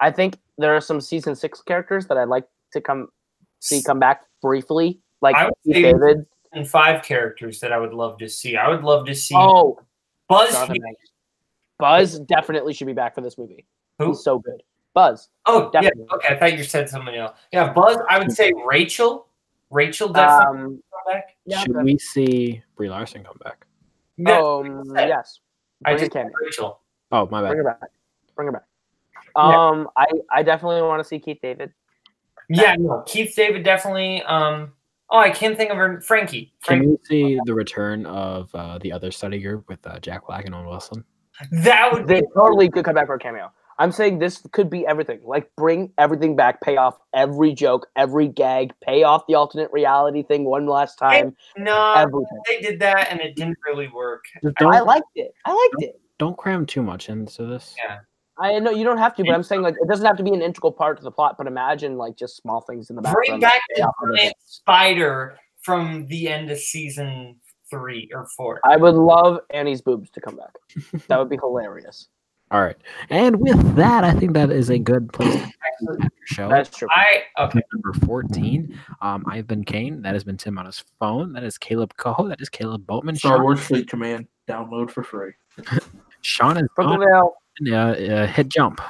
B: I think there are some season six characters that I'd like to come see come back briefly, like
E: I would
B: Keith
E: say-
B: David.
E: and five characters that I would love to see. I would love to see
B: Oh,
E: Buzz.
B: Jonathan Banks. Buzz definitely should be back for this movie.
E: Who?
B: He's so good. Buzz.
E: Oh,
B: Definitely.
E: yeah. Okay, I thought you said somebody else. Yeah, Buzz. I would say Rachel. Rachel definitely
B: Um,
E: come back.
B: yeah,
C: should
B: but-
C: we see brie larson come back
E: No,
B: um,
E: said.
B: yes.
E: I
B: Bring, I
E: just
B: cameo.
E: Rachel.
C: oh my
B: Bring
C: bad
B: her back. Bring her back. Um, I, I definitely want to see Keith David.
E: Yeah, no, Keith David definitely. Um, oh, I can't think of her. Frankie.
C: Can
E: Frankie.
C: we see the return of uh, the other study group with uh, Jack Black and Owen Wilson?
E: That would
B: They totally could come back for a cameo. I'm saying this could be everything. Like, bring everything back, pay off every joke, every gag, pay off the alternate reality thing one last time.
E: no.
B: Everything.
E: They did that and it didn't really work.
C: Just
B: I
C: don't
B: liked it. I liked it.
C: don't cram too much into this.
E: Yeah.
B: I know you don't have to, but I'm saying like it doesn't have to be an integral part to the plot. But imagine like just small things in the background.
E: Bring
B: that
E: back
B: pay
E: the
B: off of it.
E: giant spider from the end of season three or four.
B: I would love Annie's boobs to come back. That would be hilarious.
C: All right. And with that, I think that is a good place to end
E: Actually,
C: your show.
B: That's true.
E: I okay.
C: number 14. Um, I've been Kane. That has been Tim on his phone. That is Caleb Coho. That is Caleb Boatman.
D: Star
C: Sean,
D: Wars Fleet Command download for free.
C: Sean is
B: Brooklyn
C: gone.
B: Vale,
C: Uh, uh, hit jump.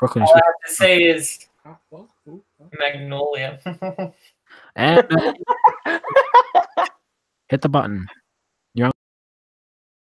C: Brooklyn.
D: Uh,
E: All I have to say is
D: Well,
E: Magnolia.
C: And uh, hit the button.